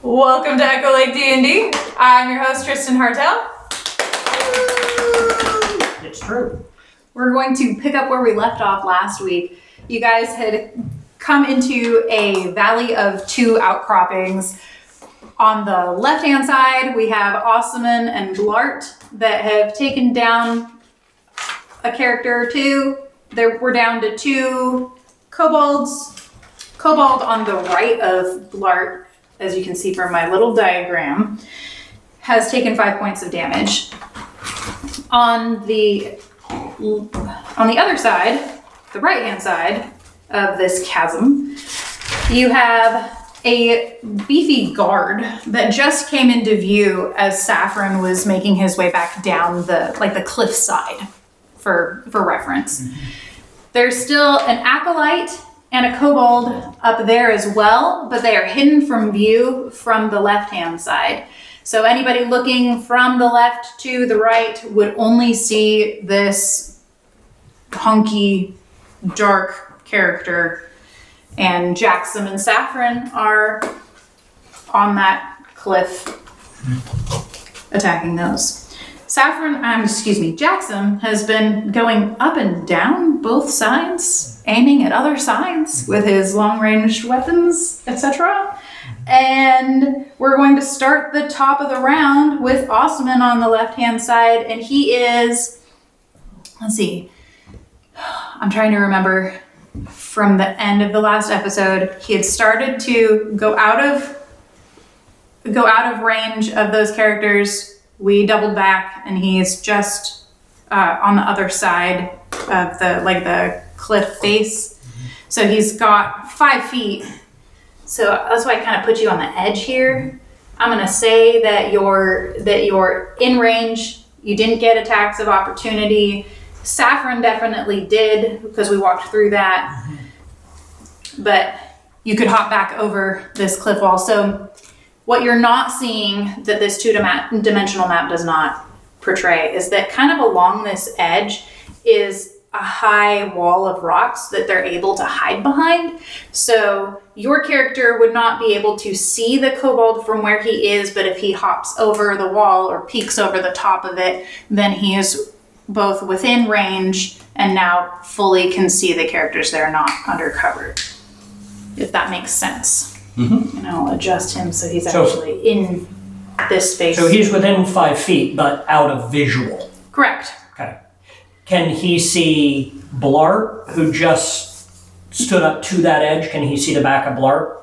Welcome to Echo Lake D&D. I'm your host Tristan Hartel. It's true. We're going to pick up where we left off last week. You guys had come into a valley of two outcroppings. On the left hand side, we have Osman and Glart that have taken down a character or two. There, we're down to two kobolds. Kobold on the right of Glart, as you can see from my little diagram, has taken five points of damage. On the on the other side, the right hand side of this chasm, you have a beefy guard that just came into view as Saffron was making his way back down the like the cliff side for for reference. There's still an acolyte and a kobold up there as well, but they are hidden from view from the left-hand side. So anybody looking from the left to the right would only see this hunky, dark character. And Jackson and Saffron are on that cliff attacking those. Saffron, um, excuse me, Jackson has been going up and down both sides, aiming at other sides with his long range weapons, etc. And we're going to start the top of the round with Osman on the left hand side, and he is, let's see, I'm trying to remember from the end of the last episode, he had started to go out of go out of range of those characters. We doubled back, and he's just uh, on the other side of the like the cliff face. So he's got five feet. So that's why I kind of put you on the edge here. I'm gonna say that you're that you're in range. You didn't get attacks of opportunity. Saffron definitely did because we walked through that. But you could hop back over this cliff wall. So what you're not seeing that this two-dimensional map does not portray is that kind of along this edge is a high wall of rocks that they're able to hide behind. So your character would not be able to see the kobold from where he is, but if he hops over the wall or peeks over the top of it, then he is both within range and now fully can see the characters that are not under cover. If that makes sense. Mm-hmm. And I'll adjust him so he's So- actually in this space. So he's within five feet, but out of visual. Correct. Okay. Can he see Blart, who just stood up to that edge? Can he see the back of Blart?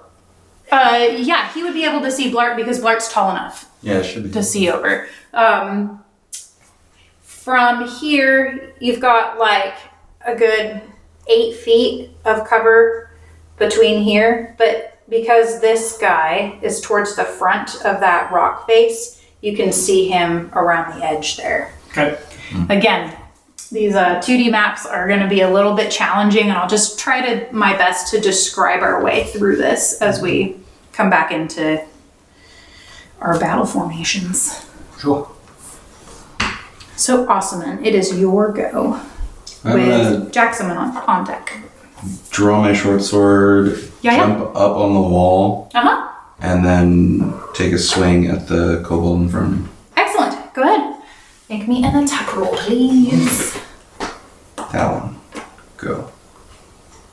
Uh, yeah, he would be able to see Blart because Blart's tall enough. Yeah, it should be. to see over. Um, from here, you've got like a good eight feet of cover between here, but because this guy is towards the front of that rock face, you can see him around the edge there. Okay. Again, these uh, 2D maps are going to be a little bit challenging, and I'll just try to my best to describe our way through this as we come back into our battle formations. Sure. So, Osman, it is your go I'm gonna with Jackson on, on deck. draw my short sword, Yeah, yeah. jump up on the wall, Uh huh. and then take a swing at the kobold in front of me. Excellent. Go ahead. Make me an attack roll, please. That one. Go.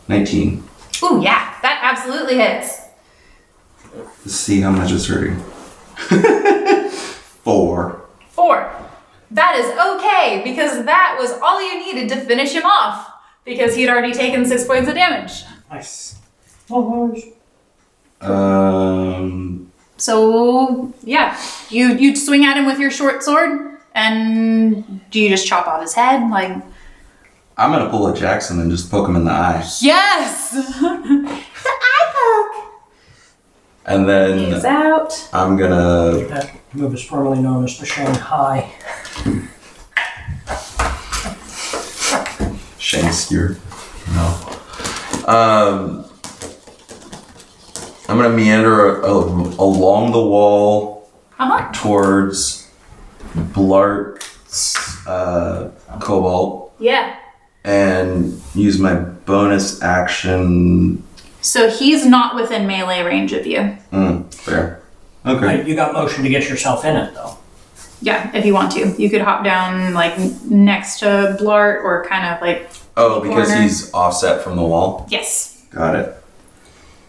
19. Ooh, yeah, that absolutely hits. Let's see how much it's hurting. Four. Four. That is okay because that was all you needed to finish him off because he'd already taken six points of damage. Nice. Oh, nice. Um, So, yeah, you you swing at him with your short sword, and do you just chop off his head? Like, I'm gonna pull a Jackson and just poke him in the eye. yes! the eye And poke is then out. I'm gonna. That move is formerly known as the Shanghai. Shank skewer. No. Um, I'm gonna meander a, along the wall. Uh huh. towards Blart's uh, Cobalt Yeah. and use my bonus action. So he's not within melee range of you. Mm, fair. Okay. Right, You got motion to get yourself in it though. Yeah, if you want to, you could hop down like n- next to Blart or kind of like Oh, because corner. he's offset from the wall. yes. Got it.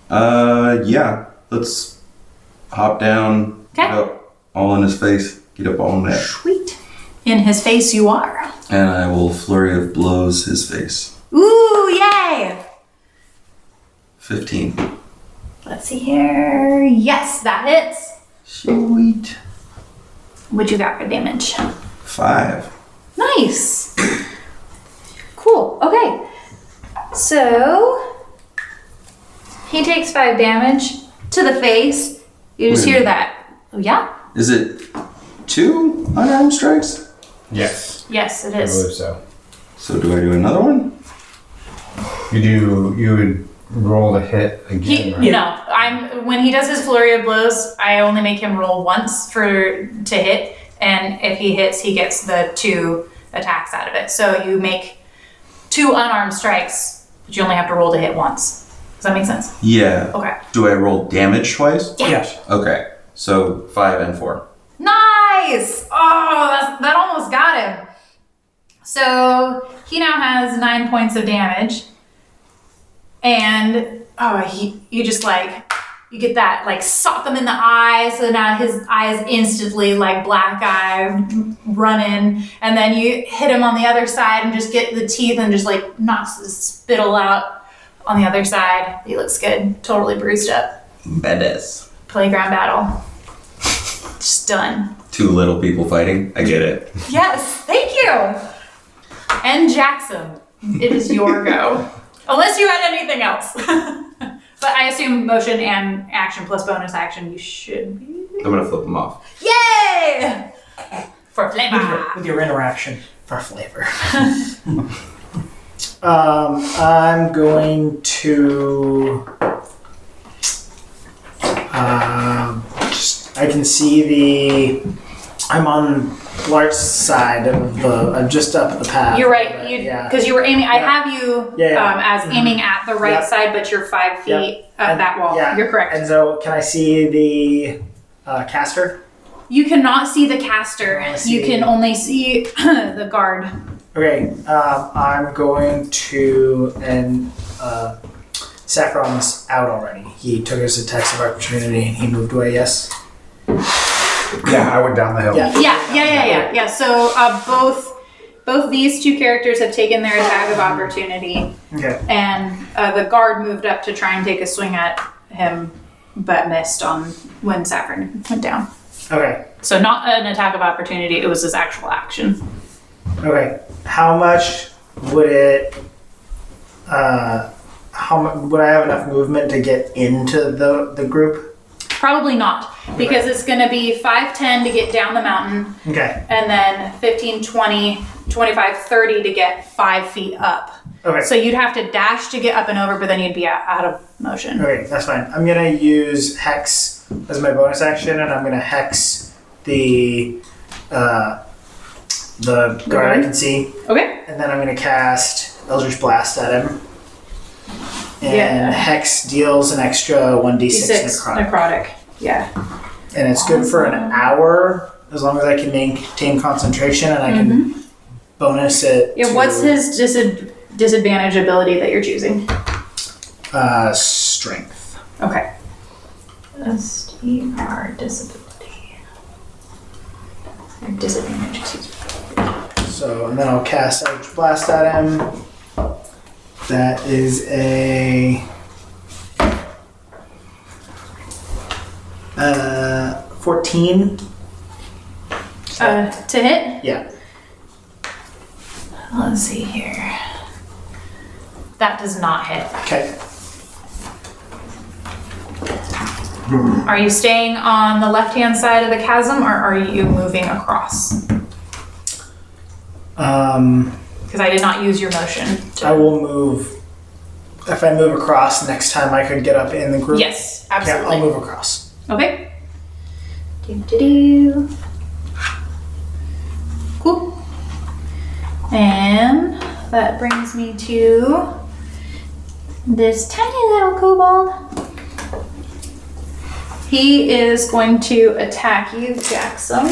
Uh, yeah. Let's hop down. Okay. Get up all in his face. Get up all in that. Sweet. In his face, you are. And I will flurry of blows his face. Ooh, yay! Fifteen. Let's see here. Yes, that hits. Sweet. What you got for damage? Five. Nice. Cool. Okay. So he takes five damage. To the face. You just Wait a hear minute. that. Oh, yeah. Is it two unarmed strikes? Yes, Yes, it I is. believe so. So do I do another one? You do. You would roll the hit again, He, right? No, I'm when he does his flurry of blows, I only make him roll once for to hit, and if he hits, he gets the two attacks out of it. So you make two unarmed strikes, but you only have to roll to hit once. Does that make sense? Yeah. Okay. Do I roll damage twice? Yes. Okay. So five and four. Nice! Oh, that's, that almost got him. So he now has nine points of damage. And oh, he, you just like, you get that, like, sock him in the eye. So now his eyes instantly, like, black eye running. And then you hit him on the other side and just get the teeth and just, like, knocks the spittle out on the other side. He looks good, totally bruised up. Badass. Playground battle. Just done. Two little people fighting. I get it. Yes, thank you. And Jackson, it is your go. Unless you had anything else. but I assume motion and action plus bonus action, you should be. I'm gonna flip them off. Yay! For With your, flavor. with your interaction. for flavor. um, I'm going to. Um, just, I can see the. I'm on Lart's side of the. I'm just up the path. You're right. You yeah. because you were aiming. I Yeah. have you Yeah, yeah. Um, as aiming at the right Yeah. side, but you're five Yeah. feet at And- that wall. yeah. You're correct. And so, can I see the uh, caster? you cannot see the caster. I You see. can only see the guard. Okay, um, I'm going to and uh, Saffron's out already. He took his attacks of opportunity and he moved away. Yes. Yeah, I went down the hill. Yeah. Yeah, yeah, yeah, yeah, yeah. So uh, both both these two characters have taken their attack of opportunity, Okay. and uh, the guard moved up to try and take a swing at him, but missed on when Saffron went down. Okay. So not an attack of opportunity; it was his actual action. Okay. How much would it? Uh, how mu- would I have enough movement to get into the the group? Probably not, because it's going to be five ten to get down the mountain, Okay. and then 15, 20, 25, 30 to get five feet up. Okay. So you'd have to dash to get up and over, but then you'd be out, out of motion. Okay, that's fine. I'm gonna use hex as my bonus action, and I'm gonna hex the uh, the guard I can see, Okay. and then I'm gonna cast Eldritch Blast at him. And Yeah. hex deals an extra one d six D6 necrotic, necrotic. Yeah. and it's good for an hour as long as I can maintain concentration, and I can bonus it. Mm-hmm. Yeah. to, What's his disad- disadvantage ability that you're choosing? uh, strength? Okay. SDR disability. Or disadvantage, excuse me. So, and then I'll cast Eldritch Blast at him. That is a. Uh, 14. Uh, to hit? Yeah. Let's see here. That does not hit. Okay. Are you staying on the left hand side of the chasm or are you moving across? Um, Because I did not use your motion. To- I will move. If I move across next time, I could get up in the group. yes, Okay, absolutely. I'll move across. Okay. Do do do. Cool. And that brings me to this tiny little kobold. He is going to attack you, Jackson.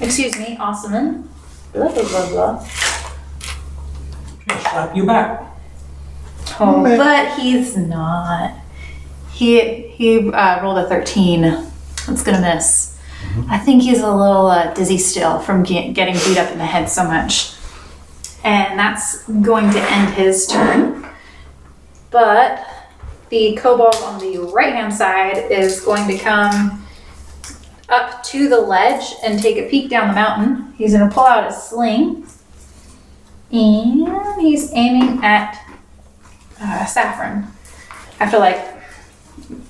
Excuse me, Osman. Blah blah blah blah. Slap you back. Oh, but he's not. He he uh, rolled a thirteen. That's gonna miss. I think he's a little uh, dizzy still from get, getting beat up in the head so much, and that's going to end his turn. But the kobold on the right hand side is going to come up to the ledge and take a peek down the mountain. He's going to pull out his sling. And he's aiming at uh, Saffron. I have to like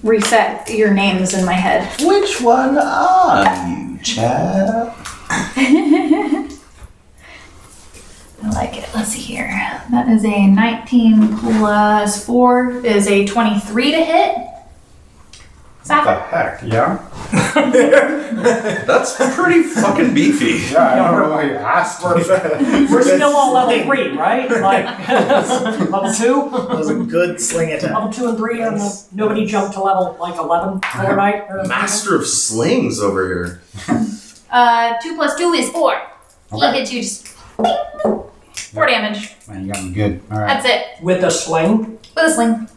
reset your names in my head. Which one are you, chap? I like it. Let's see here. That is a 19 plus 4 is a 23 to hit. The Saffron. heck? Yeah. That's pretty fucking beefy. Yeah. I don't know why you asked for that. We're still on level three, right? Like level two, That was a good sling attack. level two and three, and the- nobody jumped to level like eleven overnight. Or Master of slings over here. Uh, 2 plus 2 is 4. Okay. He hits you just. Four damage. Man, you got me good. All right. That's it. with a sling, With a sling.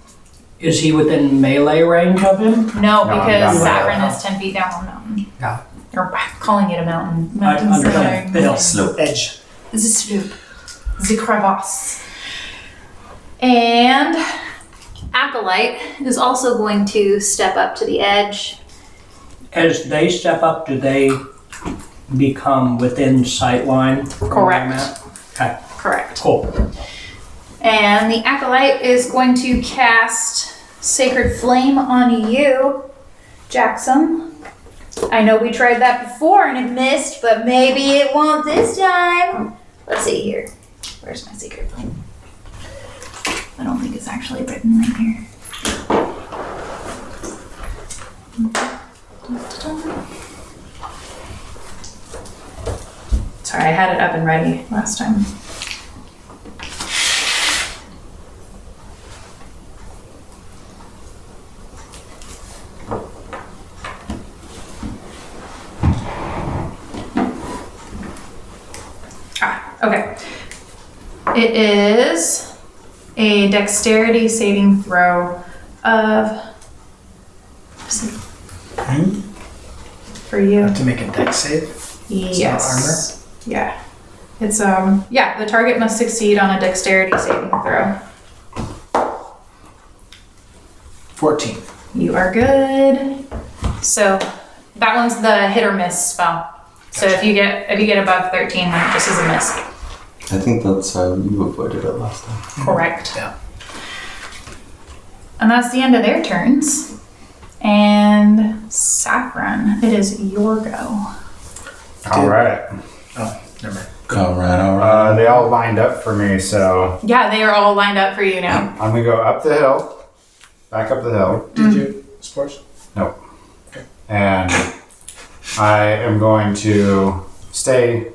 is he within melee range of him? No, No, because no, no, Saffron no. is ten feet down on the mountain. Yeah. Or I'm calling it a mountain. I Mountain's understand. the- Bill. Slow. Edge. the sloop. The crevasse. And Acolyte is also going to step up to the edge. As they step up, do they become within sight line? from where I'm Correct. at? Okay, Correct. cool. And the acolyte is going to cast Sacred Flame on you, Jackson. I know we tried that before and it missed, but maybe it won't this time. Let's see here. Where's my Sacred Flame? I don't think it's actually written right here. Sorry, I had it up and ready last time. Ah, okay. It is a dexterity saving throw of. what is it? Hmm? For You you. have to make a deck save. Yes. Yeah. It's um yeah, the target must succeed on a dexterity saving throw. 14. You are good. So that one's the hit or miss spell. So if you get if you get above 13, then it just is a miss. I think that's how you avoided it last time. Correct. Yeah. And that's the end of their turns. And Saffron, it is your go. All right. Oh, never mind. All right, all right. Uh, they all lined up for me, so Yeah, they are all lined up for you now. I'm gonna go up the hill, back up the hill, Hmm. Did you sports? and I am going to stay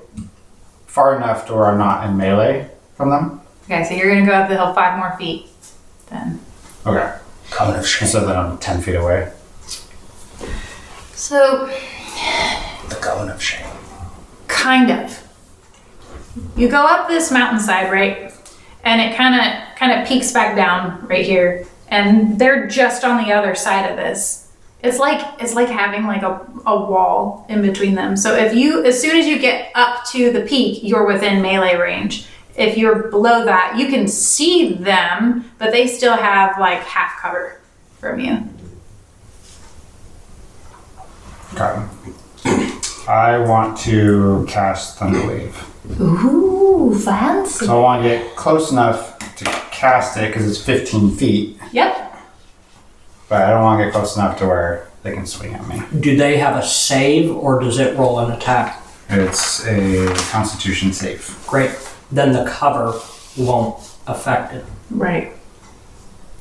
far enough to where I'm not in melee from them. Okay, so you're gonna go up the hill five more feet. Then. Okay. Covenant of shame. So then I'm ten feet away. So The covenant of shame. Kind of. You go up this mountainside, right? And it kind of kind of peaks back down right here, and they're just on the other side of this. It's like it's like having like a, a wall in between them. So if you as soon as you get up to the peak, you're within melee range. If you're below that, you can see them, but they still have like half cover from you. Okay. I want to cast Thunderwave. Ooh, fancy. So I want to get close enough to cast it because it's 15 feet, Yep. but I don't want to get close enough to where they can swing at me. Do they have a save or does it roll an attack? It's a Constitution save. Great. Then the cover won't affect it. Right.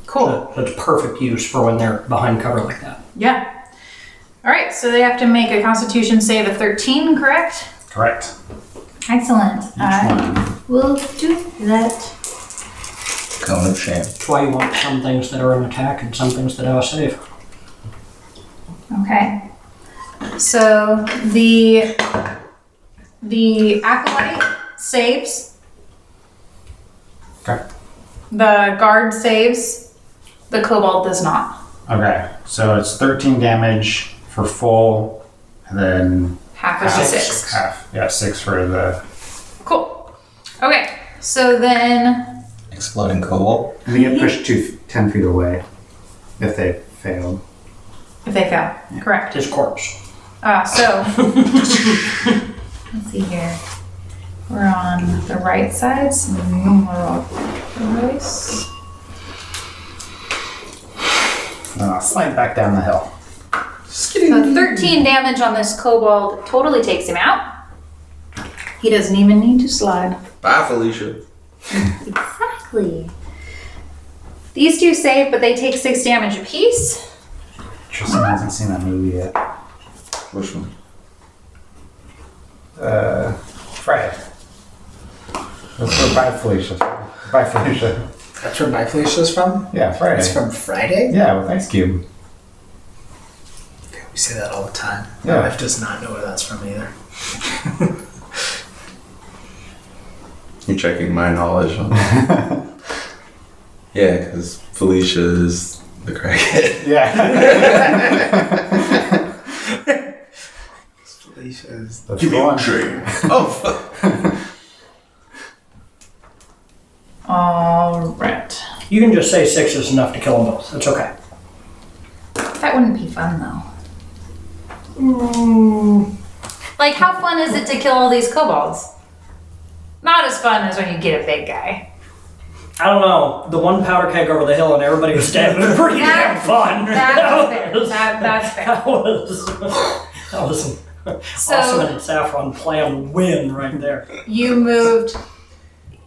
Cool. So That's perfect use for when they're behind cover like that. Yeah. All right, so they have to make a constitution save of 13, correct? Correct. Excellent. Uh, will do that. Cone of shame. That's why you want some things that are an attack and some things that have a save. Okay. So the the acolyte saves. Okay. The guard saves. The kobold does not. Okay, so it's 13 damage for full, and then Half of the six. Half, yeah, six for the. Cool. Okay. So then Exploding cobalt. And they get pushed to 10 feet away if they failed. if they fail, correct. His corpse. Uh, so let's see here. We're on the right side, so we'll roll twice. And I'll Uh, slide back down the hill. So 13 damage on this kobold totally takes him out. He doesn't even need to slide. Bye, Felicia. Exactly. These two save, but they take six damage apiece. Tristan hasn't seen that movie yet. Which one? Uh, Friday. Let's go by Felicia. By Felicia. That's where my Felicia's from. Yeah, Friday. It's from Friday. Yeah, with Ice Cube. We say that all the time. Yeah. My wife does not know where that's from either. You're checking my knowledge on that. yeah, because Felicia is the crackhead. Yeah. Felicia is. That's the one. drink. oh, fuck. All right. You can just say six is enough to kill them both. It's okay. That wouldn't be fun, though. Mm. Like, how fun is it to kill all these kobolds? Not as fun as when you get a big guy. I don't know. The one powder keg over the hill and everybody was dead was pretty That- damn fun. That's fair. That, that's fair. That was that was an So- awesome and saffron play on win right there. You moved.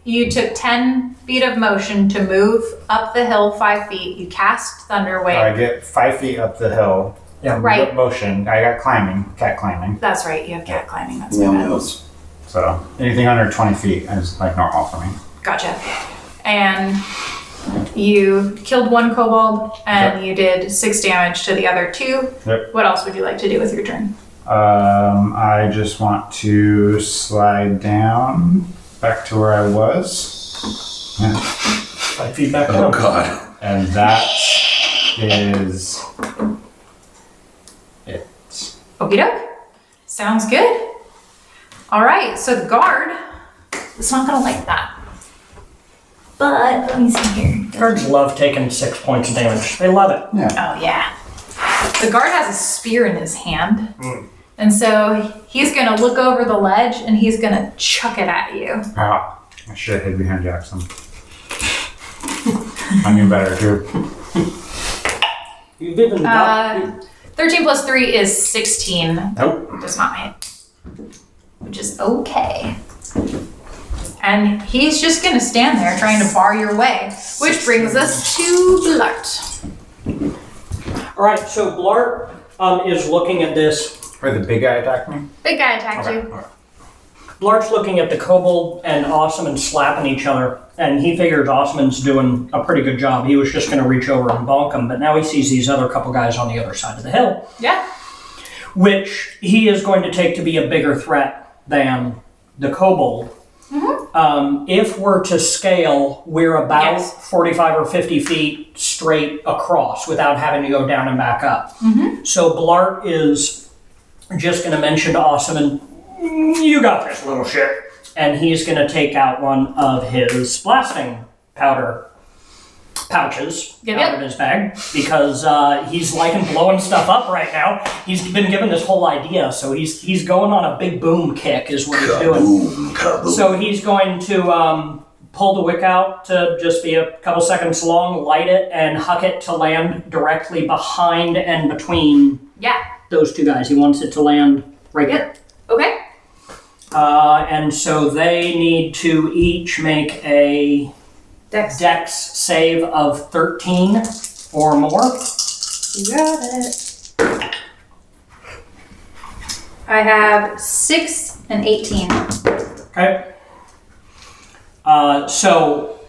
You took 10 feet of motion to move up the hill five feet. You cast Thunderwave. I get five feet up the hill. Yeah, Right. Mo- Motion. I got climbing, cat climbing. That's right. You have cat climbing. That's One bad. of those. So anything under 20 feet is like normal for me. Gotcha. And you killed one kobold, and you did six damage to the other two. Yep. What else would you like to do with your turn? Um, I just want to slide down back to where I was. Yeah. Five feet back down. Oh, God. And that is it. Okie doke. Sounds good. All right, so the guard is not going to like that. But let me see here. Guards love taking six points of damage. They love it. Oh, yeah. The guard has a spear in his hand. And so he's going to look over the ledge and he's going to chuck it at you. Ah, I should have hid behind Jackson. I knew better too. You've even got Uh, 13 plus 3 is 16. Nope. Does not hit. Which is okay. And he's just going to stand there trying to bar your way. Which brings us to Blart. All right, so Blart um, is looking at this. Where the big guy attacked me? Big guy attacked you. alright. Blart's looking at the kobold and Osman slapping each other, and he figures Osman's doing a pretty good job. He was just going to reach over and bonk him, but now he sees these other couple guys on the other side of the hill, Yeah. which he is going to take to be a bigger threat than the kobold. Um, if we're to scale, we're about Yes. 45 or 50 feet straight across without having to go down and back up. So Blart is just going to mention to Osman, you got this little shit. And he's going to take out one of his blasting powder pouches Yep, out yep. of his bag because uh, he's liking blowing stuff up right now. He's been given this whole idea, so he's he's going on a big boom kick, is what he's doing. Kaboom, kaboom. So he's going to um, pull the wick out to just be a couple seconds long, light it, and huck it to land directly behind and between Yeah. those two guys. He wants it to land right there. Okay. Uh, and so they need to each make a Dex. dex save of 13 or more. You got it. I have 6 and 18. Okay. Uh, so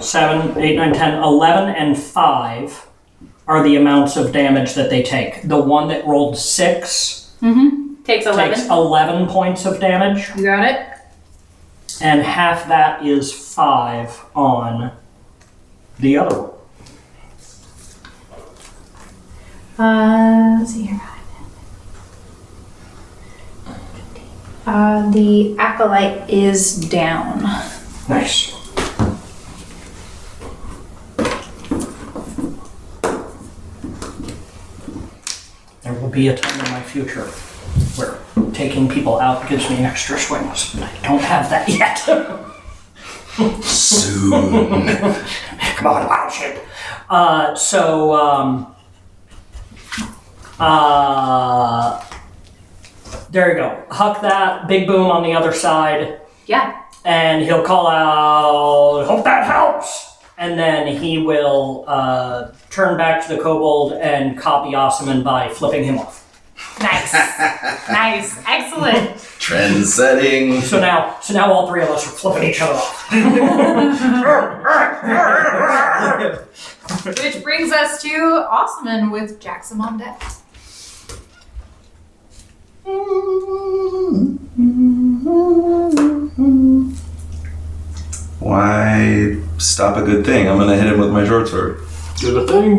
7, 8, 9, 10, 11, and 5 are the amounts of damage that they take. The one that rolled 6 Takes 11. takes 11 points of damage, You got it? and half that is 5 on the other one. Uh, let's see here. Uh, the acolyte is down. Nice. There will be a time in my future where taking people out gives me extra swings. I don't have that yet. Soon. Come on, battleship. Uh, so, um, uh, there you go. Huck that big boom on the other side, Yeah. and he'll call out, "Hope that helps." And then he will uh, turn back to the kobold and copy Osman by flipping him off. Nice. nice. Excellent. Trend setting. So now, so now all three of us are flipping each other off. Which brings us to Osman with Jackson on deck. Why stop a good thing? I'm gonna hit him with my short sword. Do the thing.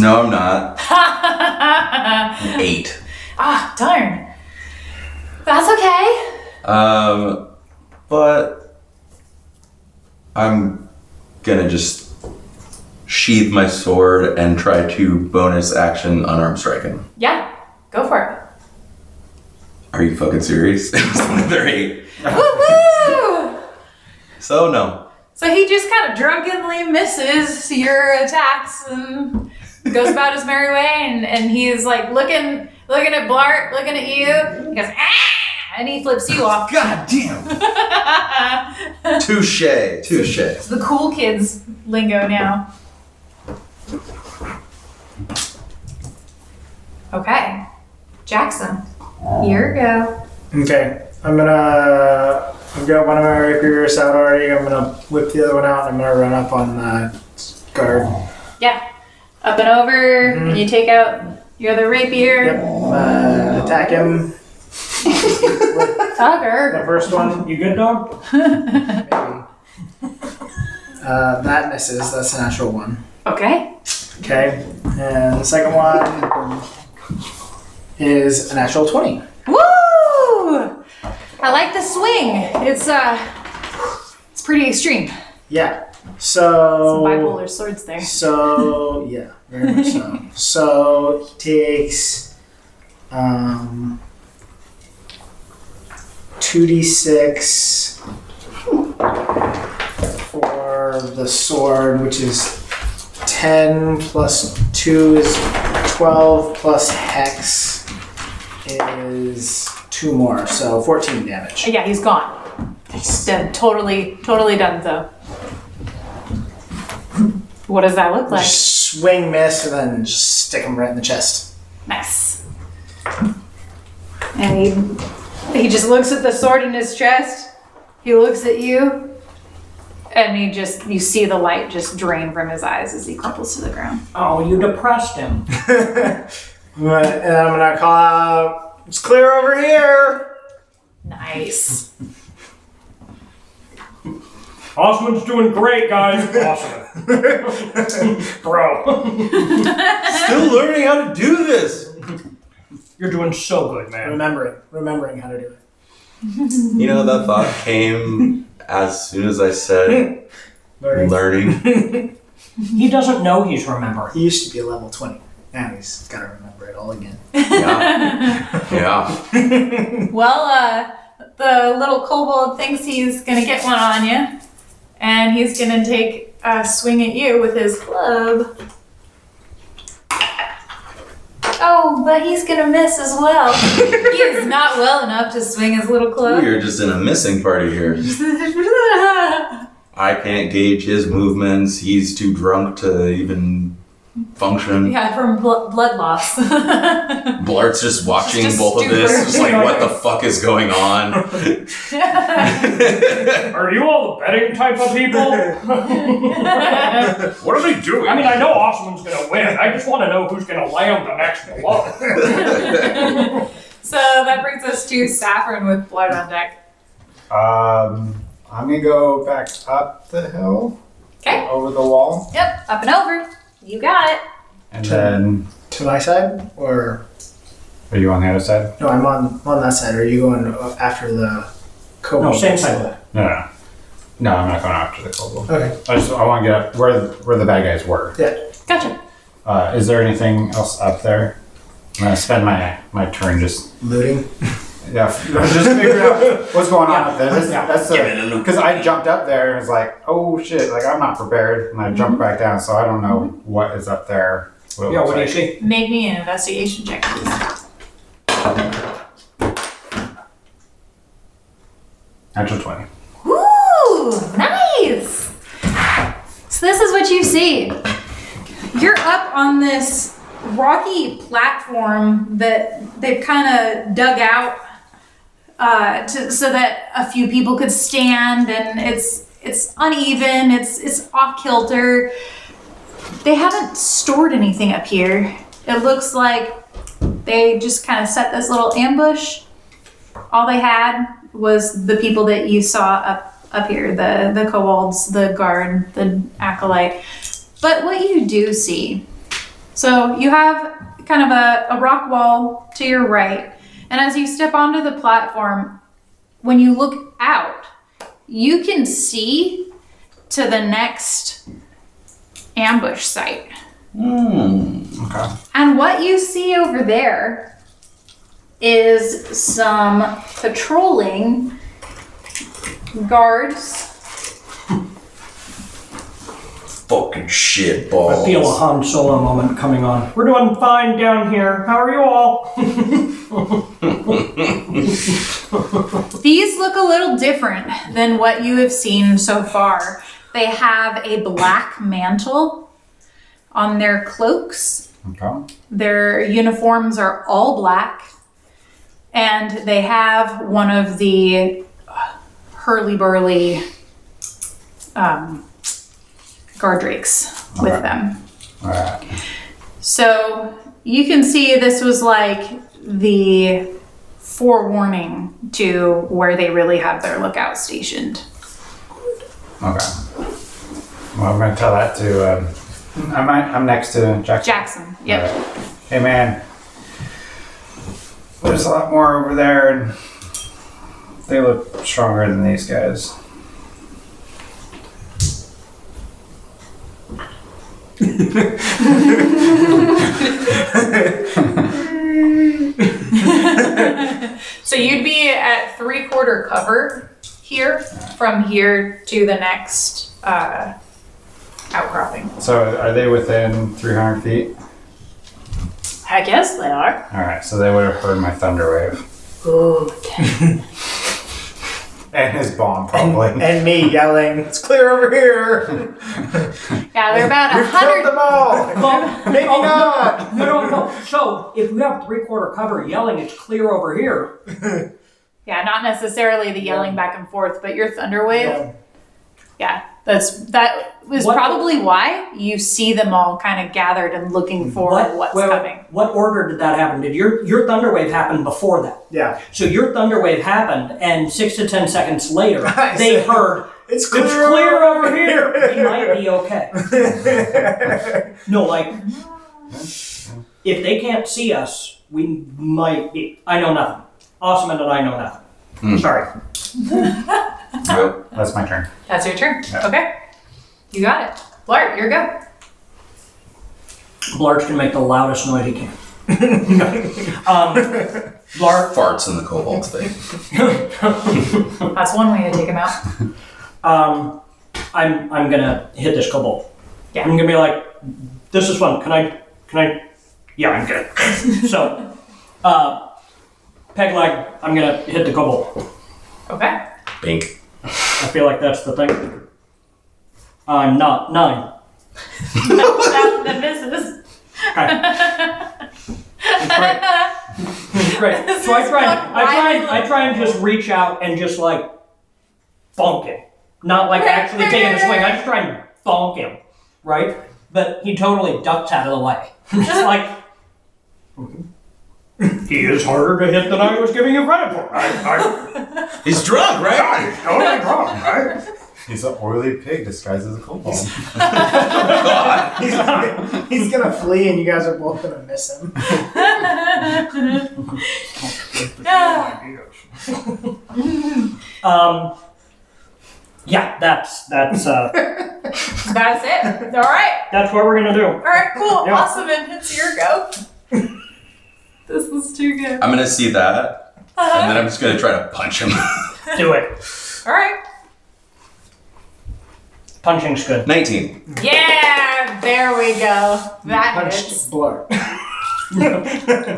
No, I'm not. Eight. Ah, darn. That's okay. Um, but I'm gonna just sheathe my sword and try to bonus action unarmed strike him. Yeah. Go for Are you fucking serious? It was another eight. it. Woo-woo! So no. So he just kind of drunkenly misses your attacks and goes about his merry way, and, and he's like looking looking at Blart, looking at you. He goes, ah! And he flips you off. God damn. Touche. Touche. It's the cool kids lingo now. Okay. Jackson, here we go. Okay, I'm gonna. I've got one of my rapiers out already. I'm gonna whip the other one out and I'm gonna run up on the guard. Up and over, and you take out your other rapier. Yep. Uh, attack him. Tucker. The first one. You good, dog? Maybe. Uh, that misses. That's a natural one. Okay. Okay. And the second one is a natural 20. Woo! I like the swing. It's uh it's pretty extreme. Yeah. Some So. bipolar swords there. So yeah, very much so. so he takes um two d six for the sword, which is ten plus two is twelve plus hex is two more, so fourteen damage. Yeah, he's gone. He's done. Totally, totally done though. What does that look like? Just swing miss and then just stick him right in the chest. Nice. And he, he just looks at the sword in his chest. He looks at you. And he just, you see the light just drain from his eyes as he crumples to the ground. Oh, you depressed him. I'm gonna- and I'm gonna call out, it's clear over here! Nice. Osman's doing great, guys. Awesome. Bro. Still learning how to do this. You're doing so good, man. Remembering, remembering how to do it. You know that thought came as soon as I said Learning. learning. He doesn't know he's remembering. He used to be a level 20. Now he's gotta remember it all again. Yeah. Yeah. Well, uh, the little kobold thinks he's gonna get one on you. And he's gonna take a swing at you with his club. Oh, but he's gonna miss as well. he is not well enough to swing his little club. We are just in a missing party here. yeah, I can't gauge his movements. He's too drunk to even function. Yeah, from bl- blood loss. Blart's just watching just both of stupor. this, just like, what the fuck is going on? Are you all the betting type of people? I What are they doing? mean, I know Osman's gonna win. I just want to know who's gonna land the next blow. so that brings us to Saffron with blood on deck. Um, I'm gonna go back up the hill. 'Kay. Over the wall. Yep, up and over. You got it. And Sure. then, To my side, or are you on the other side? no? I'm on on that side. Are you going after the cobalt? No, same side. No, no, no. No, I'm not going after the kobold. Okay. I just I want to get up where the, where the bad guys were. Yeah. Gotcha. Uh, is there anything else up there? I'm gonna spend my my turn just Looting. yeah f- just figure out what's going on up there. That's, Yeah. that's Give it a look. because I jumped up there and was like, oh shit, like I'm not prepared, and I jumped back down, so I don't know what is up there. What it Yeah, looks what do you like. see? Make me an investigation check, please. Natural twenty. Woo! Nice! So this is what you see. You're up on this rocky platform that they've kind of dug out uh, to, so that a few people could stand, and it's it's uneven, it's it's off kilter. They haven't stored anything up here. It looks like they just kind of set this little ambush. All they had was the people that you saw up up here, the the kobolds, the guard, the acolyte. But what you do see, so you have kind of a, a rock wall to your right, and as you step onto the platform, when you look out, you can see to the next ambush site. Okay. And what you see over there is some patrolling guards. Fucking shit I feel a balls. Han Solo moment coming on. We're doing fine down here. How are you all? These look a little different than what you have seen so far. They have a black mantle on their cloaks. Okay. Their uniforms are all black. And they have one of the uh, hurly burly um, guard rakes with Alright. them. All right. So you can see this was like the forewarning to where they really have their lookout stationed. Okay. Well, I'm gonna tell that to. Um, I'm I'm next to Jack. Jackson. Yep. Alright. Hey man, there's a lot more over there, and they look stronger than these guys. So you'd be at three quarter cover here, from here to the next uh, outcropping. So are they within 300 feet? I guess they are. All right, so they would have heard my thunder wave Ooh. and his bomb probably. And me yelling, "It's clear over here! Yeah, they're about a Killed hundred. them all. Maybe not. oh, No, no, no. So if you have three quarter cover yelling, it's clear over here. Yeah, not necessarily the yelling back and forth, but your thunder wave. Yeah, that's that was What- probably why you see them all kind of gathered and looking for what's wait, wait, coming. What order did that happen? Did your your thunder wave happen before that? Yeah, So your thunder wave happened, and six to ten seconds later, I they see. heard it's it's clear over here. We might be okay. No, like if they can't see us, we might be. I know nothing. Osman and I know nothing. Sorry. Yep. That's my turn. That's your turn. Okay. You got it. Blart, you're go. Blarch can make the loudest noise he can. um, Blarch, Farts in the cobalt thing. That's one way to take him out. um, I'm I'm gonna hit this kobold. Yeah. I'm gonna be like, this is fun. Can I? Can I? Yeah, I'm good. so, uh, peg leg. I'm gonna hit the kobold. Okay. Bink. I feel like that's the thing. I'm not nine. that, that misses. Great. So I try, I try, I try and just reach out and just like bonk him, not like actually taking a swing. I just try and bonk him, right? But he totally ducks out of the way. just like he is harder to hit than I was giving him credit for. I, He's drunk, right? I totally wrong, right? He's an oily pig disguised as a kobold. He's gonna, he's gonna flee, and you guys are both gonna miss him. Um, yeah, that's that's uh, That's it. All right. that's what we're gonna do. All right. Cool. Yeah. Awesome. And it's your go. this is too good. I'm gonna see that, and then I'm just gonna try to punch him. Do it. All right. Punching's good. 19. Yeah. There we go. That is. Punched Blart.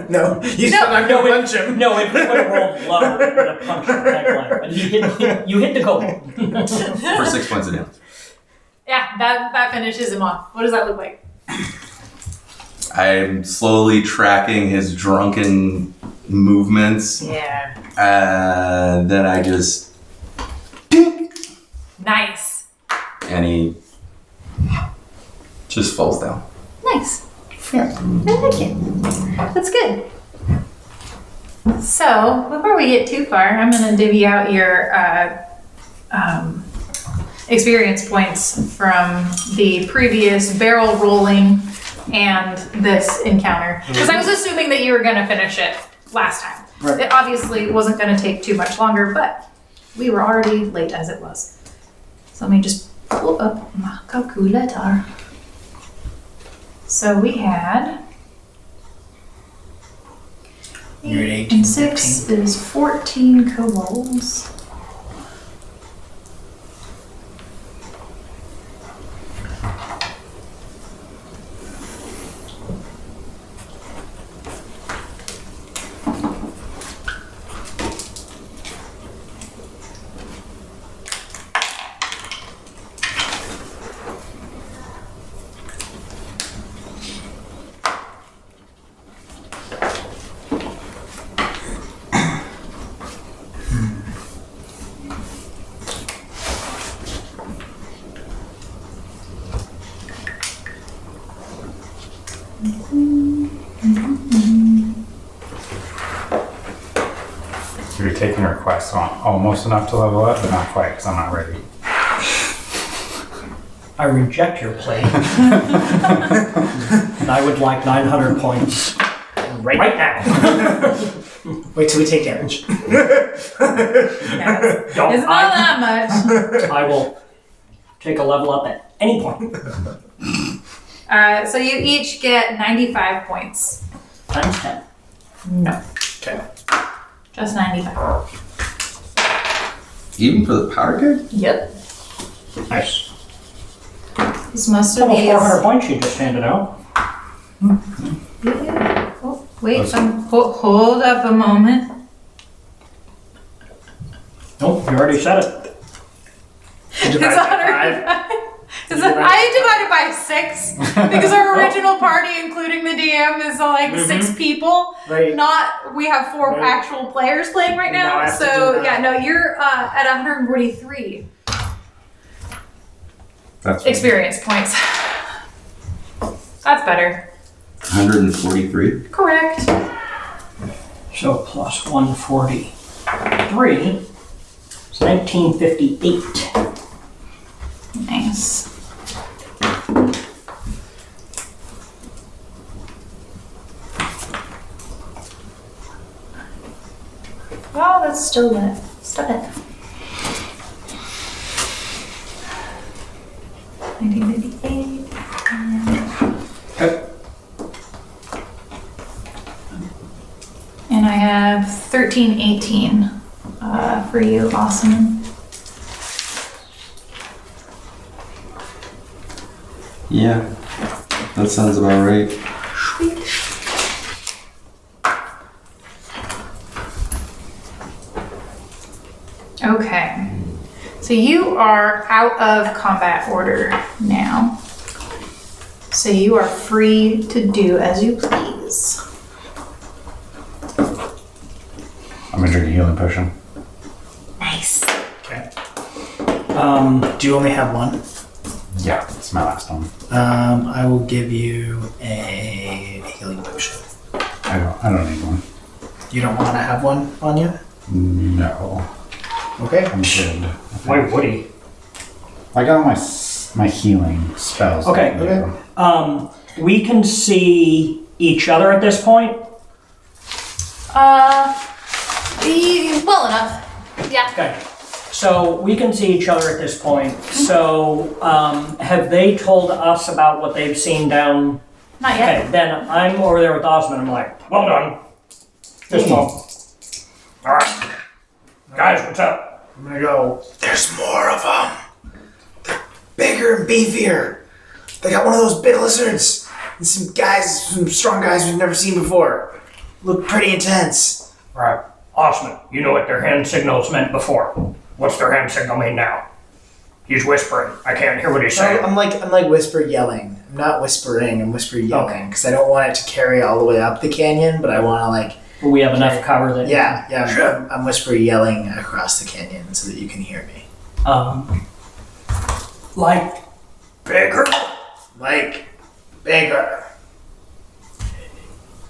no, you said I'm No, gonna it- punch him. No, it would have rolled low with a punch in the tagline, but you hit, you hit the goal. For six points of damage. Yeah. That that finishes him off. What does that look like? I'm slowly tracking his drunken movements, Yeah. and then I just. Nice. And he just falls down. Nice. I like it. That's good. So before we get too far, I'm gonna divvy out your uh, um, experience points from the previous barrel rolling and this encounter, because I was assuming that you were gonna finish it last time. Right. It obviously wasn't gonna take too much longer, but we were already late as it was. So let me just pull up my calculator. So we had. You're at 18, And six is 14 kobolds. You're taking her quest, so I'm almost enough to level up, but not quite, because I'm not ready. I reject your plea. and I would like 900 points right, now. Wait till we take damage. Yeah, it's Don't- it's not I, that much. I will take a level up at any point. Uh, so you each get 95 points. Times 10. No, Okay. just 95. Even for the powder keg? Yep. Nice. This must have Almost been. 400 points you just handed out. Oh, wait, um, ho- hold up a moment. Nope, you already said it. You divide It's by five. 105. Is You it, divide I divided by six because our original party, including the DM, is uh, like six people. Right. Not we have four Mm-hmm. Right. actual players playing right Now I now. have to So do that. yeah, no, you're uh, at 143 That's experience points. That's better. 143. Correct. So plus 143 is 1958. Nice. Wow, that's still lit. Stop it. 1958. And I have 1318 uh, for you, Awesome. Yeah. That sounds about right. Okay. So you are out of combat order now. So you are free to do as you please. I'm gonna drink a healing potion. Nice. Okay. Um, Do you only have one? Yeah, it's my last one. Um, I will give you a healing potion. I don't, I don't need one. You don't want to have one on you? No, Okay. I'm good. why would he? I got all my s- my healing spells. Okay, that I okay. do. Um, we can see each other at this point. Uh, e- well enough. Yeah. Okay. So we can see each other at this point. So um, have they told us about what they've seen down? Not yet. Okay. Then I'm over there with Osman. I'm like, well done. This Hmm. one. All right, guys, what's up? I'm gonna go. There's more of them. They're bigger and beefier. They got one of those big lizards and some guys, some strong guys we've never seen before. Look pretty intense. All right, Osman. You know what their hand signals meant before. What's their hand signal mean now? He's whispering. I can't hear what he's I- saying. um, I'm like I'm like whisper yelling. I'm not whispering. I'm whisper yelling because I don't want it to carry all the way up the canyon, but I want to like We have enough cover that yeah yeah. I'm- I'm, I'm whisper yelling across the canyon so that you can hear me. um, like bigger Like bigger.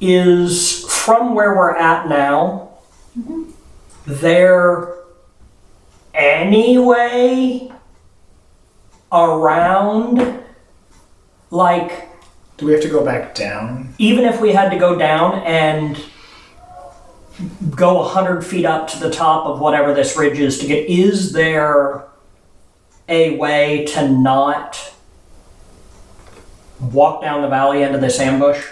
is from where we're at now. There anyway around like Do we have to go back down? even if we had to go down and go 100 feet up to the top of whatever this ridge is to get is there a way to not walk down the valley into this ambush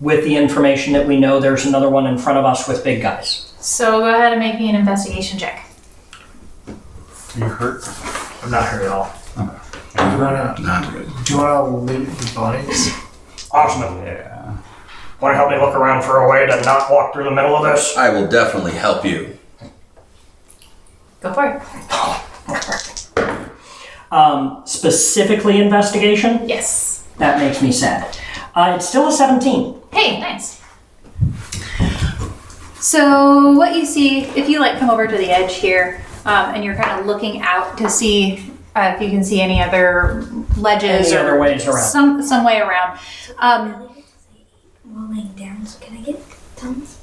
with the information that we know there's another one in front of us with big guys So go ahead and make me an investigation check. Are you hurt? I'm not hurt at all. Do you wanna Not good. do you wanna loot the bodies? awesome Yeah. want to help me look around for a way to not walk through the middle of this I will definitely help you. Go for it. um, specifically investigation Yes. that makes me sad uh, it's still a 17 Hey, nice. So, what you see, if you like come over to the edge here um, and you're kind of looking out to see uh, if you can see any other ledges Any or other ways around. Some, some way around. Um, Rolling down, so can I get thumbs?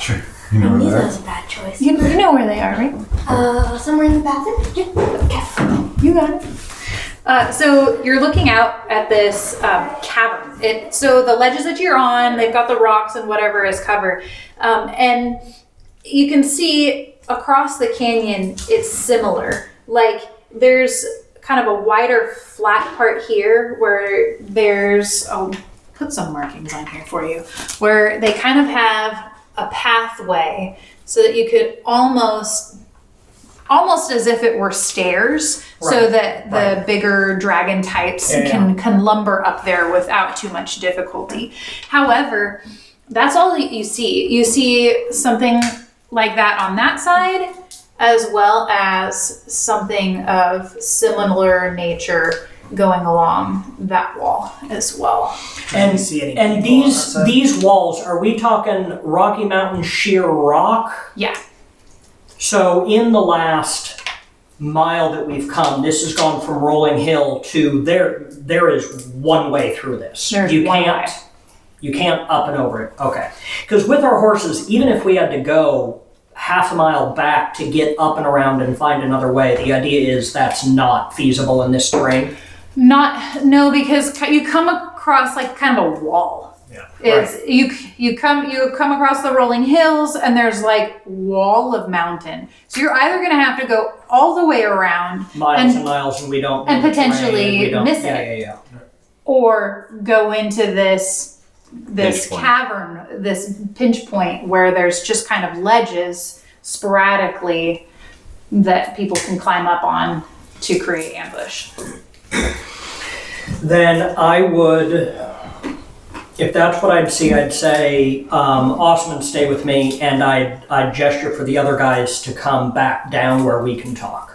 Sure. You I know knew where that that is? was a bad choice. you, you know where they are, right? Uh, somewhere in the bathroom? Yeah. Okay. You got it. Uh, so you're looking out at this um, cavern. It, so the ledges that you're on, they've got the rocks and whatever is covered, um, and you can see across the canyon. It's similar. Like there's kind of a wider flat part here where there's oh, put some markings on here for you, where they kind of have a pathway so that you could almost almost as if it were stairs so Right, that the bigger dragon types Yeah, yeah. can can lumber up there without too much difficulty however that's all that you see you see something like that on that side as well as something of similar nature going along that wall as well And, see any and people on that these side? these walls are we talking Rocky Mountain sheer rock? yeah So in the last mile that we've come, this has gone from rolling hill to there. There is one way through this. There's you one can't way. you can't up and over it. Okay, because with our horses, even if we had to go half a mile back to get up and around and find another way, the idea is that's not feasible in this terrain. Not no, because c- you come across like kind of a wall. Yeah. It's you c- you come you come across the rolling hills and there's like wall of mountain. So you're either gonna have to go all the way around Miles and, And- miles, and we don't. and know the terrain, potentially we don't- miss yeah, it. Yeah, yeah. or go into this this Pinch point. cavern, this pinch point where there's just kind of ledges sporadically that people can climb up on to create ambush. then I would, if that's what I'd see, I'd say, um, Osman, stay with me, and I'd, I'd gesture for the other guys to come back down where we can talk.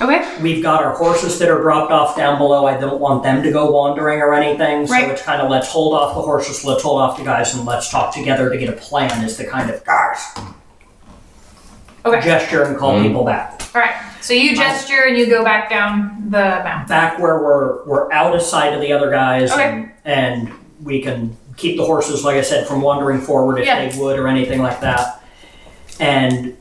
Okay. We've got our horses that are dropped off down below. I don't want them to go wandering or anything. So Right. it's kind of let's hold off the horses, let's hold off the guys, and let's talk together to get a plan as to kind of guys. Okay. Gesture and call people back. All right. So you gesture and you go back down the mountain. Back where we're we're out of sight of the other guys, and, and we can keep the horses, like I said, from wandering forward if Yeah. they would or anything like that. And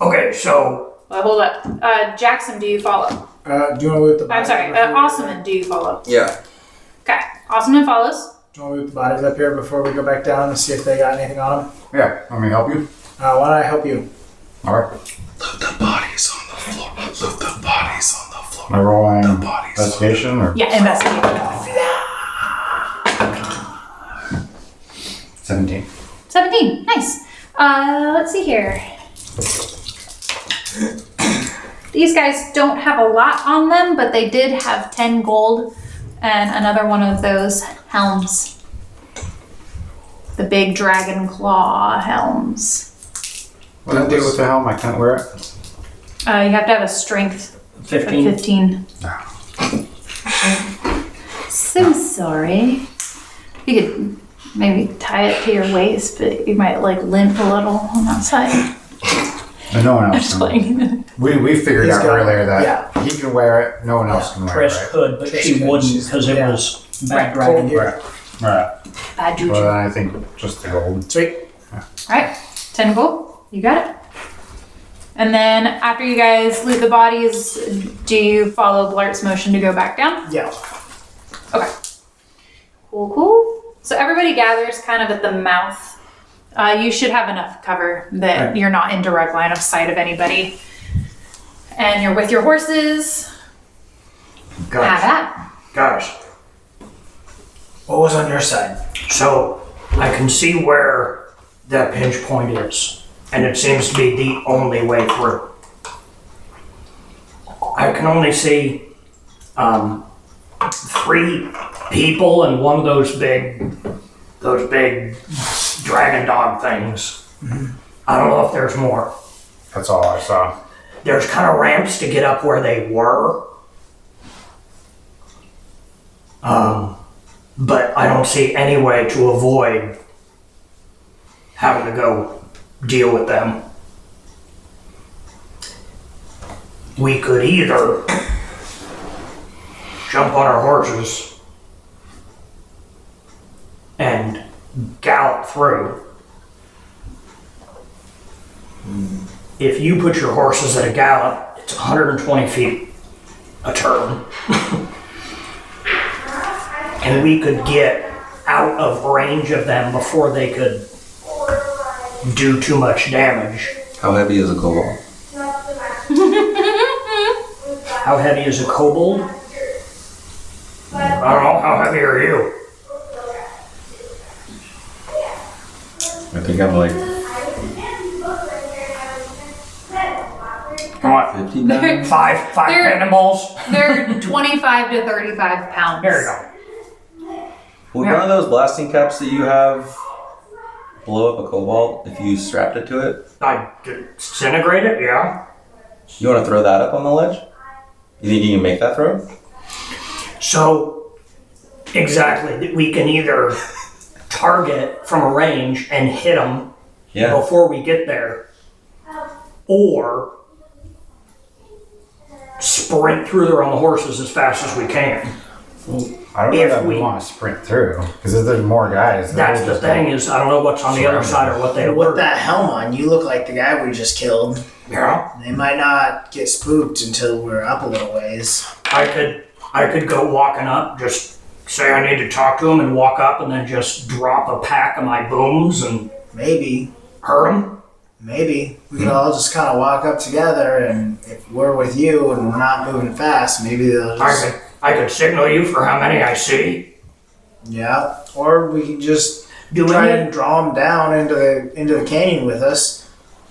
okay, so Well, hold up. Uh, Jackson, do you follow? Uh, do you want to loot the I'm bodies? sorry. before Uh, we- Osman, do you follow? Yeah. Okay. Osman follows. Do you want to loot the bodies up here before we go back down and see if they got anything on them? Yeah, let me help you. Uh, why don't I help you? All right. Look the bodies on the floor. Look the bodies on the floor. Am I rolling Bodies. investigation or Yeah, investigate. 17? 17. Nice. Uh, let's see here. These guys don't have a lot on them, but they did have 10 gold and another one of those helms. The big dragon claw helms. What did I do with the helm? I can't wear it. Uh, you have to have a strength of 15. 15. So sorry. You could maybe tie it to your waist, but you might like limp a little on that side. And Uh, no one I'm else just can. playing. We, we figured He's out got it. earlier that he can wear it, no one else can wear Trish it. could, but Trish she could, wouldn't she's- because it yeah. was bad dragon. Cold here. Right. All Bad right. juju. Well, All then I think just the gold. Sweet. right, ten gold. You got it. And then after you guys loot the bodies, do you follow Blart's motion to go back down? Yeah. Cool, cool. So everybody gathers kind of at the mouth. Uh, you should have enough cover that you're not in direct line of sight of anybody. And you're with your horses. Have Gosh, at. gosh. What was on your side? So I can see where that pinch point is, and it seems to be the only way through. I can only see um, three people and one of those big, those big dragon dog things. I don't know if there's more. Mm-hmm. That's all I saw. There's kind of ramps to get up where they were. Um, but I don't see any way to avoid having to go deal with them. We could either jump on our horses and gallop through. if you put your horses at a gallop, it's 120 feet a turn. and we could get out of range of them before they could do too much damage. How heavy is a cobalt? How heavy is a kobold? I don't know. How heavy are you? I think I'm like Come on. 59. Five, five They're- cannonballs. They're 25 to 35 pounds. There you go. Would one of those blasting caps that you have blow up a cobalt if you strapped it to it? I disintegrate it. Yeah. You want to throw that up on the ledge? You think you can make that throw? So, exactly. that We can either target from a range and hit them Oh, Yeah. before we get there, or sprint through there on the horses as fast as we can. I don't know If that we we- want to sprint through because if there's more guys, then That's we'll the just- thing is, I don't know what's on the other side or what they With were. that helm on, you look like the guy we just killed. Yeah, They might not get spooked until we're up a little ways. I could, I could go walking up, just say I need to talk to him, and walk up, and then just drop a pack of my booms and Maybe, hurt him. maybe we could all just kind of walk up together, and if we're with you and we're not moving fast, maybe they'll I just could, I could signal you for how many I see. yeah. Or we can just Do try any, and draw them down into the into the canyon with us.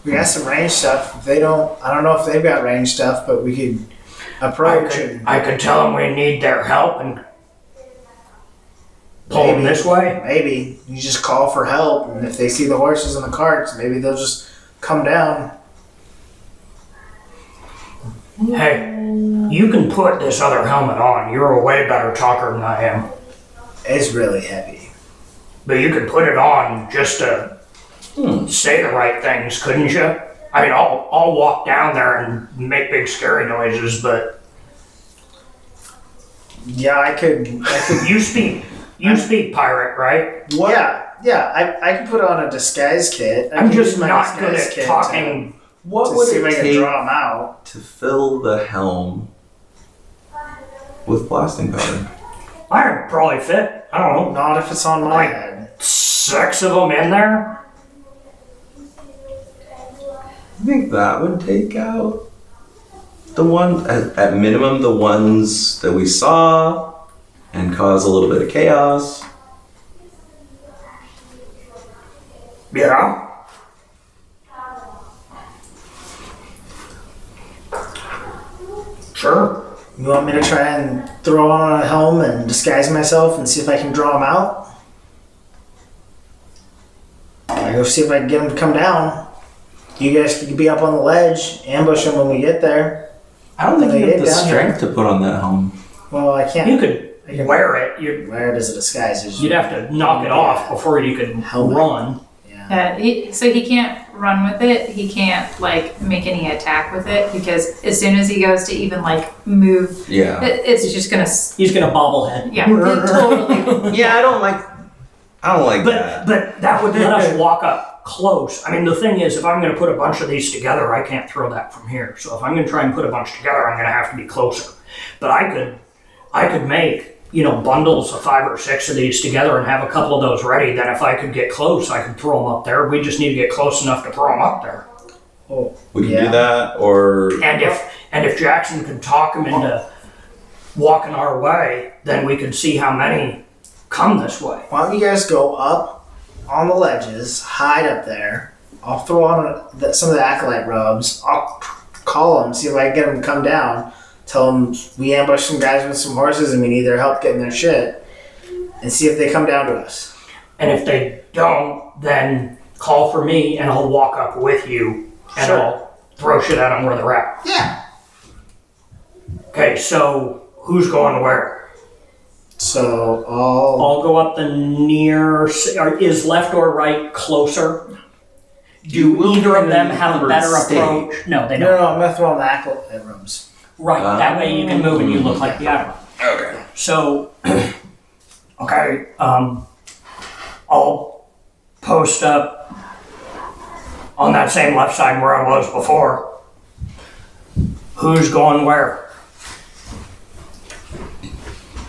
We got some range stuff. If they don't. I don't know if they've got range stuff, but we could I approach could, and I could tell him we need their help and pull him this way. Maybe you just call for help, and if they see the horses and the carts, maybe they'll just come down. Hey, You can put this other helmet on. You're a way better talker than I am. It's really heavy. But you could put it on just to Hmm. say the right things, couldn't you? I mean, I'll, I'll walk down there and make big scary noises, but Yeah, I could. I could you speak, you speak pirate, right? What? Yeah, yeah. I, I can put on a disguise kit. I I'm can just use my not good disguise at kit to- talking. What To would see if I it can take draw them out. to fill the helm with blasting powder? I'd probably fit, I don't know, Not if it's on my Like- head. six of them in there. I think that would take out the one at, at minimum the ones that we saw and cause a little bit of chaos. Yeah. Sure. You want me to try and throw on a helm and disguise myself and see if I can draw them out? I go see if I can get them to come down. You guys could be up on the ledge, ambush them when we get there. I don't think When you they have the get down here- strength to put on that helm. Well, I You can't could wear it. You'd, wear it as a disguise. It's- you'd have to knock it off before you could Helmet. run. Yeah. Uh, he, so he can't run with it. He can't like make any attack with it because as soon as he goes to even like move, Yeah. it, it's just gonna s- He's gonna bobblehead. yeah totally. yeah, I don't like I don't like But but that would let us walk up close. I mean, the thing is, if I'm going to put a bunch of these together, I can't throw that from here. So if I'm going to try and put a bunch together, I'm going to have to be closer. But I could I could make you know bundles of five or six of these together and have a couple of those ready. Then if I could get close, I could throw them up there. We just need to get close enough to throw them up there. We can Yeah. do that or And if and if Jackson could talk them into walking our way, then we could see how many come this way. Why don't you guys go up on the ledges, hide up there? I'll throw on the, some of the acolyte robes. I'll call them, see if I can get them to come down. Tell them we ambushed some guys with some horses and we need their help getting their shit, and see if they come down to us. And if they don't, then call for me and I'll walk up with you and Sure. I'll throw shit at them where they're at. Yeah. Okay, so who's going where? So I'll. I'll go up the near. Or is left or right closer? You Do will either be of them in have a third better stage. approach? No, they No, don't. no, I'm gonna throw on the acolyte robes. Right, that way you can move and you look like the other. Okay. So, okay, um, I'll post up on that same left side where I was before. Who's going where?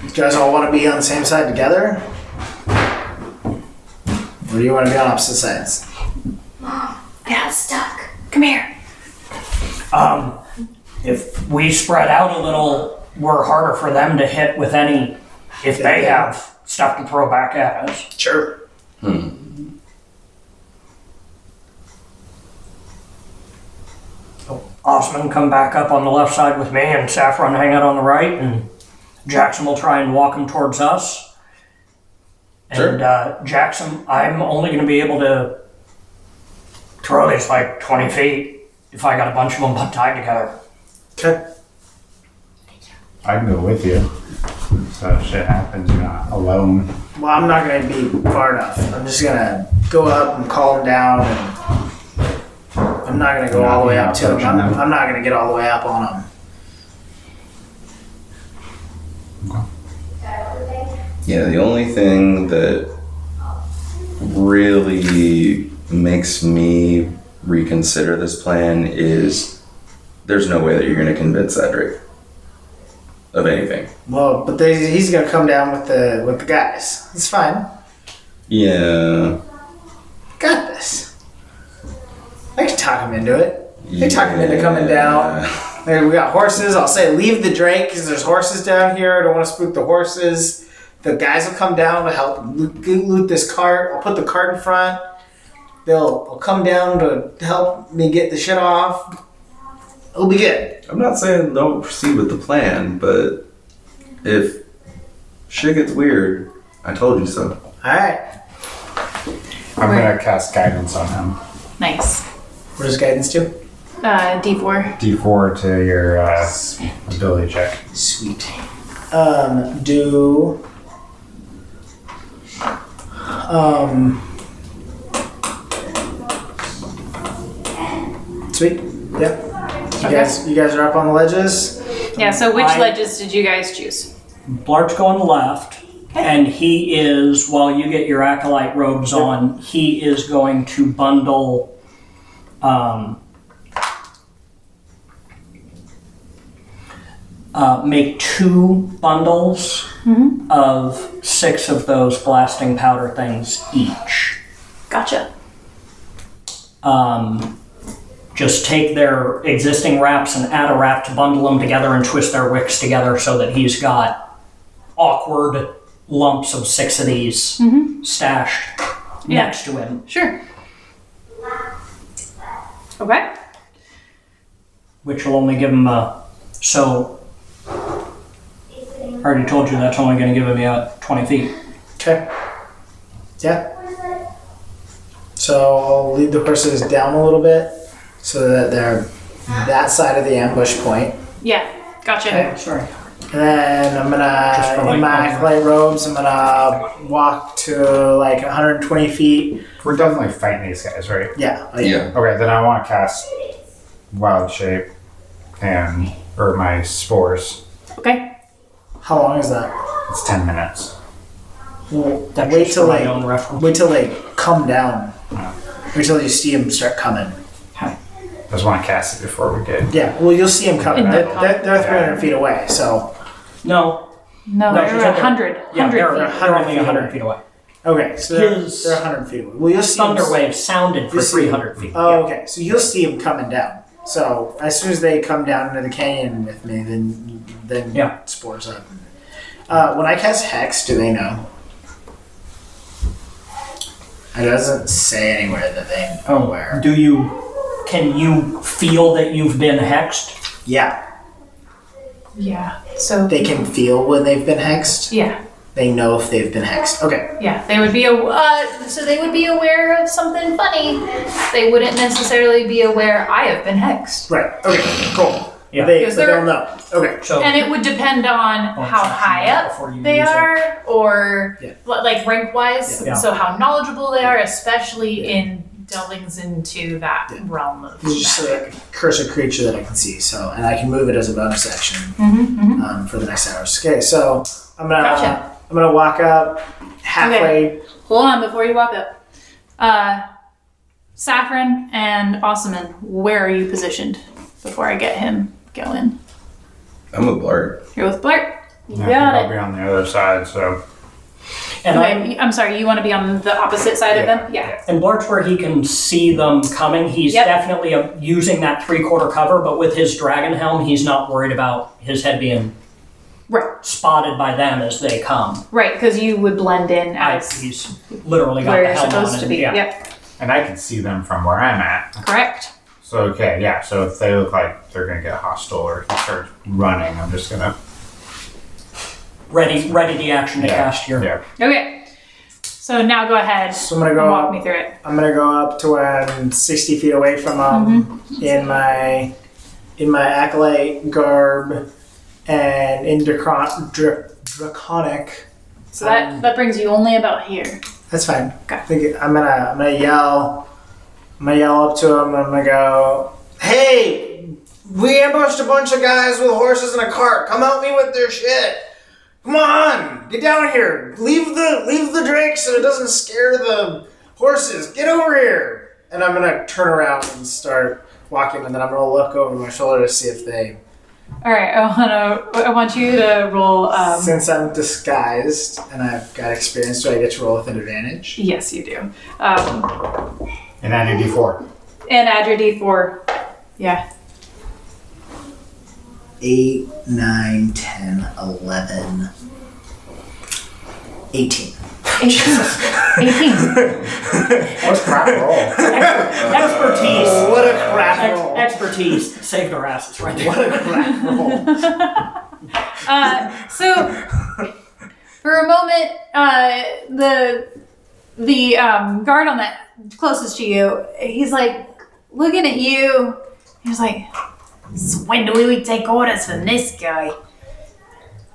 You guys all want to be on the same side together, or do you want to be on opposite sides? I got stuck. Come here. Um, if we spread out a little, we're harder for them to hit with any if they have stuff to throw back at us. Sure. Osman, come back up on the left side with me, and Saffron hang out on the right, and Jackson will try and walk him towards us. And uh, Jackson, I'm only going to be able to throw these like 20 feet if I got a bunch of them tied together. Okay. I can go with you. So if shit happens, you're not alone. Well, I'm not gonna be far enough. I'm just gonna go up and calm down. And I'm not gonna go all the way up to him. I'm, I'm not gonna get all the way up on him. Yeah, the only thing that really makes me reconsider this plan is there's no way that you're going to convince Cedric of anything. Well, but they, he's gonna come down with the with the guys. It's fine. Yeah. Got this. I can talk him into it. They talked him into coming down. yeah. Hey, we got horses. I'll say leave the Drake because there's horses down here. I don't want to spook the horses. The guys will come down to help loot, loot this cart. I'll put the cart in front. They'll, they'll come down to help me get the shit off. It'll be good. I'm not saying don't proceed with the plan, but if shit gets weird, I told you so. All right. I'm gonna cast guidance on him. Nice. What does guidance do? Uh, D4. D4 to your uh, ability check. Sweet. Um, do. Um. Sweet. Yep. You guys, you guys are up on the ledges. Yeah, so which I- ledges did you guys choose? Blart's going left, and he is, while you get your acolyte robes on, he is going to bundle. Um, uh, make two bundles of six of those blasting powder things each. Gotcha. Um, just take their existing wraps and add a wrap to bundle them together and twist their wicks together so that he's got awkward lumps of six of these stashed Mm-hmm. Yeah. next to him. Sure. Okay. which will only give him a. So, I already told you that's only going to give him a 20 feet. Okay. Yeah. So I'll lead the horses down a little bit so that they're that side of the ambush point. Yeah. Gotcha. Sorry. And then I'm Just for gonna like um, in my one. clay robes. I'm gonna walk to like 120 feet. We're definitely fighting these guys, right? Yeah. like- Yeah. Okay, then I want to cast Wild Shape and or my spores. Okay. How long is that? It's ten minutes. That's wait just till for my they own Uh-huh. reference. wait till they come down. Wait till you see them start coming. I just want to cast it before we get. Yeah. Well, you'll see them coming. In They're, the Uh-huh. they're, they're 300 feet away, so No, No, No, there she's were a okay. hundred. yeah, hundred they're, feet. they're only 100 feet away. okay. So they're, His- they're 100 feet away. Well, you'll see 'em Thunder wave sounded for You see- 300 feet. Oh, okay. So you'll see them coming down. So as soon as they come down into the canyon with me, then then Yeah. spores up. Uh, when I cast hex, do they know? It doesn't say anywhere that they know where. Do you. Can you feel that you've been hexed? Yeah, Yeah. So they can feel when they've been hexed. yeah, They know if they've been hexed. Okay. yeah, they would be a uh, so they would be aware of something funny. They wouldn't necessarily be aware I have been hexed, Right. Okay. Cool. Yeah. They, Is but there- they'll know. Okay. So, and it would depend on Well, how it's actually high not up before you they use it. are, or Yeah. li- like rank wise. Yeah. So how knowledgeable they are, especially in delvings into that Yeah. realm of. It's just a cursor creature that I can see, so and I can move it as a bonus action. Mhm, mhm. um, for the next hours. Okay, so I'm gonna Gotcha. I'm gonna walk up halfway. Hold on before you walk up. Uh, Saffron and Osman, where are you positioned? Before I get him going, I'm a blurt. you're with Blart. You Yeah, got it. I'll be on the other side, so and I'm Okay, I'm sorry, you want to be on the opposite side of them? Yeah. And Blart's where he can see them coming. He's Yep. definitely uh using that three quarter cover, but with his dragon helm, he's not worried about his head being Right. spotted by them as they come. Right, because you would blend in I, as he's literally got where the you're helm on. supposed to and- be. yeah. Yep. and I can see them from where I'm at. Correct. So okay, yeah. So if they look like they're gonna get hostile or he starts running, I'm just gonna Ready, ready the action to Yeah. cast here. yeah. Okay. So now go ahead So I'm gonna and go walk up. me through it. I'm gonna go up to where I'm 60 feet away from them Mm-hmm. in my in my acolyte garb and in dracon, dra- draconic. So that, Um, that brings you only about here. That's fine. Okay. I think I'm gonna I'm gonna yell. I'm gonna yell up to him. I'm gonna go, Hey, we ambushed a bunch of guys with horses and a cart. Come help me with their shit. Come on, get down here. Leave the leave the drink so it doesn't scare the horses. Get over here. and I'm gonna turn around and start walking, and then I'm gonna look over my shoulder to see if they. All right, I want to. I want you to roll. Um, Since I'm disguised and I've got experience, do I get to roll with an advantage? yes, you do. Um, And I do D4. and add your d4. Yeah. Eight, nine, ten, eleven, eighteen. 18. What's crap roll? Expertise. Oh, What a Uh, crap Ex- roll. expertise. Saved our asses right there. What a crap roll. Uh, so for a moment, uh, the the um, guard on that closest to you, he's like looking at you. He was like, "So when do we take orders from this guy?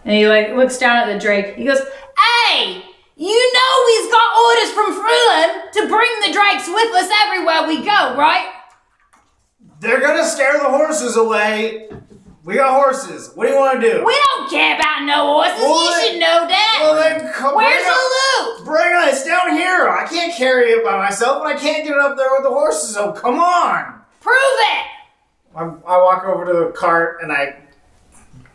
And he like looks down at the Drake. He goes, Hey! You know we've got orders from Frulan to bring the Drakes with us everywhere we go, right? They're gonna scare the horses away. We got horses. What do you want to do? We don't care about no horses. What? You should know that. Well, then come Where's bring, us- the loot? bring us down here. I can't carry it by myself, and I can't get it up there with the horses. Oh, come on! Prove it. I, I walk over to the cart and I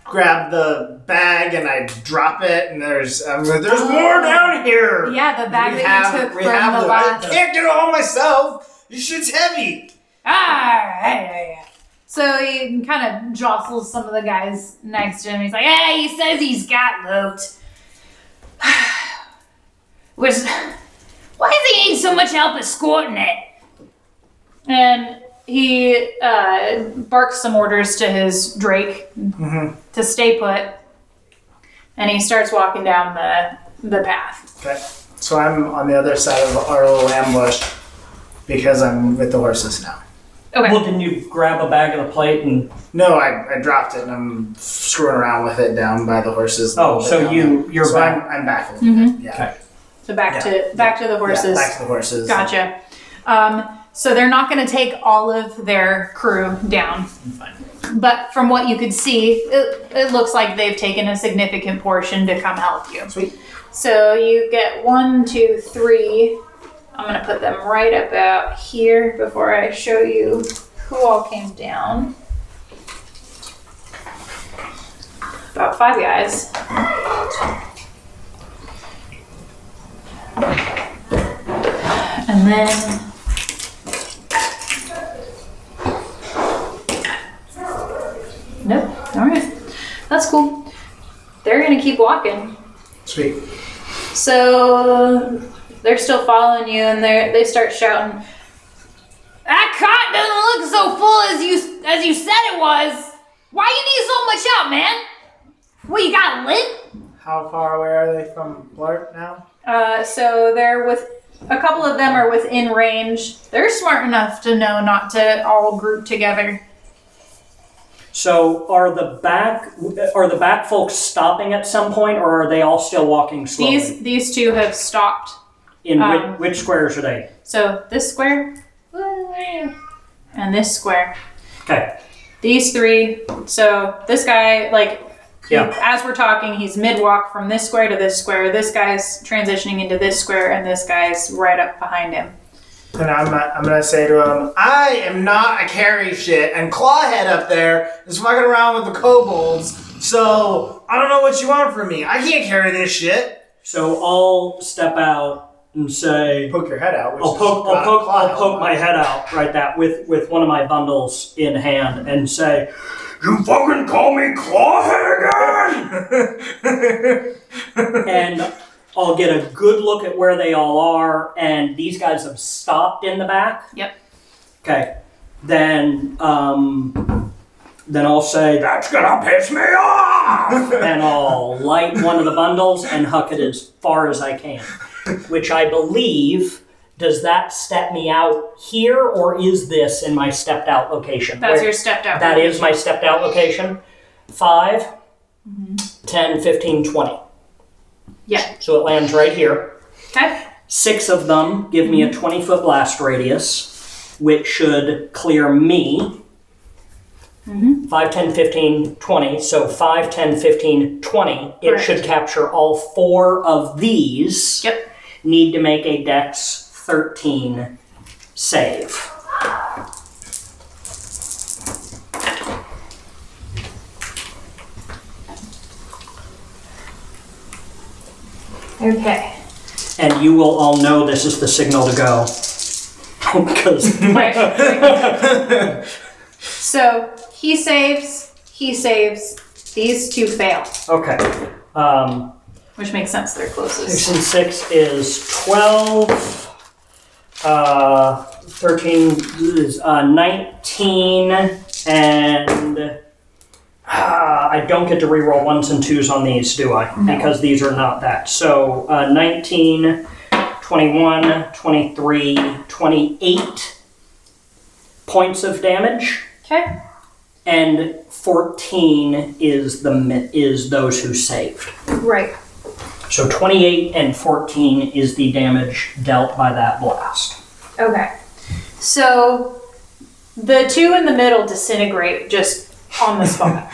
grab the bag and I drop it. And there's I'm like, there's more down here. Oh. Yeah, the bag We that have- you took we from the have the- last. I can't get it all myself. This shit's heavy. Ah, hey, hey, hey. So he Kind of jostles some of the guys next to him. He's like, hey, he says he's got loot. Which, why does he need so much help escorting it? And he uh, barks some orders to his Drake to stay put. And he starts walking down the, the path. Okay, so I'm on the other side of our little ambush because I'm with the horses now. Okay. Well, didn't you grab a bag and a plate and No, I, I dropped it and I'm screwing around with it down by the horses. oh, so Down you there. you're so back. I'm, I'm back a little bit, Yeah. Okay. so back to back to the Yeah, Mm-hmm. horses. back to the horses. Gotcha. Um, so they're not going to take all of their crew down. But from what you could see, it, it looks like they've taken a significant portion to come help you. Sweet. So you get one, two, three. I'm going to put them right about here before I show you who all came down. About five guys. And then Nope. All right. That's cool. They're going to keep walking. Sweet. So they're still following you and they they start shouting, That cot doesn't look so full as you as you said it was. Why you need so much help, man? Well, you got lit. How far away are they from Blart now? uh, so they're with a couple of them are within range. They're smart enough to know not to all group together. So are the back are the back folks stopping at some point, or are they all still walking slowly? These these two have stopped. In um, which, which squares are they? So this square and this square. Okay. These three. So this guy, like, Yeah. as we're talking, he's mid walk from this square to this square. This guy's transitioning into this square, and this guy's right up behind him. And I'm, I'm gonna say to him, I am not a carry shit, and Clawhead up there is fucking around with the kobolds, so I don't know what you want from me. I can't carry this shit. So I'll step out and say, Poke your head out. Which I'll is poke, got I'll a poke, claw I'll out. poke my head out right that with with one of my bundles in hand and say, You fucking call me Clawhead again? and I'll get a good look at where they all are, and these guys have stopped in the back. Yep. Okay. Then, um, then I'll say that's gonna piss me off, and I'll light one of the bundles and huck it as far as I can, which I believe. Does that step me out here, or is this in my stepped out location? That's Where- your stepped out. that is my stepped out location. 5, 10, 15, 20. Yeah. So it lands right here. Okay. Six of them give me a 20 foot blast radius, which should clear me. Mm-hmm. Five, ten, fifteen, twenty. 5, 10, 15, 20. So 5, 10, 15, 20. It Correct. should capture all four of these. Yep. Need to make a dex 13 save. Okay. and you will all know this is the signal to go. Because So he saves. He saves. These two fail, okay, um, which makes sense. They're six closest. and six is twelve. Uh, thirteen is uh, nineteen, and ah, I don't get to reroll ones and twos on these, do I? Because these are not that. So uh, 19, 21, 23, 28 points of damage. Okay. and 14 is the mi- is those who saved. Right. So 28 and 14 is the damage dealt by that blast. Okay. So the two in the middle disintegrate just on the spot.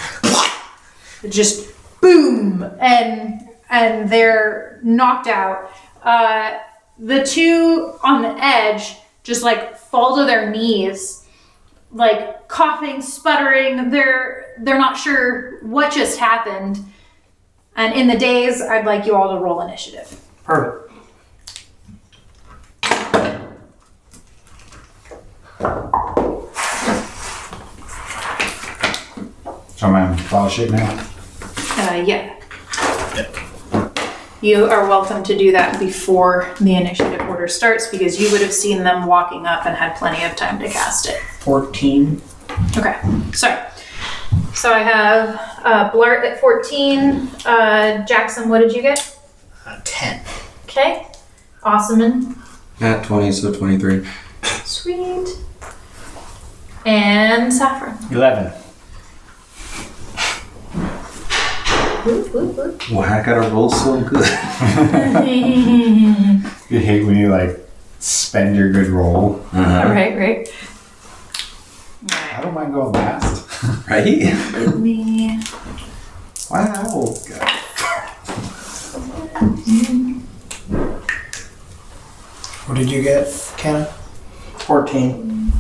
just boom and and they're knocked out. Uh, the two on the edge just like fall to their knees, like coughing, sputtering. They're they're not sure what just happened. And in the days, I'd like you all to roll initiative. Perfect. So I'm in fellowship now. Uh, yeah. You are welcome to do that before the initiative order starts because you would have seen them walking up and had plenty of time to cast it. 14. Okay, sorry. So I have uh, Blart at 14. Uh, Jackson, what did you get? Uh, 10. Okay. Awesomeman. At 20, so 23. Sweet. And Saffron. 11. Well, I gotta roll so good. You hate when you like spend your good roll. Uh-huh. Right, right. I don't mind going last. Right? Me. Wow. What did you get, Kenna? 14.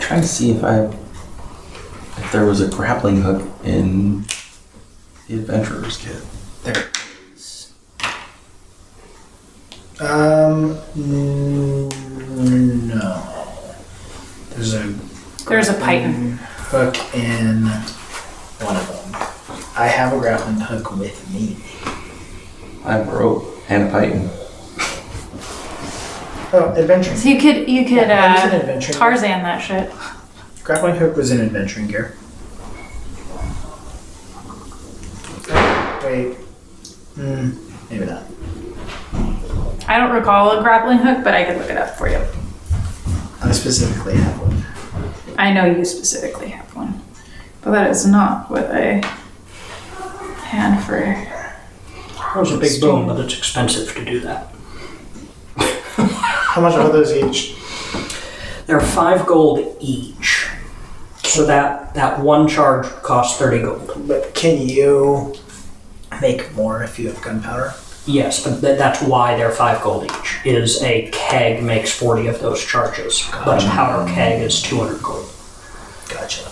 Trying to see if I. If there was a grappling hook in the adventurer's kit. Um, mm, no. There's a There's a python. hook in one of them. I have a grappling hook with me. I'm rope and a python. Oh, adventuring. So you could you could Yeah, it was an uh, adventuring. Tarzan that shit. Grappling hook was in adventuring gear. Wait. Mm, maybe not. I don't recall a grappling hook, but I could look it up for you. I specifically have one. I know you specifically have one, but that is not what I had for. That was a big boom, but it's expensive to do that. How much are those each? They're five gold each. So that, that one charge costs 30 gold. But can you make more if you have gunpowder? Yes, but th- that's why they're five gold each. Is a keg makes 40 of those charges, but a powder keg is 200 gold. Gotcha.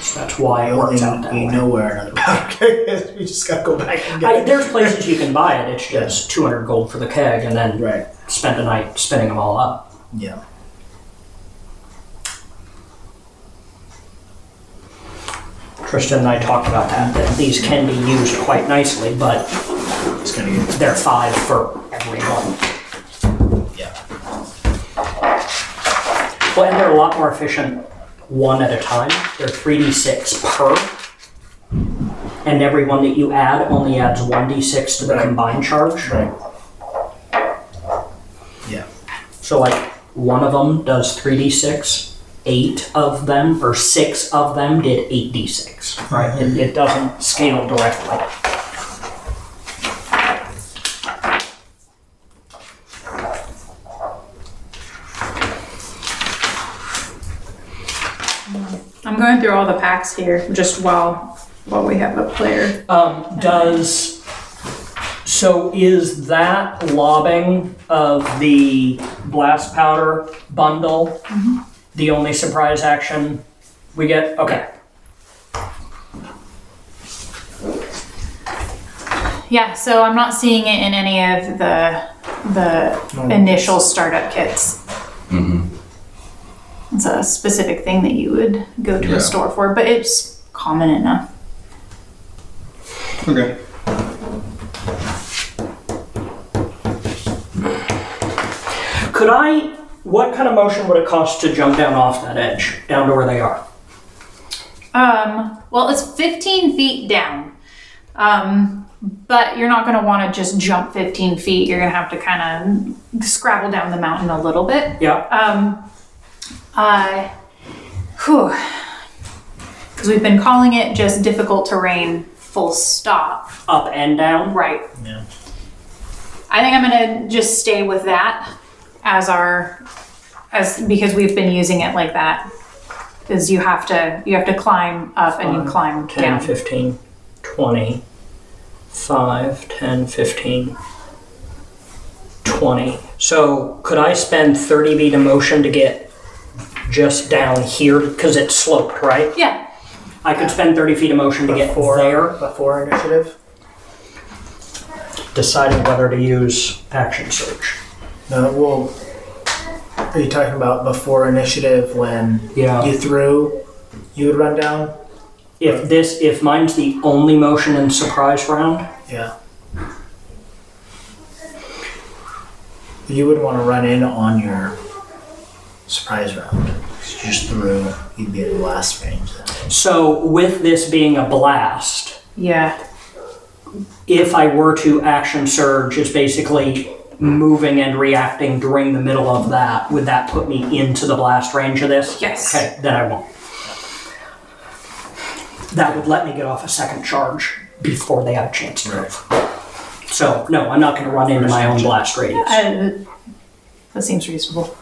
So that's why I it only works out that we way. know where another powder keg is. We just gotta go back and get I, it. there's places you can buy it. It's just 200 gold for the keg, and then Right. spend a night spinning them all up. Yeah. Tristan and I talked about that. That these can be used quite nicely, but It's gonna get they're five for everyone. yeah. Well, and they're a lot more efficient one at a time. They're 3d6 per. And every one that you add only adds 1d6 to the Right. combined charge. Right. Yeah. So, like, one of them does 3d6, eight of them, or six of them did 8d6. Right. It, it doesn't scale directly. I'm going through all the packs here just while while we have a player. Um, does so is that lobbing of the blast powder bundle the only surprise action we get? Okay. Yeah, so I'm not seeing it in any of the the initial startup kits. It's a specific thing that you would go to Yeah. a store for, but it's common enough. Okay. Could I? What kind of motion would it cost to jump down off that edge, down to where they are? Um, well, it's 15 feet down. Um, but you're not going to want to just jump 15 feet. You're going to have to kind of scrabble down the mountain a little bit. Yeah. Um, uh, whew. Because we've been calling it just difficult terrain, full stop. Up and down. Right. Yeah. I think I'm gonna just stay with that as our as because we've been using it like that. Because you have to you have to climb up and you climb 10, down. 15, 20, 5, 10, 15, 20. So could I spend 30 beat of motion to get just down here? Because it's sloped, right? Yeah. I could spend 30 feet of motion to get there, Before initiative. deciding whether to use action search. No, well, are you talking about before initiative when Yeah. Oh. you threw? You would run down. If this, if mine's the only motion in surprise round, Yeah. You would want to run in on your surprise round. 'Cause you just threw, you'd be at blast range. Then. so with this being a blast, Yeah. if I were to action surge, it's basically moving and reacting during the middle of that. Would that put me into the blast range of this? Yes. Okay, then I won't. That would let me get off a second charge before they have a chance to move. So, no, I'm not going to run into my own blast radius. Uh, that seems reasonable.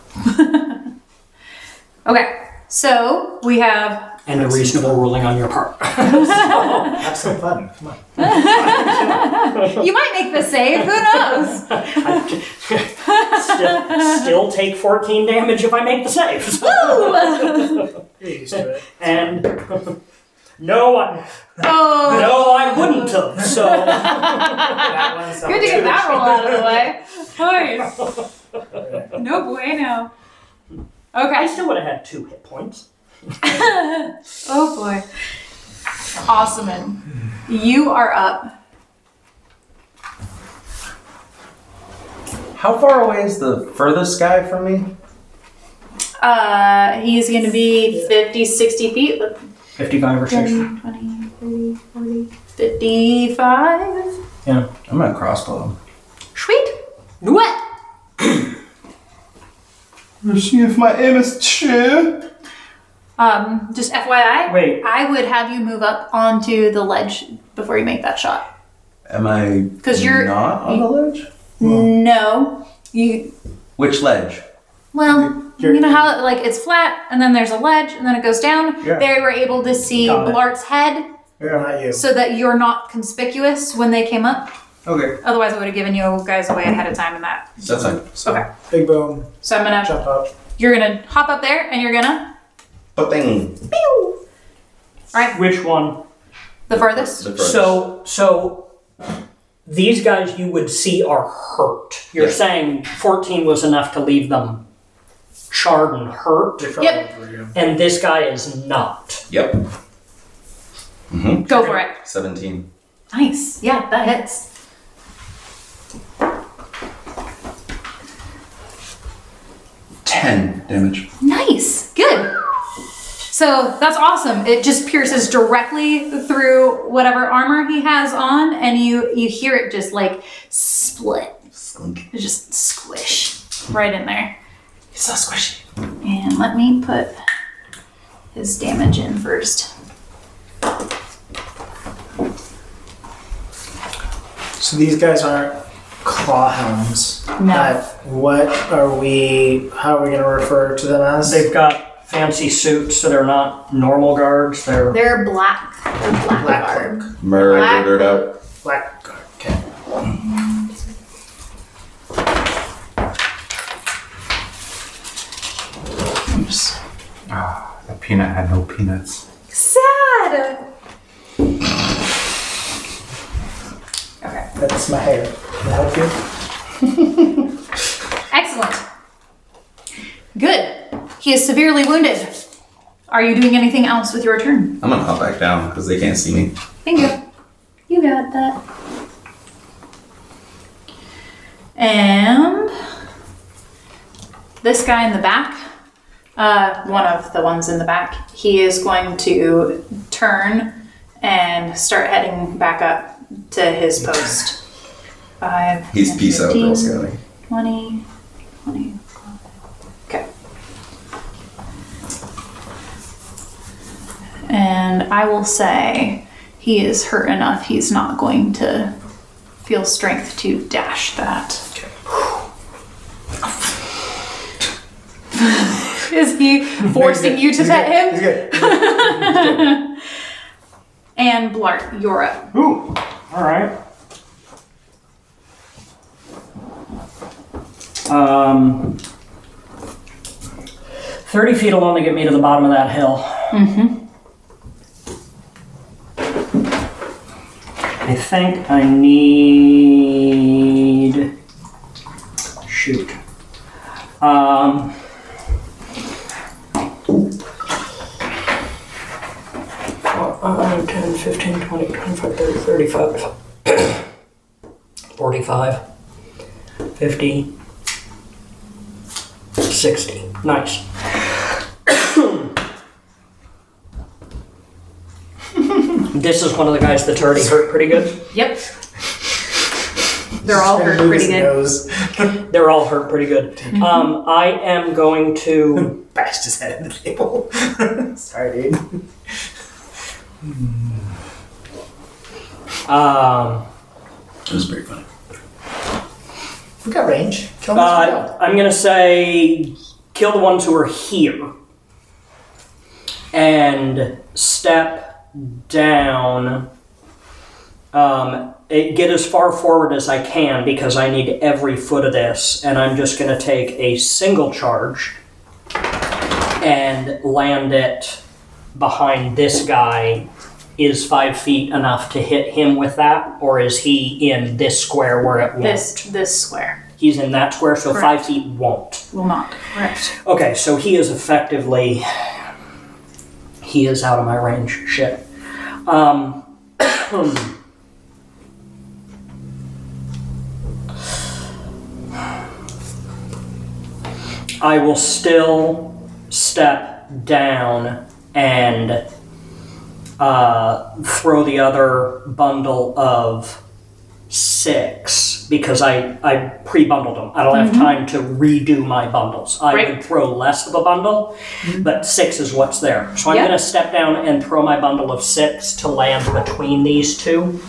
okay. So we have And a reasonable ruling on your part. Have some fun. Come on. you might make the save, who knows? still, still take 14 damage if I make the save. You're used to it. And no, I, Oh no, I wouldn't have. So. That one's good to get that roll out of the way. Boy. No bueno. I Okay. still would have had two hit points. Oh boy. Awesome. You are up. How far away is the furthest guy from me? Uh, he's going to be 50, 60 feet. 55 or 60. 10, 20, 55. I'm gonna crossbow him. Sweet. What? Let's see if my aim is true. Um, just FYI, Wait, I would have you move up onto the ledge before you make that shot. Am I? 'Cause you're- not on the ledge. No. You, Which ledge? well, You're- you know how, like, it's flat and then there's a ledge and then it goes down? Yeah. They were able to see Got it. Blart's head You're not you. so that you're not conspicuous when they came up. Okay. Otherwise, I would have given you guys away ahead of time in that. That's fine. Big boom. So I'm gonna, Jump up. you're gonna hop up there, and you're gonna But bang. which one? the furthest. The furthest. So, so these guys you would see are hurt. You're Yeah. saying 14 was enough to leave them charred and hurt, Yep, and this guy is not. Yep. Mm-hmm. go for it. Seventeen. Nice. Yeah, that hits. Ten damage. Nice. Good. So that's awesome. It just pierces directly through whatever armor he has on, and you you hear it just like split, Slink. It just squish right in there. It's so squishy. And let me put his damage in first. So these guys aren't claw hounds. No. But what are we? How are we going to refer to them as? They've got fancy suits, so they're not normal guards. They're They're black. They're black, Black barb. Murdered out. black guard. Okay. Oops. Ah, that peanut had no peanuts. Sad. That's my hair. Can I help you? Excellent. Good. He is severely wounded. Are you doing anything else with your turn? I'm gonna hop back down because they can't see me. Thank you. You got that. And this guy in the back, uh, one of the ones in the back, he is going to turn and start heading back up to his post. Five. He's 10, peace out, Girl 15, Scouting. 20, 20. Okay. And I will say he is hurt enough, he's not going to feel strength to dash that. is he forcing you to pet him? He's good. And Blart, you're up. Ooh, all right. Um, 30 feet will only get me to the bottom of that hill. I think I need. Shoot. Um, well, uh, 10, 15, 20, 25, 30, 35, 45, 50, 60. Nice. this is one of the guys that's already hurt pretty good. Yep. They're all hurt Move his pretty good. Nose. They're all hurt pretty good. Um, I am going to. Bashed his head in the table. Sorry, dude. Um, It was very funny. We got range. Kill him. as well. uh, I'm going to say kill the ones who are here. And step down. Um, it- get as far forward as I can because I need every foot of this. And I'm just going to take a single charge and land it behind this guy. Is five feet enough to hit him with that, or is he in this square where it won't? This this square He's in that square, so five feet won't. will not. Correct. Okay, so he is effectively he is out of my range. Shit. Um, I will still step down and uh, throw the other bundle of six because I, I pre bundled them. I don't have time to redo my bundles. I Mm-hmm. Right. Mm-hmm. would throw less of a bundle, but six is what's there. So I'm Yeah. going to step down and throw my bundle of six to land between these two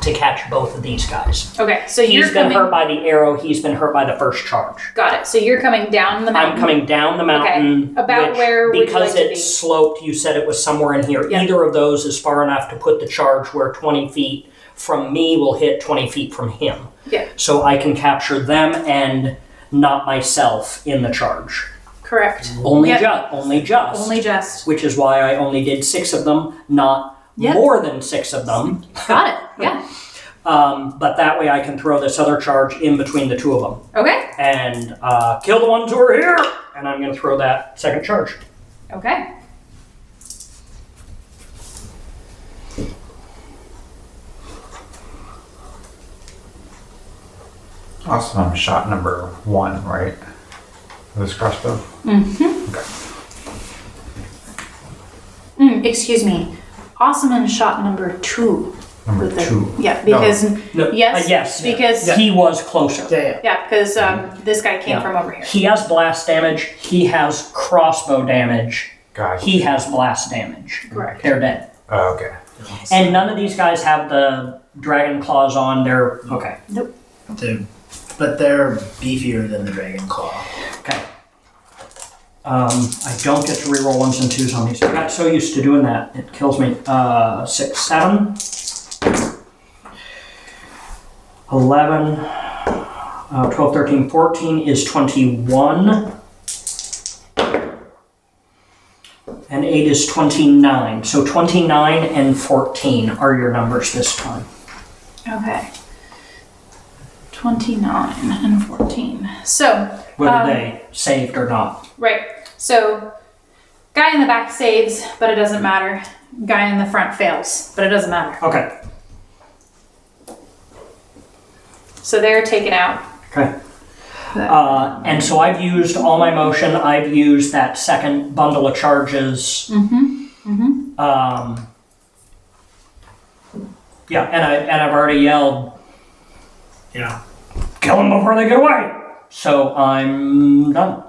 to catch both of these guys. Okay, so He's you're been coming. hurt by the arrow, he's been hurt by the first charge. Got it. So you're coming down the mountain. I'm coming down the mountain. About which, where would you because like to it's be? sloped, you said it was somewhere in here. Yeah. Either of those is far enough to put the charge where 20 feet from me will hit 20 feet from him. Yeah. So I can capture them and not myself in the charge. Correct. Only Yeah. just. Only just. Only just. which is why I only did six of them, not Yeah. more than six of them. Got it. Yeah. Um, but that way I can throw this other charge in between the two of them Okay. and uh, kill the ones who are here. And I'm going to throw that second charge. Okay. Awesome. Shot number one, right? With his crossbow. Mm, excuse me. Osman shot number two. Number with the- two. Yeah, because No, yes, uh, yes. because yeah, He was closer. Damn. because um, this guy came Yeah. from over here. He has blast damage. He has crossbow damage. Gotcha. He has blast damage. Correct. They're dead. Oh, okay. And none of these guys have the dragon claws on. They're okay. They're, but they're beefier than the dragon claw. Okay. Um, I don't get to reroll ones and twos on these. I got so used to doing that, it kills me. Uh, six, seven, eleven, uh, 12, 13, 14 is 21. And 8 is 29. So 29 and 14 are your numbers this time. Okay. Twenty nine and fourteen. So Whether Um, they saved or not. Right. So, guy in the back saves, but it doesn't matter. Guy in the front fails, but it doesn't matter. Okay. So they're taken out. Okay. Uh, and so I've used all my motion. I've used that second bundle of charges. Mm-hmm. Um, Yeah, and I and I've already yelled, you know, kill them before they get away. So I'm done.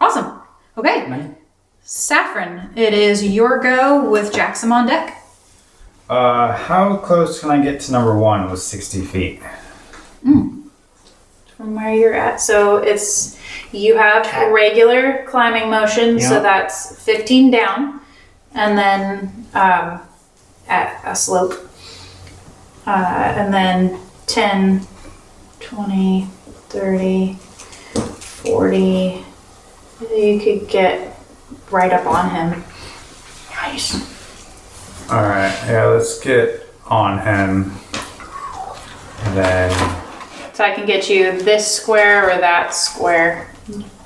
Awesome. Okay. Man. Saffron, it is your go with Jackson on deck. Uh, how close can I get to number one with 60 feet? From where you're at, so it's you have Cat. regular climbing motion, Yeah. so that's 15 down, and then um, at a slope, uh, and then 10, 20, 30, 40. You could get right up on him. Nice. All right, yeah, let's get on him. And then, So I can get you this square or that square.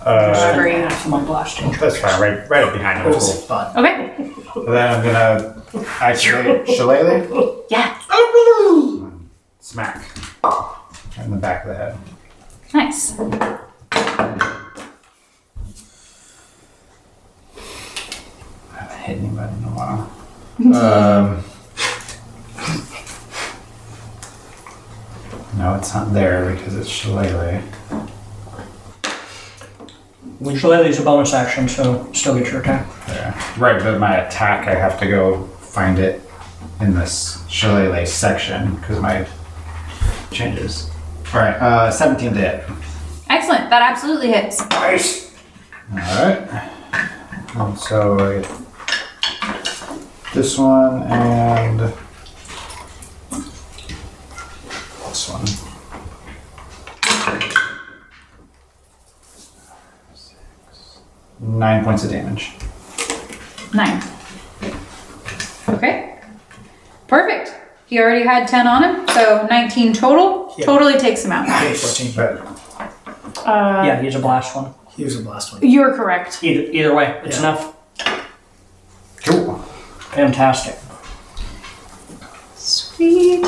uh, Agree. Half of my blasting. that's fine, right, right up behind him. It is was cool. fun. Okay. Then I'm gonna activate Shillelagh. Mm. Yeah. Smack. Right In the back of the head. Nice. I haven't hit anybody in a while. um, no, it's not there because it's Shillelagh. Shillelagh's a bonus action, so still get your attack. there. Right, but my attack, I have to go find it in this Shillelagh section because my changes. All right, uh, 17 to hit. Excellent. That absolutely hits. All right. And so I get this one and this one. Nine points of damage. Nine. Okay. Perfect. He already had 10 on him, so 19 total. Totally takes him out. Okay, 14. But Uh, yeah, he's a blast one. He was a blast one. You're correct. Either either way, it's Yeah. enough. cool. Fantastic. Sweet.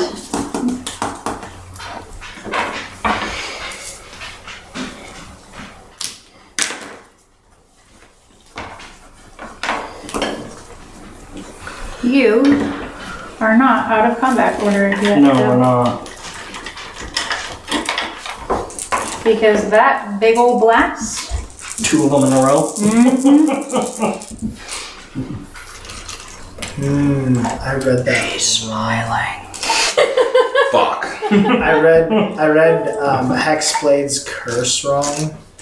You are not out of combat order yet. No, though, we're not. Because that big old blast. Two of them in a row. Mm, I read that. Fuck. I read I read um, Hexblade's curse wrong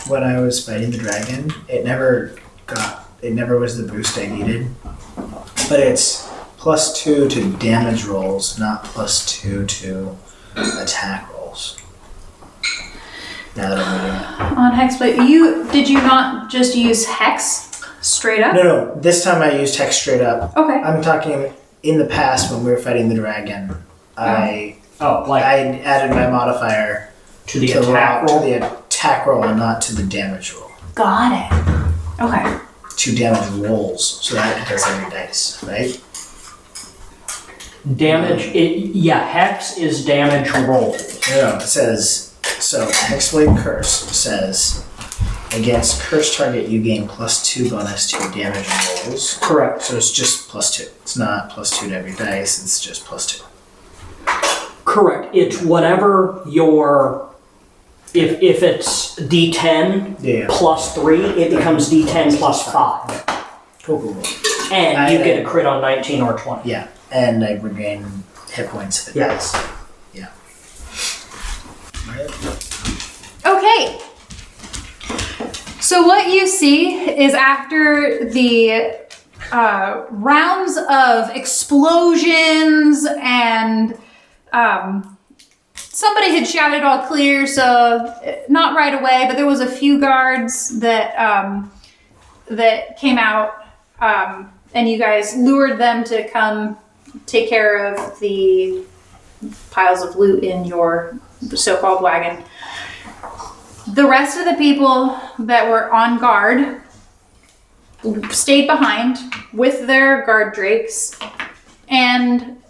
when I was fighting the dragon. It never got it never was the boost I needed. But it's plus two to damage rolls, not plus two to attack rolls. Now that I'm reading it. on hex but you did you not just use hex straight up No, no. This time I used hex straight up. okay I'm talking in the past when we were fighting the dragon. I Oh, like I added my modifier to the to, the attack roll, roll. to the attack roll and not to the damage roll. got it okay Two damage rolls, so that does every dice, right? Damage. It, yeah, hex is damage roll. No, no. It says so. Hexblade Curse says against curse target you gain plus two bonus to your damage rolls. Correct. So it's just plus two. It's not plus two to every dice. It's just plus two. Correct. It's whatever your if if it's D10 Yeah. plus three, it becomes D10 plus five, Cool, cool, cool. and you get a crit on 19 or 20. Yeah, and I regain hit points. if it Yes. dies. Yeah. Alright. okay so what you see is after the uh, rounds of explosions and um, somebody had shouted all clear so uh, not right away but there was a few guards that um, that came out um, and you guys lured them to come take care of the piles of loot in your so-called wagon the rest of the people that were on guard stayed behind with their guard drakes and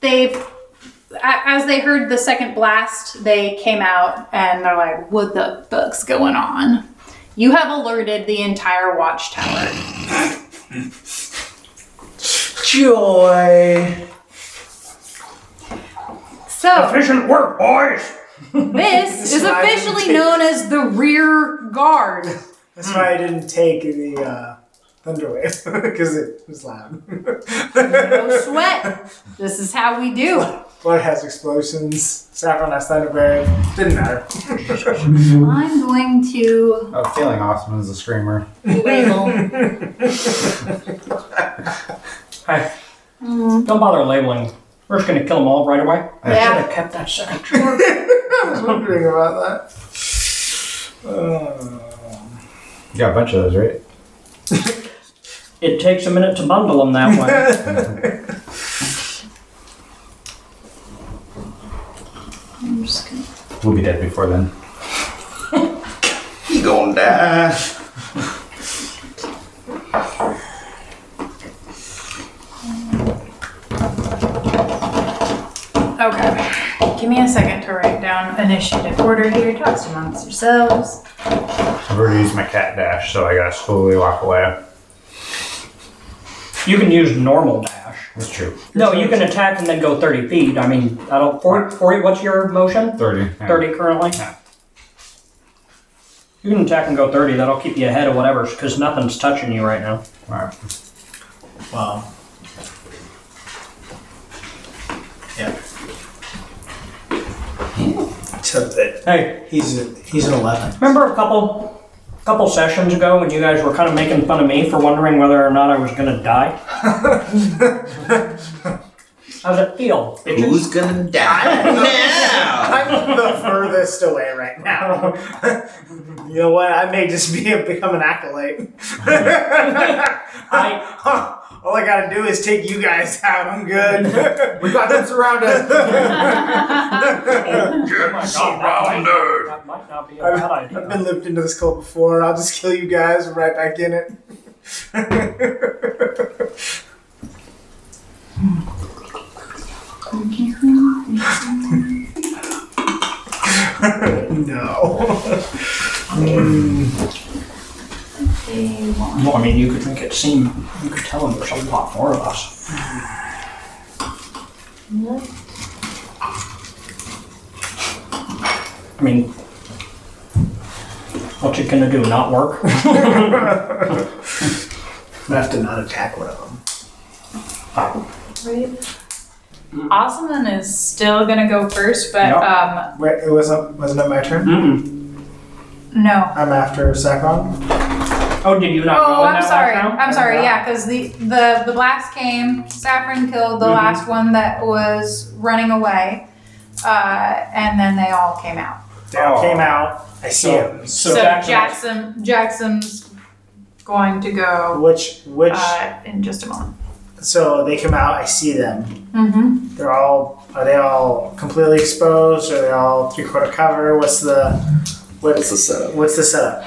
they a- as they heard the second blast they came out and they're like what the fuck's going on you have alerted the entire watchtower Joy. So Efficient work, boys! this is why I didn't officially take- known as the rear guard. That's why I didn't take the uh, Thunderwave because it was loud. No sweat. This is how we do. Blood has explosions. Saffron has Thunderwave. Didn't matter. I'm going to Oh, feeling awesome as a screamer. label. Don't bother labeling. We're just gonna kill them all right away. I Yeah. should've kept that second. I was wondering about that. Uh, You got a bunch of those, right? It takes a minute to bundle them that way. I'm just gonna. We'll be dead before then. He gonna die. Okay. Give me a second to write down initiative order here. Talks amongst yourselves. I've already used my cat dash, so I gotta slowly walk away. you can use normal dash. That's true. No, you can attack and then go 30 feet. I mean, I don't. 40, 40 what's your motion? 30. yeah. 30 currently? Yeah. You can attack and go 30. That'll keep you ahead of whatever's, because nothing's touching you right now. Alright. well. Yeah. Except that Hey, he's a, he's an eleven. Remember a couple couple sessions ago when you guys were kind of making fun of me for wondering whether or not I was gonna die? How's it feel, bitches? Who's gonna die now? I'm the furthest away right now. you know what? I may just be become an acolyte. I, All I gotta do is take you guys out. I'm good. We got them surrounded! oh my god, that might, that might not be a bad I've idea. been looped into this cult before. I'll just kill you guys right back in it. no. Well, I mean, you could make it seem, you could tell him there's a lot more of us. I mean, what you gonna do? Not work? I'm gonna have to not attack one of them. Awesome is still gonna go first, but Yep. um, Wait, it wasn't wasn't it my turn? Mm-mm. no. I'm after Saffron. Oh, did you not? roll Oh, in I'm that sorry. last round? I'm sorry. Yeah, because the the the blast came. Saffron killed the Mhm. last one that was running away, uh, and then they all came out. They all Oh. came out. I see So, him. so, Jackson- Jackson Jackson's going to go Which which uh, in just a moment. so they come out. I see them. Mm-hmm. They're all are they all completely exposed? Are they all three quarter cover? What's the That's what's the setup. what's the setup?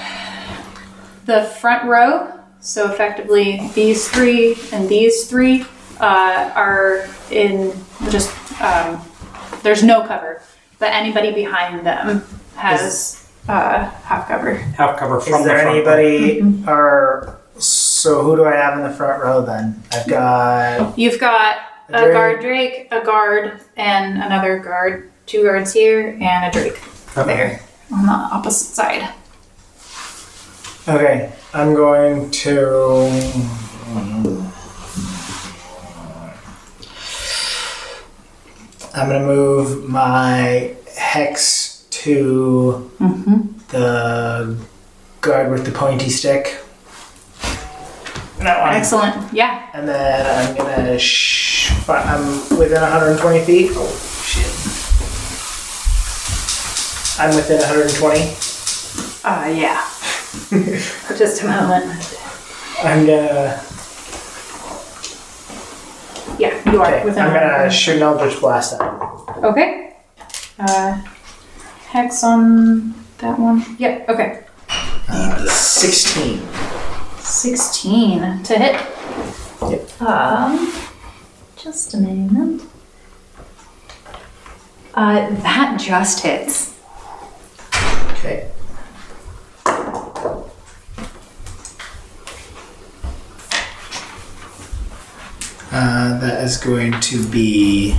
the front row. So effectively, these three and these three uh, are in just um, there's no cover, but anybody behind them has uh, half cover. half cover from Is there the front anybody or so who do I have in the front row then? I've got You've got a a Drake. guard Drake, a guard, and another guard. Two guards here and a Drake there on the opposite side. Okay, I'm going to I'm gonna move my hex to the guard with the pointy stick. That one. Excellent. Yeah. And then I'm gonna. Sh- fi- I'm within 120 feet. Oh shit! I'm within 120. Uh, yeah. For just a moment. I'm gonna. Yeah, you are Okay, I'm within gonna shoot an Eldritch Blast at him. Okay. Uh, hex on that one. Yep. Okay. Uh, 16. Sixteen to hit. Um, Just a moment. Uh, that just hits. Okay. Uh, that is going to be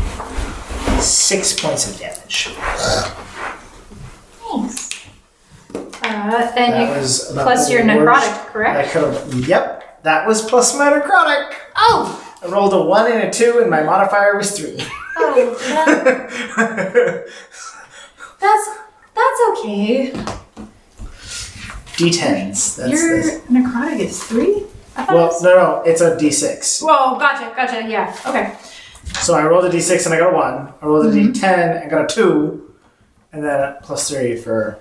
six points of damage. Nice. Uh, and That you, was about plus the your worst necrotic, correct? I could have. Yep, that was plus my necrotic. Oh, I rolled a one and a two, and my modifier was three. oh, that- that's that's okay. D10s. That's your this. necrotic is three. I thought it Well, was- no, no, it's a D6. Whoa, gotcha, gotcha. Yeah, okay. Mm-hmm. So I rolled a D6 and I got a one. I rolled a 10 and got a two, and then a plus three for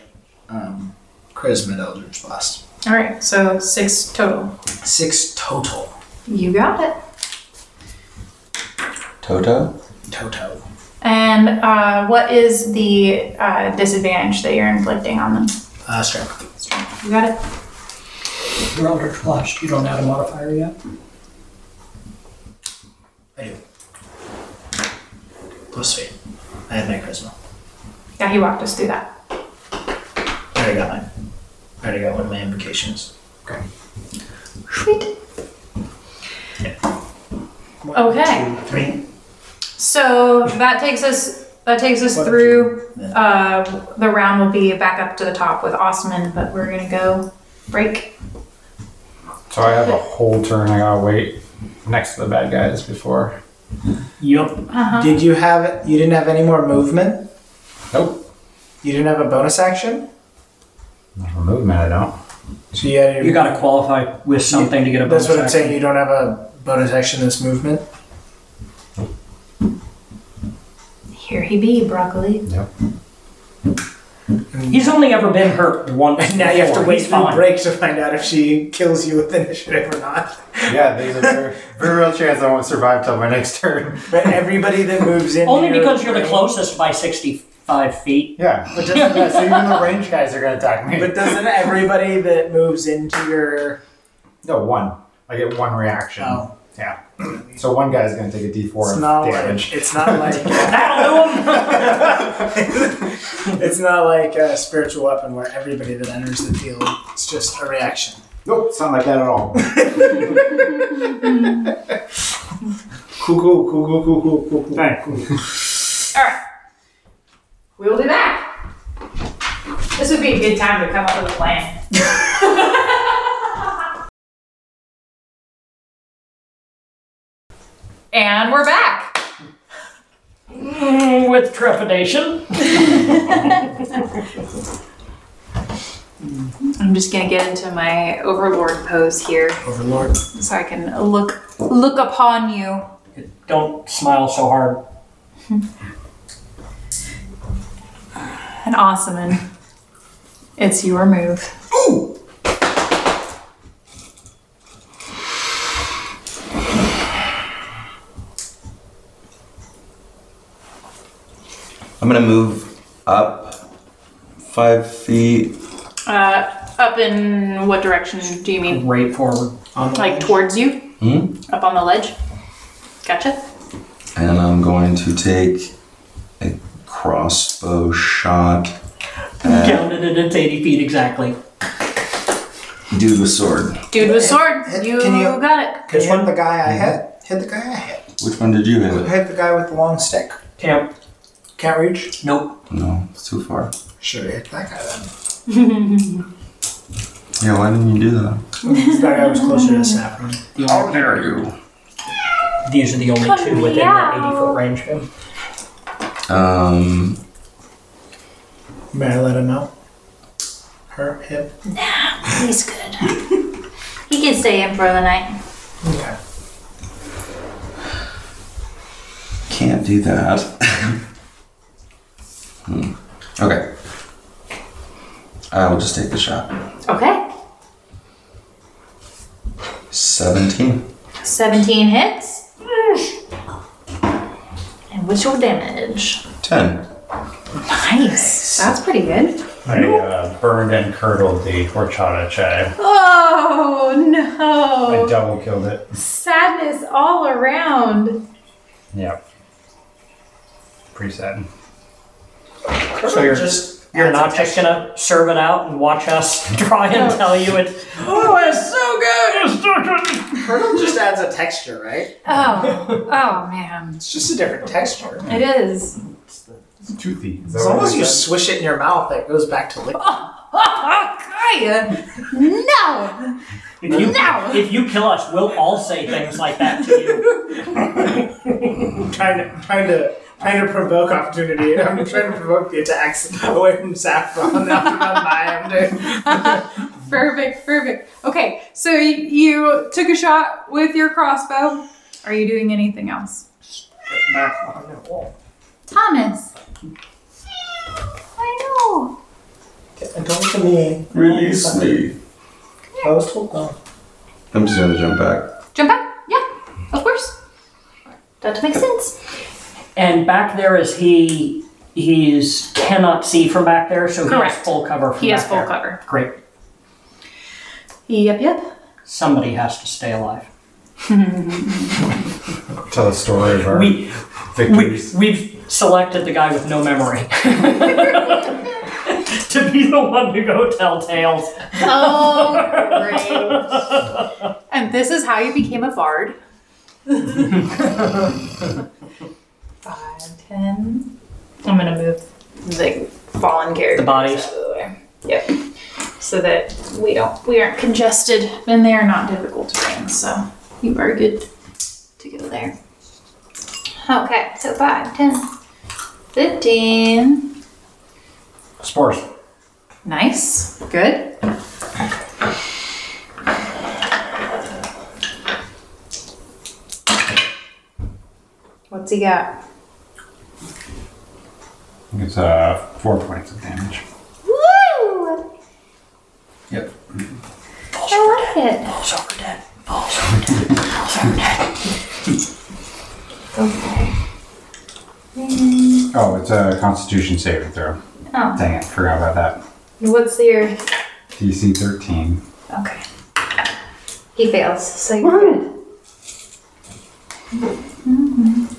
um, charisma and Eldritch Blast. All right, so six total. Six total. You got it. Toto? Toto. And uh, what is the uh, disadvantage that you're inflicting on them? Uh, strength. You got it. Your Eldritch Blast, you don't add a modifier yet? I do. Plus three. I had my charisma. Yeah, he walked us through that. I already got mine. I already got one of my invocations. Sweet. One, Okay. two, three. So that takes us that takes us What did through. you- Uh, the round will be back up to the top with Osman, but we're gonna go break. So I have a whole turn. I gotta wait next to the bad guys before. Yup. Did you have? You didn't have any more movement. Nope. You didn't have a bonus action. Not for movement, I don't. So you had your You gotta qualify with something to get a bonus That's what I'm action. saying. You don't have a bonus action in this movement. Here he be, broccoli. He's only ever been hurt once. And now you have to before. wait He's for a fine. break to find out if she kills you with initiative or not. Yeah, there's a very, very real chance I won't survive till my next turn. But everybody that moves in. Only your because you're the range- closest by 65 feet. Yeah. But just, yeah, so even the range guys are gonna attack me. But doesn't everybody that moves into your no, one. I get one reaction. Oh. Yeah. So one guy's gonna take a D4 it's of not damage. like it's not like That'll do him! it's not like a spiritual weapon where everybody that enters the field it's just a reaction. Nope, it's not like that at all. Cool, cool, cool, cool, cool, cool, cool, cool. All right, we will be back. This would be a good time to come up with a plan. and we're back. Mm, with trepidation. I'm just gonna get into my overlord pose here, Overlord. so I can look look upon you. Don't smile so hard. An awesome one. It's your move. I'm gonna move up five feet. Uh, up in what direction do you mean? Right forward. Like towards you? Hmm? Up on the ledge? Gotcha. And I'm going to take a crossbow shot. Counted it, it's 80 feet exactly. Dude with sword. Dude with sword, Can you, you- got it. Hit This one? the guy I hit. Hit the guy I hit. Which one did you hit? Hit the guy with the long stick. Can't. Can't reach. Nope. No, it's too far. Should have hit that guy then. Yeah, why didn't you do that? that guy was closer to Saffron. The only- dare you? these are the only Come two within meow. that 80 foot range. Jim. Um, May I let him know? Her, him? He's good. he can stay in for the night. Okay. can't do that. Hmm. Okay. I will just take the shot. Okay. 17. 17 hits. And what's your damage? 10. Nice. That's pretty good. I uh, burned and curdled the horchata chai. Oh no. I double killed it. Sadness all around. Yep. Pretty sad. So you're just You're not just gonna serve it out and watch us try and tell you it. Oh, it's so good! It's so good! Hurdle just adds a texture, right? Oh. Oh man. It's just a different texture. It is. It's the It's toothy. Is that As what long it as you said? swish it in your mouth, it goes back to liquid. Kaya, no, If you, No. if you kill us, we'll all say things like that to you. trying to trying to trying to provoke opportunity. I'm trying to provoke the attacks away from Saffron. Now to run by him, dude. Perfect, perfect. Okay, so y- you took a shot with your crossbow. Are you doing anything else? Thomas! I know! And don't look at me. Release me. I was told no. I'm just gonna jump back. Jump up? Yeah, of course. That makes sense. And back there is he. He's cannot see from back there, so he Correct. has full cover. From He has back full there. cover. Great. Yep, yep. Somebody has to stay alive. Tell the story of our We, we victories. we've selected the guy with no memory to be the one to go tell tales. Oh, great. And this is how you became a bard. 5, 10. I'm going to move the fallen characters bodies. out of the way. Yep. So that we don't we aren't congested and they are not difficult terrain. So you are good to go there. Okay, so 5, 10, 15. Spores. Nice. Good. What's he got? I think It's uh, four points of damage. Woo! Yep. I like it. Balls over dead. Oh, it's a Constitution saving throw. Oh. Dang it, forgot about that. What's your DC 13. okay? He fails, so you're good.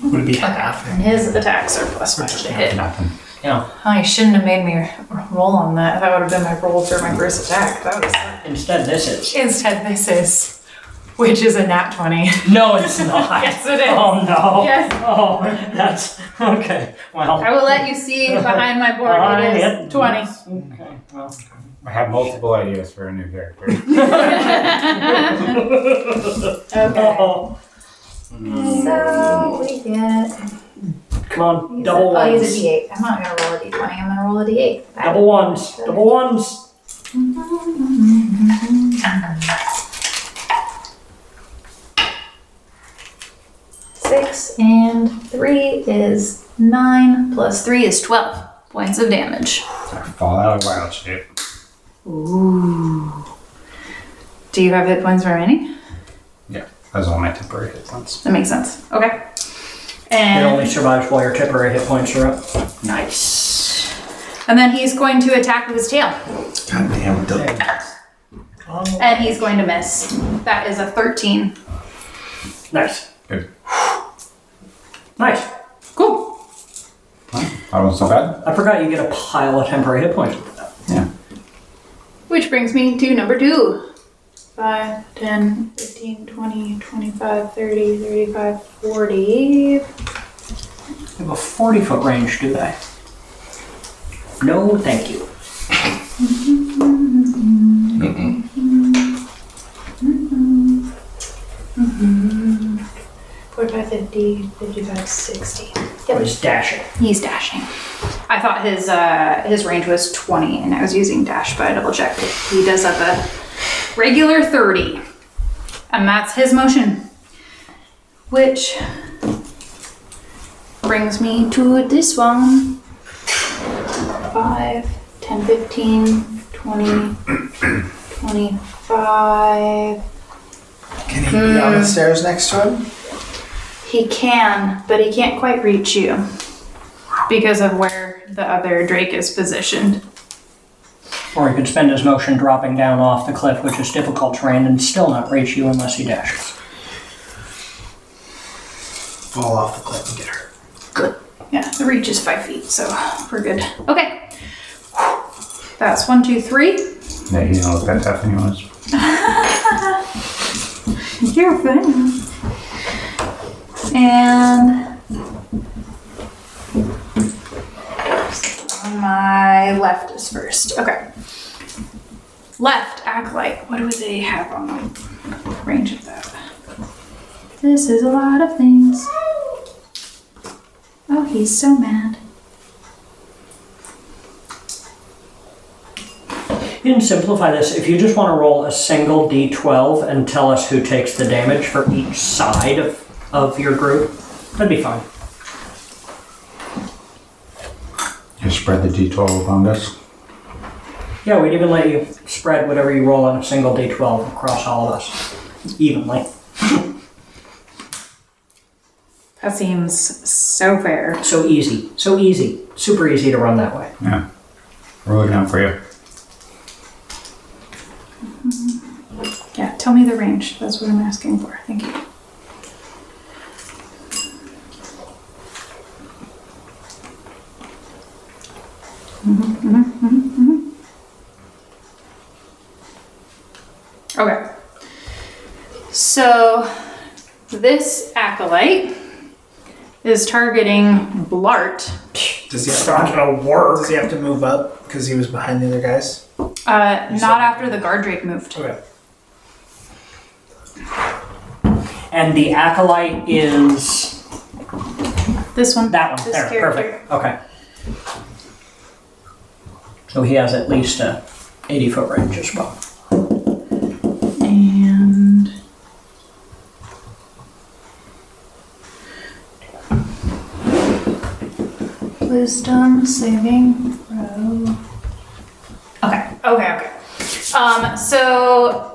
Would it be And his attacks are plus five to hit. Nothing. I Oh, shouldn't have made me r- roll on that. That would have been my roll for my first attack. That was Instead, this is. instead this is, which is a nat twenty. No, it's not. Yes, it is. Oh no. Yes. Oh, that's okay. Well, I will let you see behind my board. I It hit- is twenty. Okay. Well. I have multiple ideas for a new character. Okay. Oh, Mm. So we get. come on, Use double oh, a, I'll use a D8. ones, I'm not gonna roll a D20. I'm gonna roll a D8. That- double ones, double ones. Six and three is nine. Plus three is twelve points of damage. I fall out of wild shape. Do you have hit points remaining? Yeah, those are my temporary hit points. That makes sense. Okay. It And only survives while your temporary hit points are up. Nice. And then he's going to attack with his tail. God damn, don't. And he's going to miss. That is a 13. Nice. Good. Nice. Cool. That wasn't so bad. I forgot you get a pile of temporary hit points. Which brings me to number two 5, 10, 15, 20, 25, 30, 35, 40. They have a 40 foot range, do they? No, thank you. It was dashing. He's dashing. I thought his uh, his range was 20, and I was using dash, but I double checked. He does have a regular 30, and that's his motion. Which brings me to this one 5, 10, 15, 20, 25. can he be Hmm. on the stairs next to him? He can, but he can't quite reach you because of where the other Drake is positioned. Or he could spend his motion dropping down off the cliff, which is difficult terrain, and still not reach you unless he dashes. Fall off the cliff and get hurt. Yeah, the reach is five feet, so we're good. Okay. That's one, two, three. Yeah, he knows that tough he was. You're fine. And my left is first. Okay. Left, acolyte. What do they have on the range of that? This is a lot of things. Oh, he's so mad. You can simplify this. If you just want to roll a single d12 and tell us who takes the damage for each side of, of your group, that'd be fine. You spread the d12 among us. Yeah, we'd even let you spread whatever you roll on a single d12 across all of us evenly. That seems so fair. So easy. So easy. Super easy to run that way. Yeah. We're looking out for you. Yeah, tell me the range. That's what I'm asking for. Thank you. Okay. So this acolyte is targeting Blart. Does he It's have not to, gonna work. does he have to move up because he was behind the other guys? Uh, not after the guard Drake moved. Okay. And the acolyte is This one. that one. This there, character. perfect. Okay. So he has at least a 80 foot range as well. And Wisdom saving throw. okay, okay, okay. Um, so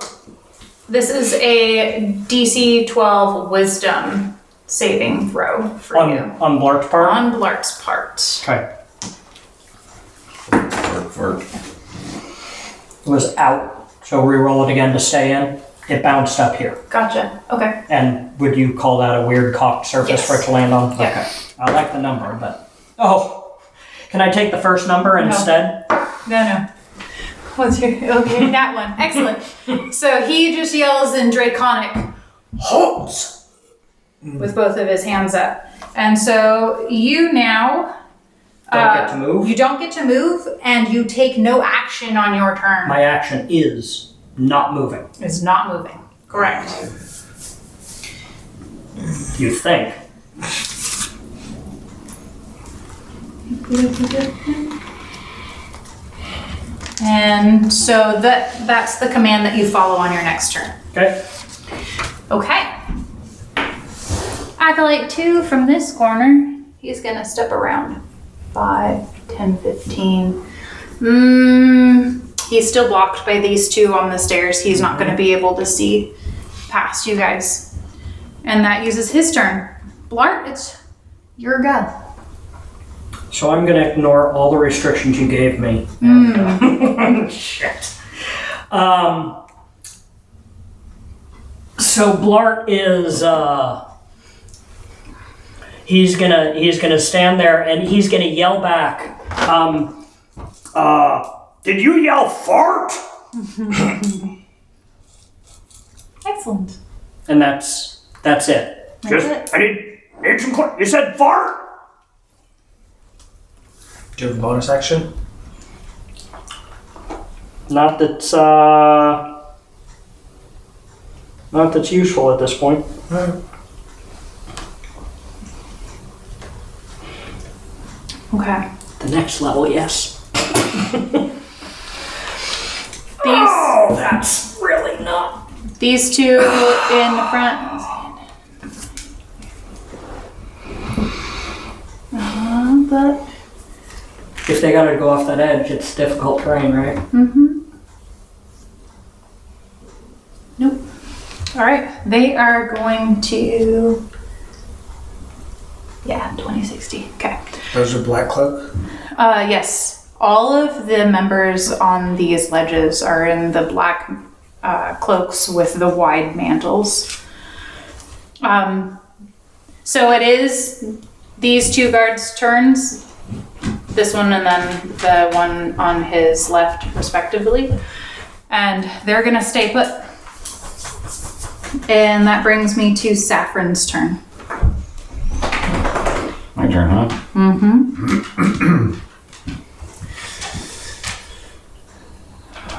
this is a DC 12 Wisdom saving throw for Uh-huh. On, you on Blart's part? on Blart's part. Okay. Work, work. It was out. So re-roll it again to stay in. It bounced up here. Gotcha. Okay. And would you call that a weird cocked surface Yes. for it to land on? Yeah. Okay. I like the number, but oh, can I take the first number instead? No, no. What's your okay? That one. Excellent. so he just yells in Draconic Holds. with both of his hands up, and so you now Don't Uh, get to move. you don't get to move, and you take no action on your turn. My action is not moving. It's not moving. Correct. You think? And so that that's the command that you follow on your next turn. Okay. Okay. Acolyte 2 from this corner. He's gonna step around. 5, 10, 15. Mm, he's still blocked by these two on the stairs. He's not going to be able to see past you guys. And that uses his turn. Blart, it's your gun. So I'm gonna ignore all the restrictions you gave me. Shit. Um. So Blart is uh. He's gonna he's gonna stand there and he's gonna yell back. Um. Uh. Did you yell fart? Excellent. And that's that's it. Just I need need some. cl- You said fart. Do you have a bonus action? Not that's uh. Not that's useful at this point. Okay. The next level, yes. These Oh, that's really not. these two in the front. Uh, but If they gotta go off that edge, it's difficult terrain, right? all right, they are going to. Yeah, twenty sixty. Okay. Those are black cloak. Uh, yes. All of the members on these ledges are in the black uh, cloaks with the wide mantles. Um, so it is these two guards' turns. This one and then the one on his left, respectively. And they're going to stay put. And that brings me to Saffron's turn. Mm-hmm. My turn, huh?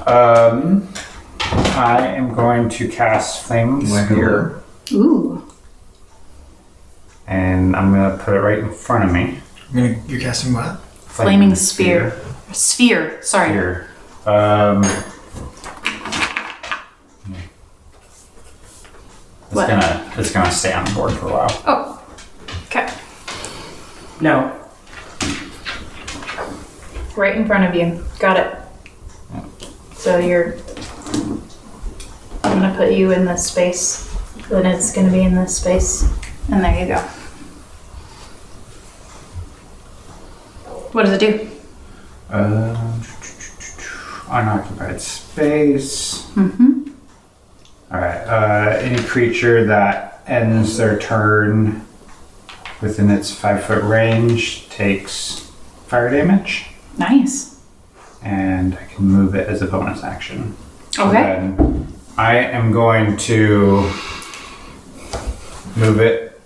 Um, I am going to cast Flame Spear, Ooh. and I'm going to put it right in front of me. I'm gonna, you're casting what? Flaming spear. Sphere. Sorry. Here. Um, it's What? gonna it's gonna stay on the board for a while. Oh. Okay. No. Right in front of you. Got it. So you're. I'm gonna put you in this space. Then it's gonna be in this space. And there you go. What does it do? Um, unoccupied space. Mhm. All right. Uh, any creature that ends their turn within its five foot range takes fire damage, Nice. and I can move it as a bonus action. So Okay. then I am going to move it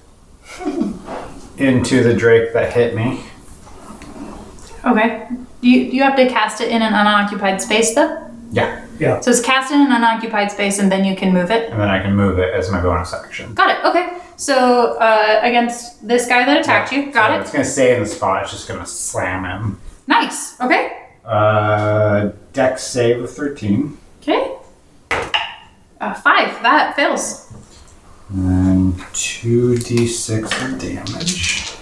into the Drake that hit me. Okay. You you have to cast it in an unoccupied space though. Yeah. So it's cast in an unoccupied space and then you can move it. And then I can move it as my bonus action. Got it. Okay. So uh, against this guy that attacked you. Got So it. It's going to stay in the spot. It's just going to slam him. Nice. Okay. Uh, deck save of 13. Okay. Uh, five. That fails. And 2d6 of damage.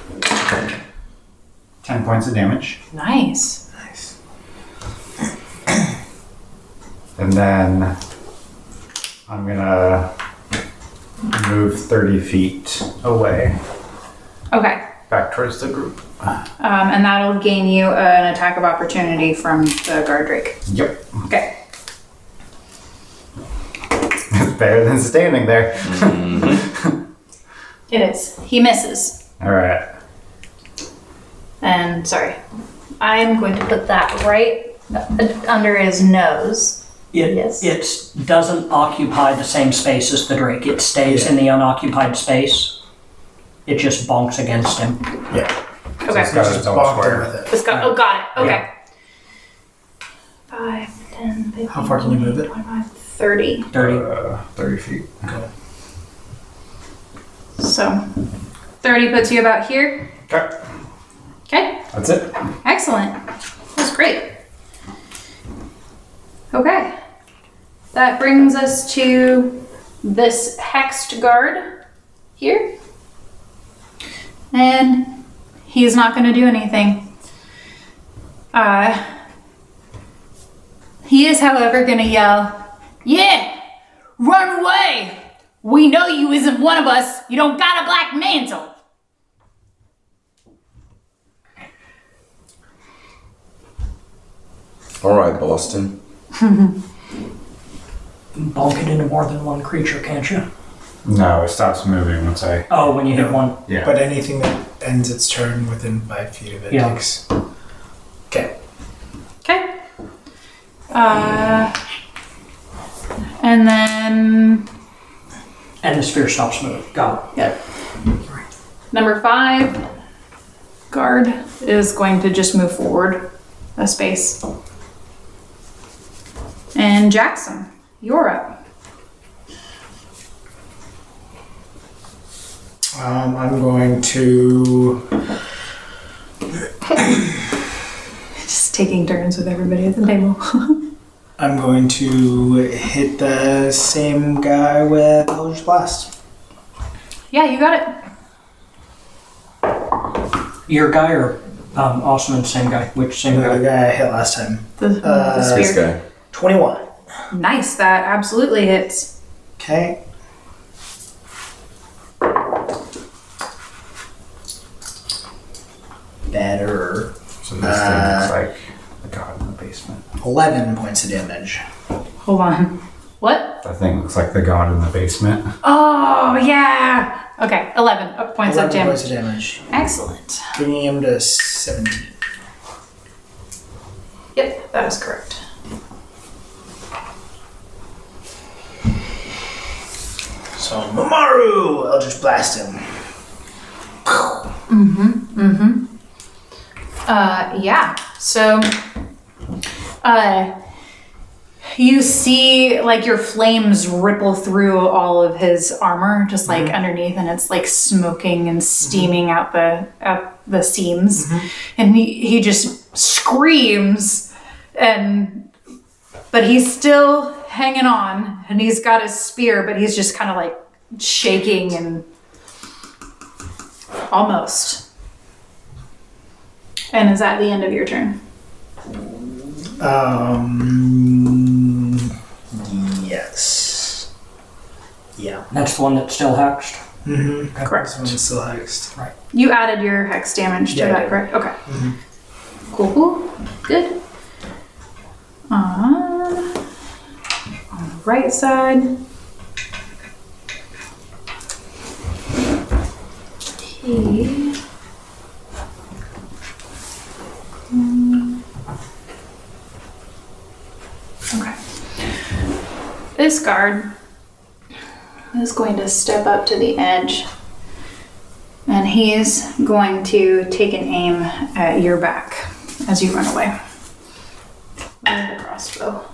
10 points of damage. Nice. And then I'm gonna move 30 feet away, Okay. back towards the group. Um, and that'll gain you an attack of opportunity from the guard drake. Yep. Okay. Better than standing there. It is. He misses. Alright. And sorry. I'm going to put that right under his nose. It, Yes. It doesn't occupy the same space as the Drake. It stays in the unoccupied space. It just bonks against him. Okay. It's got its own Bonk them square. with it. It's got, oh, got it. Okay. Five, ten, fifteen. How far can you move it? 25, 30. 30. Uh, 30 feet. So 30 puts you about here. okay, Okay. that's it. Excellent. That's great. Okay. That brings us to this hexed guard here. And he's not going to do anything. Uh, he is, however, going to yell, Yeah! Run away! We know you isn't one of us. You don't got a black mantle. All right, Boston. Bonk it into more than one creature, can't you? No, it stops moving once I. Oh, when you hit one. Yeah. But anything that ends its turn within five feet of it Yeah. takes. Okay. Okay. Uh, and then And the spear stops moving. Got number five, guard is going to just move forward a space. And Jackson, you're up. Um, I'm going to. Just taking turns with everybody at the table. I'm going to hit the same guy with Eldritch Blast. yeah, you got it. it. Your guy or um, Osman, same guy? Which same The guy? guy I hit last time. The, the Uh, This spear. guy. 21. Nice, that absolutely hits. Okay. Better. So this thing looks like a god in the basement. 11 points of damage. Hold on. What? That thing looks like the god in the basement. Oh, yeah. Okay, 11 up points of 11 damage. points of damage. Excellent. Bringing him to 17. Yep, that is correct. So, Mamaru! Eldritch Blast him. Uh, yeah. So, uh, you see like your flames ripple through all of his armor, just like underneath, and it's like smoking and steaming out the out the seams. And he, he just screams and but he's still hanging on and he's got his spear, but he's just kind of like shaking and almost. And is that the end of your turn? Um. Yes. Yeah. That's the one that's still hexed. Mm-hmm. Correct. This one's still hexed. You added your hex damage to Yeah, Mm-hmm. I that, did. correct? Okay. Cool, cool. Good. Uh, on the right side. He. Okay. This guard is going to step up to the edge and he's going to take an aim at your back as you run away. With the crossbow.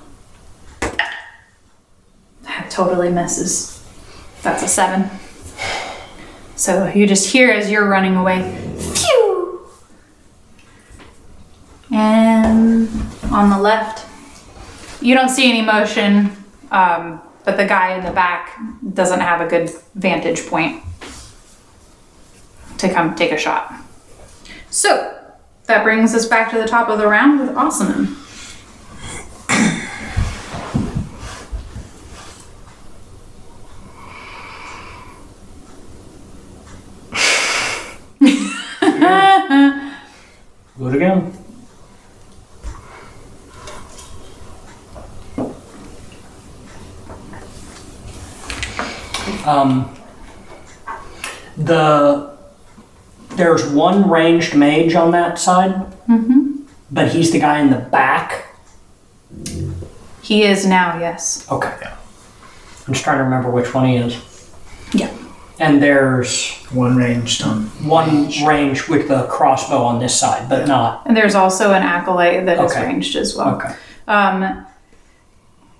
That totally misses. That's a seven. So you just hear as you're running away, phew! And on the left, you don't see any motion, um, but the guy in the back doesn't have a good vantage point to come take a shot. So that brings us back to the top of the round with Awesome. Do it again. Um, the there's one ranged mage on that side, but he's the guy in the back. He is now, yes. Okay, I'm just trying to remember which one he is. Yeah. And there's One ranged on. one range with the crossbow on this side, but not And there's also an acolyte that is Okay. ranged as well. okay. Um,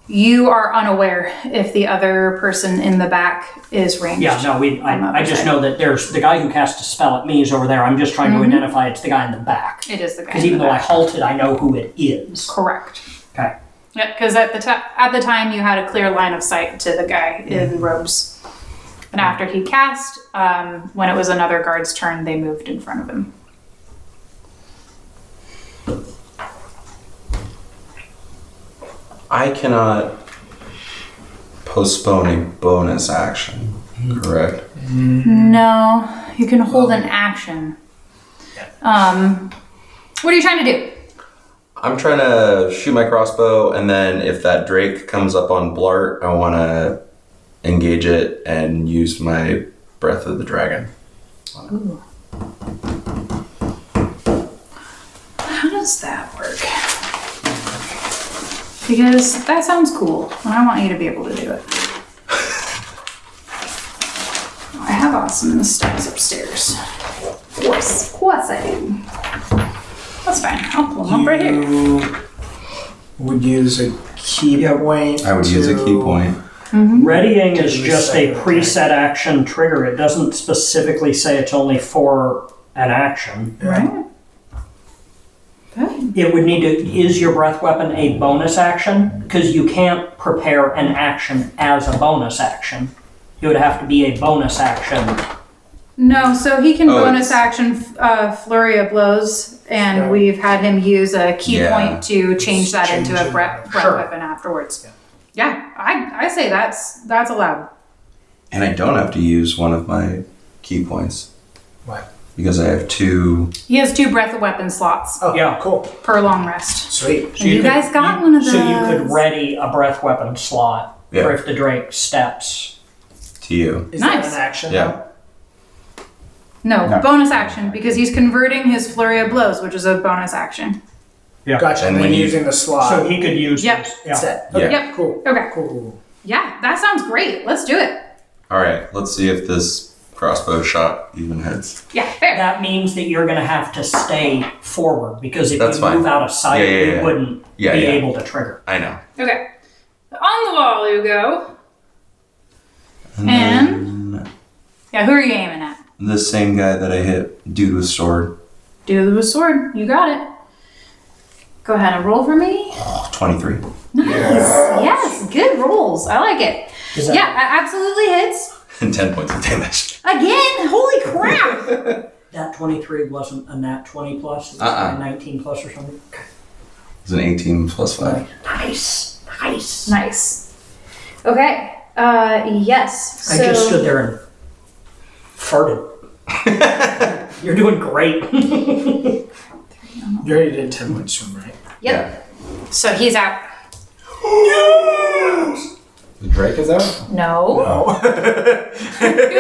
you are unaware if the other person in the back is ranged. Yeah, no, we. I, I just know that there's the guy who cast a spell at me is over there. I'm just trying to identify it's the guy in the back. It is the guy. Because in even the though I back. halted, I know who it is. Correct. Okay. Yeah, because at the ti at the time you had a clear line of sight to the guy Mm-hmm. in robes, and after he cast, um, when it was another guard's turn, they moved in front of him. I cannot postpone a bonus action, correct? No, you can hold an action. Um, what are you trying to do? I'm trying to shoot my crossbow, and then if that Drake comes up on Blart, I want to engage it and use my Breath of the Dragon. How does that work? Because that sounds cool, and I want you to be able to do it. I have awesome in the stacks upstairs. Of course. Of course I do. That's fine. I'll pull them up right here. You would use a key point. I would use a key to- point. Readying is Do a just a second attack. preset action trigger. It doesn't specifically say it's only for an action. Right? Good. It would need to. Is your breath weapon a bonus action? Because you can't prepare an action as a bonus action. It would have to be a bonus action. No, so he can Oh, bonus it's- action uh, flurry of blows, and Yeah. we've had him use a key Yeah. point to change Just that change into a it. breath, breath Sure. weapon afterwards. Yeah, I, I say that's that's allowed. And I don't have to use one of my key points. Why? Because I have two. He has two breath weapon slots Oh, Yeah. Cool. per long rest. Sweet. So And you could- guys got one of So you could those. ready a breath weapon slot Yeah. for if the Drake steps. To you. Is Nice. that an action? Yeah. though? No, No. bonus action because he's converting his flurry of blows, which is a bonus action. Gotcha. And And when then you- using the slot. So he could use. Yep. Yeah. set. Yeah. Okay, Yep. Cool. Okay. Cool. cool. Yeah, that sounds great. Let's do it. All right, let's see if this crossbow shot even hits. Yeah, fair. that means that you're going to have to stay forward because if That's you fine. move out of sight, Yeah, yeah, you yeah. wouldn't Yeah, be yeah. able to trigger. I know. Okay. On the wall you go. And, And? then Yeah, who are you aiming at? the same guy that I hit, dude with sword, Dude with sword. You got it. Go ahead and roll for me. oh, 23. Nice. Yes. Good rolls. I like it. Yeah, a- absolutely hits. And 10 points of damage. Again. Holy crap. That 23 wasn't a nat 20 plus. It was Uh-uh. a 19 plus or something. It's an 18 plus 5. Nice. Nice. Nice. Okay. Uh, yes. So I just stood there and farted. You're doing great. You already did 10 points to him, right? Yep. So he's out. The Drake is out? No. No. You're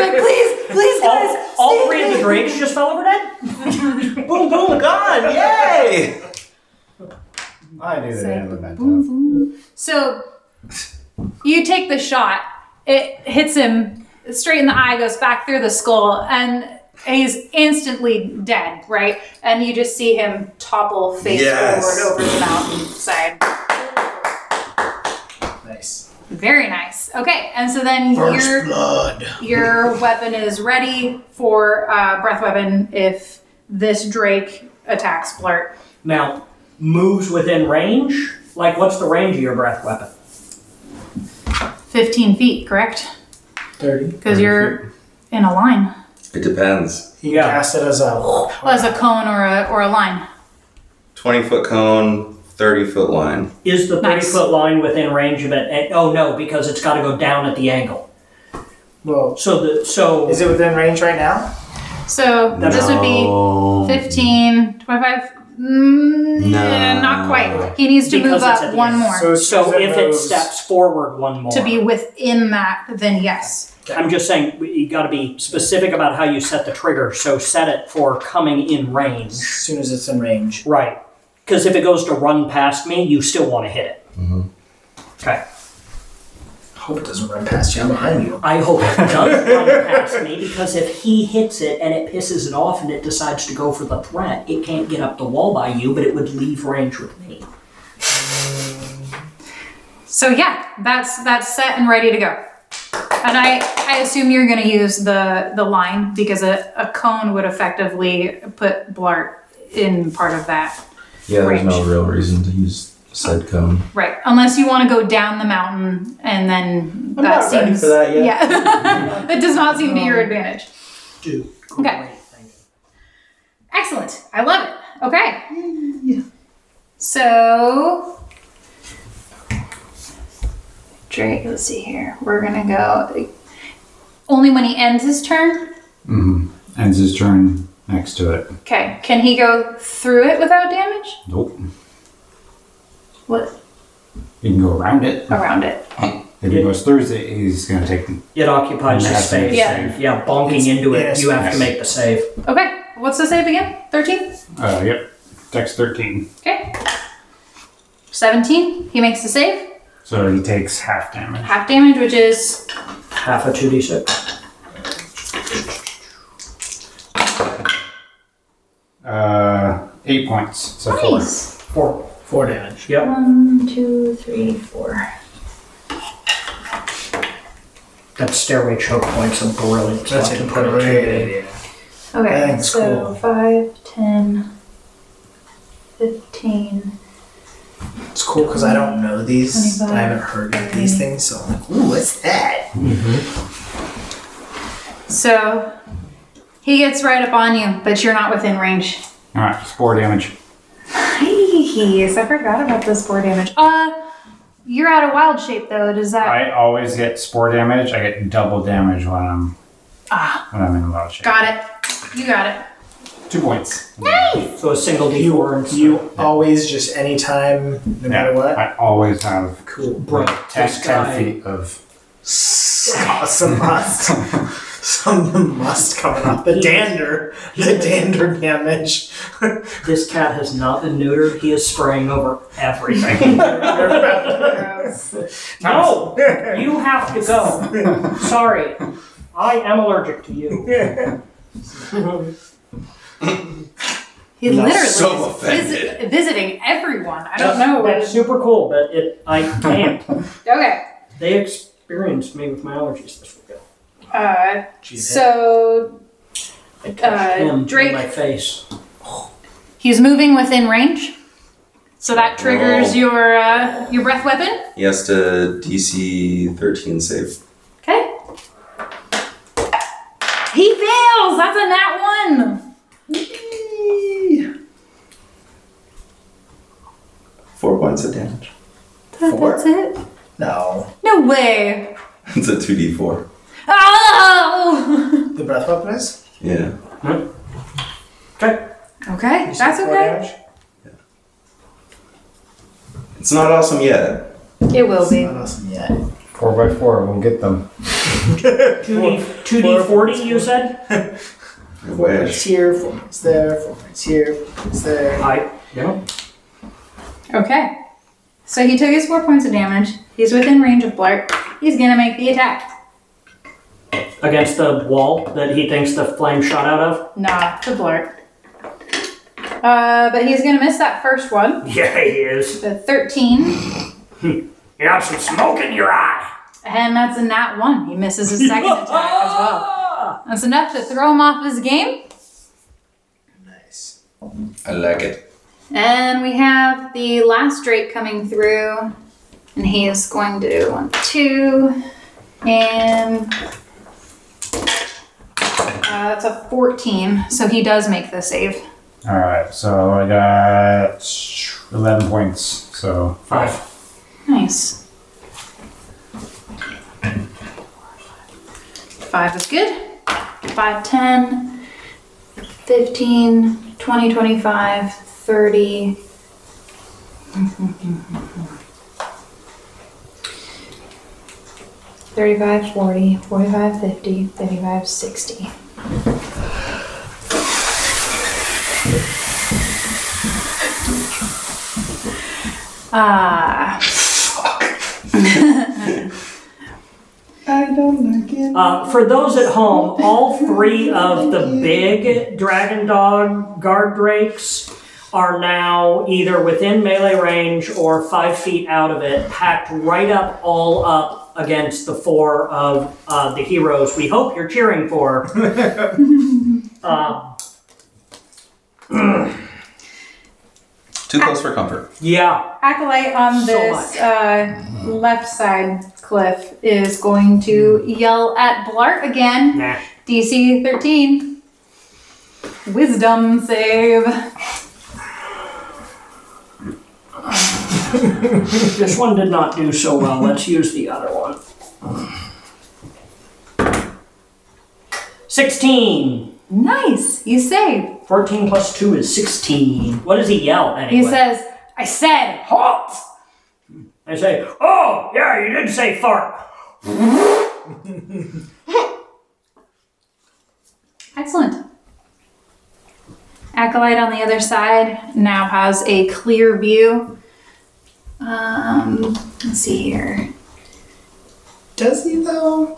like, please, please, guys. all, all three of the drakes just fell over dead. boom, boom, gone. Yay! I knew they had Memento. So you take the shot. It hits him straight in the eye, goes back through the skull, and he's instantly dead, right? And you just see him topple face Yes. forward over the mountainside. Nice. Very nice. Okay, and so then your your weapon is ready for uh, breath weapon if this Drake attacks Blurt. Now, moves within range? Like, what's the range of your breath weapon? Fifteen feet, correct? 30. Because you're in a line. It depends. He cast it as a. Well, as a cone or a or a line. 20 foot cone, 30 foot line. Is the 30 Nice. foot line within range of it? And, oh, no, because it's got to go down at the angle. Well, So, the so is it within range right now? So this would be No. 15, 25. Mm, yeah, not No. quite. He needs to Because move it's at up the one end. more. so if it moves- steps forward one more, to be within that, then yes. I'm just saying you got to be specific about how you set the trigger. So set it for coming in As range, soon as it's in range. right? Because if it goes to run past me, you still want to hit it. Okay. Hope it doesn't run past you. I'm behind you. I hope it does run past me because if he hits it and it pisses it off and it decides to go for the threat, it can't get up the wall by you, but it would leave range with me. So yeah, that's that's set and ready to go. And I, I assume you're going to use the, the line because a, a cone would effectively put Blart in part of that. Yeah, there's no Range. real reason to use said cone. Right. Unless you want to go down the mountain and then that not seems. ready for that yet. Yeah. that does not seem to your advantage. Dude. Oh. Okay. Excellent. I love it. Okay. So Drake. Let's see here. We're gonna go. only when he ends his turn. Mm-hmm. Ends his turn next to it. Okay. Can he go through it without damage? Nope. What He can go around it. around it? If he goes through it, he's going to take the It occupies the Has to make space. a Yeah. save. Yeah, bonking into it, yes, you have yes. to make the save. Okay. What's the save again? Thirteen. Uh, yep. Dex 13. Okay. Seventeen. He makes the save. So he takes half damage. Half damage, which is Half a 2d6. Uh, eight points. So four. Nice. Four. Four damage. Yep. One, two, three, four. That stairway choke point's a brilliant spot That's a to put it great to. idea. Okay, That's so cool. five, ten, fifteen. It's cool because I don't know these. and I haven't heard of these things, so I'm like, ooh, what's that? so. He gets right up on you, but you're not within range. Alright, it's four damage. Jeez, I forgot about this four damage. Uh, you're out of wild shape though. Does that? I always get spore damage. I get double damage when I'm Ah. when I'm in wild shape. Got it. You got it. Two points. So a single d4 and You always just anytime, no matter what. I always have Cool. Bro, ten, this guy- ten feet of Some must. Some must coming up. The dander. The dander damage. This cat has not been neutered. He is spraying over everything. no, you have to go. Sorry, I am allergic to you. It literally so is visit, offended. visiting everyone. I don't know what. That's super cool, but it I can't. Okay. they experienced me with my allergies this weekend. Uh, Jeez, so I touched uh, him in Drake- my face. he's moving within range, so that triggers Roll. your uh, your breath weapon. He has to DC 13 save. Okay. He fails. That's a nat one. Four points of damage. Four? That's it. No. No way. It's a 2d4. Oh. The breath weapon is? Yeah. Okay. Okay, You said that's four okay. damage? It's not awesome yet. It will be. Not awesome yet. Four by four, we'll get them. Two D two D forty. You said. I Four wish. points here, four points there, four points here, four points there. I yeah. Okay. So he took his four points of damage. He's within range of Blart. He's gonna make the attack. Against the wall that he thinks the flame shot out of. Nah, the Blart. Uh, but he's gonna miss that first one. Yeah, he is. The 13, You have some smoke in your eye. and that's a nat one. He misses his second attack as well. That's enough to throw him off his game. I like it. And we have the last Drake coming through, and he is going to do one, two, and uh, that's a 14. So he does make the save. All right, so I got eleven points. So Five. Nice. Five is good. 5, 10, 15, 20, 25, 30. Thirty-five, forty, forty-five, fifty, thirty-five, sixty. Ah, Uh, for those at home, all three of the big dragon dog guard drakes are now either within melee range or five feet out of it, packed right up, all up against the four of uh, the heroes we hope you're cheering for. uh, Too close for comfort. yeah, Acolyte on So this much. uh, left side cliff is going to yell at Blart again. nah. DC 13. Wisdom save. This one did not do so well. Let's use the other one. 16. Nice, you saved. 14 plus 2 is 16. What does he yell anyway? He says, I said, halt! I say, oh, yeah, you did say fart. excellent. Acolyte on the other side now has a clear view. Um, let's see here. Does he though?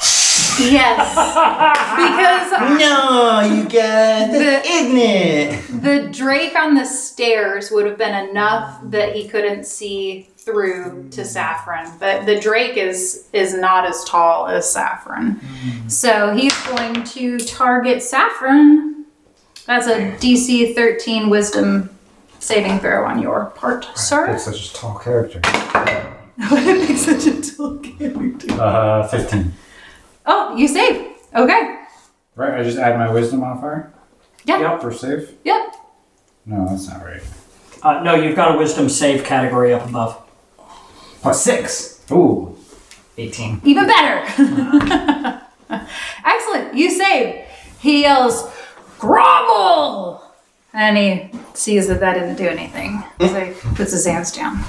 Yes, uh, because No, you guys. The- ignorant. the Drake on the stairs would have been enough that he couldn't see through to Saffron, but the Drake is is not as tall as Saffron. So he's going to target Saffron. That's a DC 13 wisdom saving throw on your part, sir. it's such a tall character. That makes such a tall character. Uh, fifteen. Oh, you save. Okay. Right, I just add my wisdom modifier. Yeah. Yep. For save. Yep. No, that's not right. Uh, no, you've got a wisdom save category up above. Plus six. Ooh. 18. Even better. Excellent. You save. He yells, Grovel! And he sees that that didn't do anything. So he puts his hands down.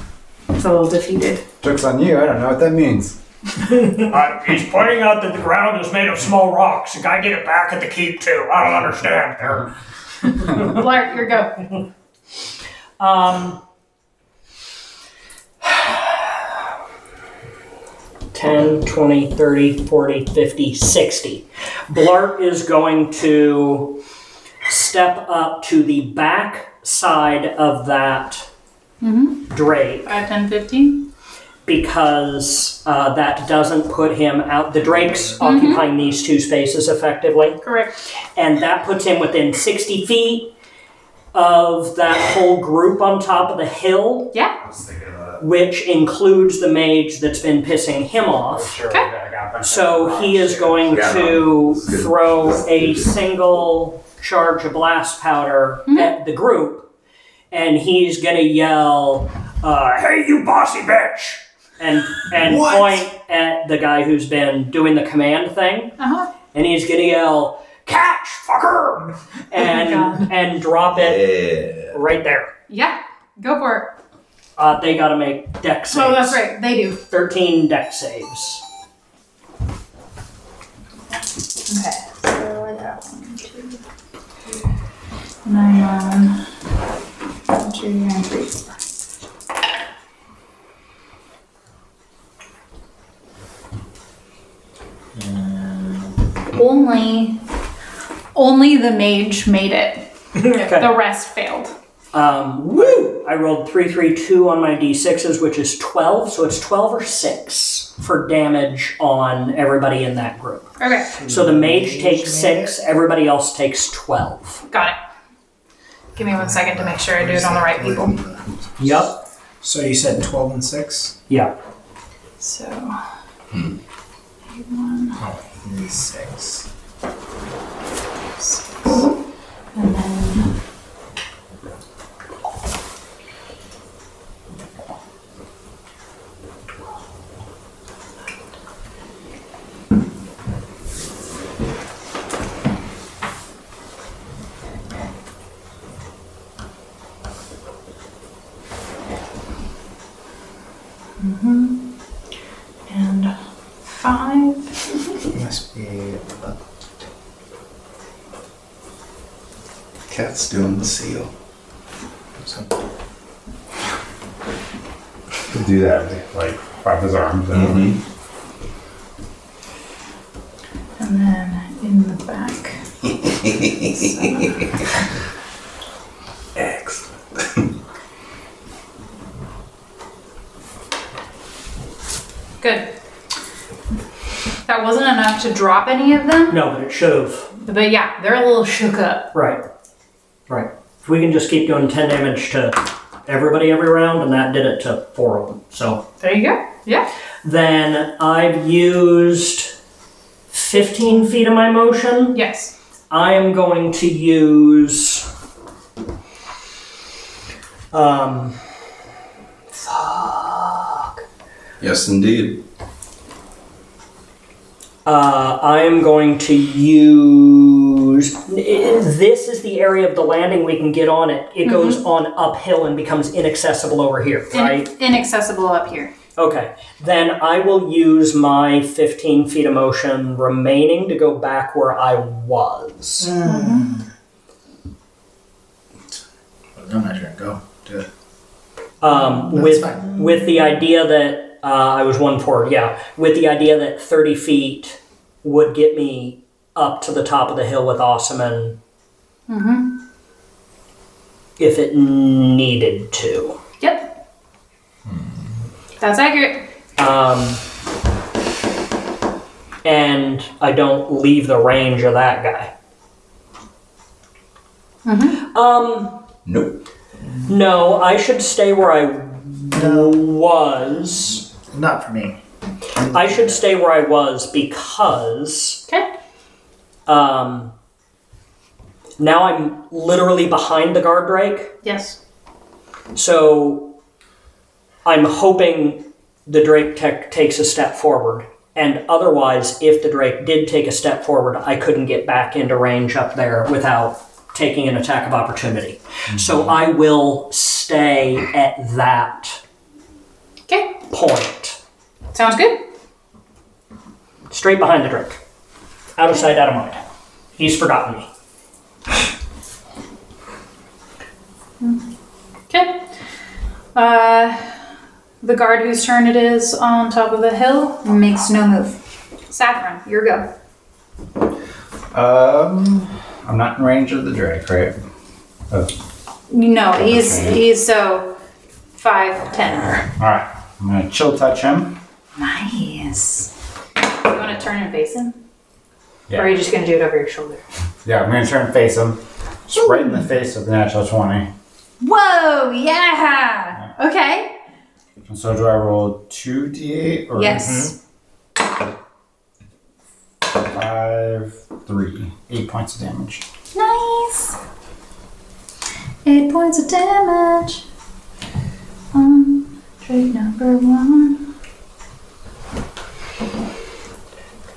He's a little defeated. Joke's on you. I don't know what that means. Uh, he's pointing out that the ground is made of small rocks. The guy did it back at the keep, too. I don't understand. Blart, your go. Um, 10, 20, 30, 40, 50, 60. Blart is going to step up to the back side of that drake 5, 10, 15. because uh, that doesn't put him out. The Drake's occupying these two spaces effectively, Correct. and that puts him within 60 feet of that whole group on top of the hill, Yeah. I was thinking about which includes the mage that's been pissing him it. off. Sure, we gotta go up and- So he is going Yeah, to this is good. This throw is a good. single charge of blast powder Hmm? at the group, and he's going to yell, uh, "Hey, you bossy bitch!" and and What? point at the guy who's been doing the command thing, Uh-huh. and he's going to yell, "Catch, Oh fucker!" and and drop it Yeah. right there. Yeah. Go for it. Uh, they got to make deck saves. Oh, that's right. They do. Thirteen deck saves. So I got one, two, three, nine, one, one, two, nine, three, four. Only Only the mage made it. Okay. The rest failed. Um, woo! I rolled 332 on my d6s, which is 12, so it's 12 or 6 for damage on everybody in that group. Okay, So the mage takes 6, everybody else takes 12. Got it. Give me one second to make sure I do it on the right people. Yep. So you said 12 and 6? Yeah. So, 6. and then and five. Must be. Cat's doing the seal. do that, like flap his arms. And And then in the back. Excellent. Good. That wasn't enough to drop any of them, No, but it should have. but yeah, they're a little shook up. Right. Right. If we can just keep doing 10 damage to everybody every round, and that did it to 4 of them. So. There you go. Yeah. Then I've used 15 feet of my motion. Yes. I am going to use. Um, Yes, indeed. uh, I am going to use. This is the area of the landing we can get on it. It goes on uphill and becomes inaccessible over here, In- right? inaccessible up here. Okay. Then I will use my 15 feet of motion remaining to go back where I was. No measure. Go. Do it. um, That's with fine. with the idea that uh, I was one forward, yeah, with the idea that thirty feet would get me up to the top of the hill with Osman, Mm-hmm. if it needed to. Yep. That's accurate. Um, and I don't leave the range of that guy. Um, Nope. no, I should stay where I was. Not for me. I should stay where I was because. Okay. Um, now I'm literally behind the guard drake, Yes. so I'm hoping the drake tech takes a step forward. And otherwise, if the drake did take a step forward, I couldn't get back into range up there without taking an attack of opportunity. So I will stay at that Okay. point, Sounds good. straight behind the drake, out of sight, out of mind. He's forgotten me. Okay. Uh, the guard whose turn it is on top of the hill makes no move. Saffron, your go. Um, I'm not in range of the drake, right? No, he's he's so five ten. All right. I'm gonna chill touch him. Nice. You want to turn and face him, Yeah. or are you just gonna do it over your shoulder? Yeah, I'm gonna turn and face him. It's right in the face of the natural 20. Whoa! Yeah. Okay. And so do I roll 2d8 or Mm-hmm. Yes. five, three, eight points of damage. Nice. Eight points of damage. Um, trait number one.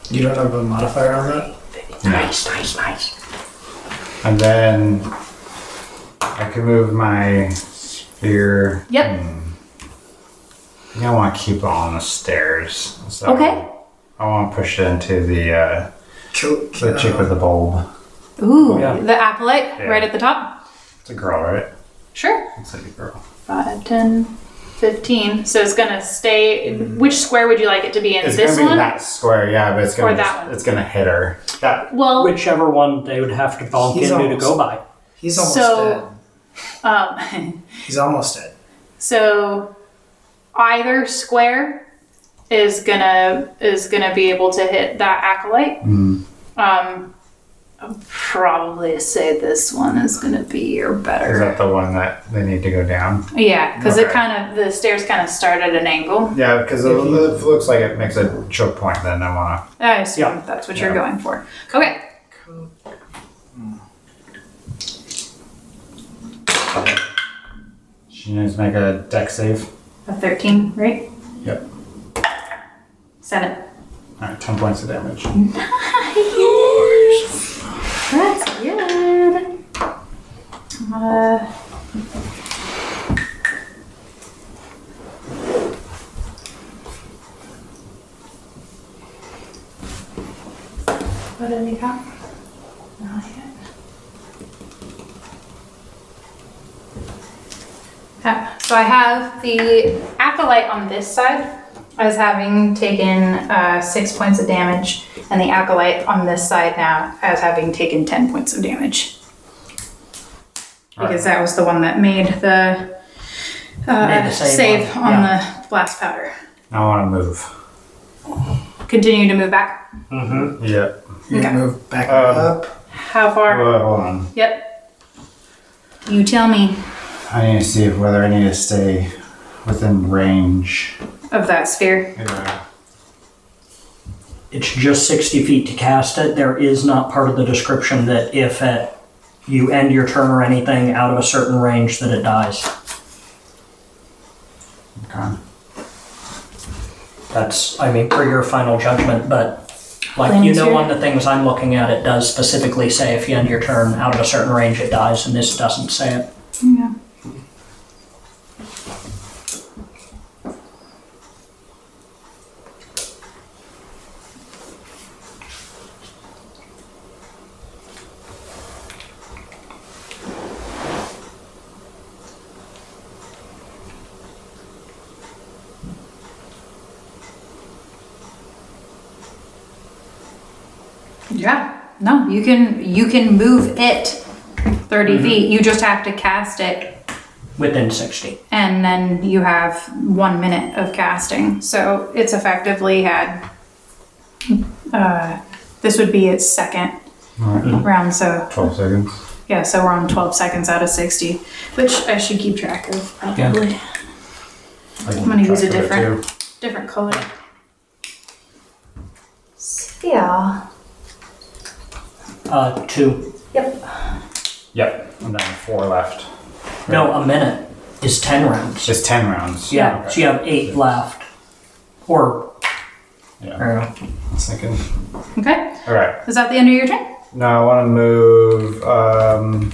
You don't have a modifier on that? Nice, nice, nice. And then I can move my sphere. Yep. I think I want to keep it on the stairs. So Okay. I want to push it into the uh, Choke. the chick with the bulb. Ooh, Yeah. the acolyte Yeah. right at the top. It's a girl, right? Sure. It's like a girl. 5, 10, 15. So it's going to stay. Which square would you like it to be in? Mm-hmm. It's this gonna be one? that square, yeah, but it's Or gonna that one? it's gonna hit her. That Well, Whichever one they would have to bonk He's into to almost- go by. He's almost So- um, dead. He's almost dead. so either square is gonna is gonna be able to hit that acolyte. Hmm. Um, I'll probably say this one is gonna be your is better. that the one that they need to go down. Yeah, because it Okay. kind of the stairs kind of start at an angle. Yeah, because it, it looks like it makes a choke point. Then I wanna I assume Yeah. that's what Yeah. you're going for. Okay. She needs to make a deck save. A 13, right? Yep. Seven. Alright, 10 points of damage. That's good. Uh, what did we got? Not yet. Ah, So I have the acolyte on this side as having taken uh, six points of damage, and the acolyte on this side now as having taken ten points of damage. Because that was the one that made the, uh, Made the save save on- on yeah. the blast powder. I wanna move. Continue to move back. Mm-hmm. Yep. You Okay. move back Um, up. How far? Well, hold on. Yep. You tell me I need to see if whether I need to stay within range. of that sphere. Yeah. It's just 60 feet to cast it. There is not part of the description that if at you end your turn or anything out of a certain range that it dies. Okay. That's, I mean, for your final judgment, but like you Lancer? know, on the things I'm looking at, it does specifically say if you end your turn out of a certain range, it dies, and this doesn't say it. Yeah. Yeah. No, you can you can move it 30 feet. You just have to cast it, Within 60. and then you have one minute of casting. So it's effectively had. Uh, this would be its second Alright. round. So 12 seconds. yeah, so we're on 12 seconds out of 60, which I should keep track of probably. I can I'm gonna use a track of it, different- too. Different color. Yeah. Uh, two. Yep. And then four left. No, a minute is 10 rounds. Just 10 rounds. Yeah, so Okay. you have eight left. Or, I Yeah. don't know. I was thinking. Okay. Alright. Is that the end of your turn? No, I want to move. Um,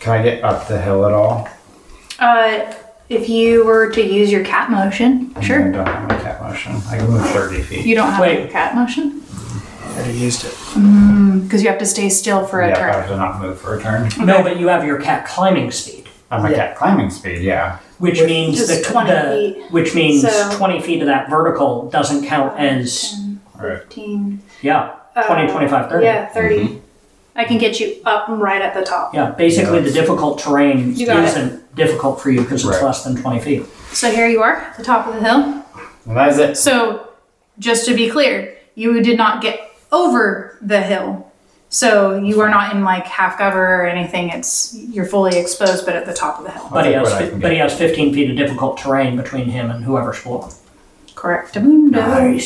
can I get up the hill at all? Uh, if you were to use your cat motion, I sure. don't have my uh, cat motion. I can move 30 feet. You don't have Wait. your cat motion Could have used it. because you have to stay still for a yeah, I turn. have to not move for a turn. No, but you have your cat climbing speed, I'm a cat climbing speed, yeah. which means Just the, 20 the feet. which means So- 20 feet of that vertical doesn't count as All right. 15, yeah. Uh, 20, 25, 30. Yeah, 30. I can get you up and right at the top. Yeah, basically the difficult terrain You got it. isn't difficult for you because it's Right. less than 20 feet. So here you are at the top of the hill. And that is it. So just to be clear, you did not get over the hill. So you are not in like half cover or anything. It's you're fully exposed, but at the top of the hill. But he, take has, what I fi- can but get. he has 15 feet of difficult terrain between him and whoever's below. Correct. Mundo.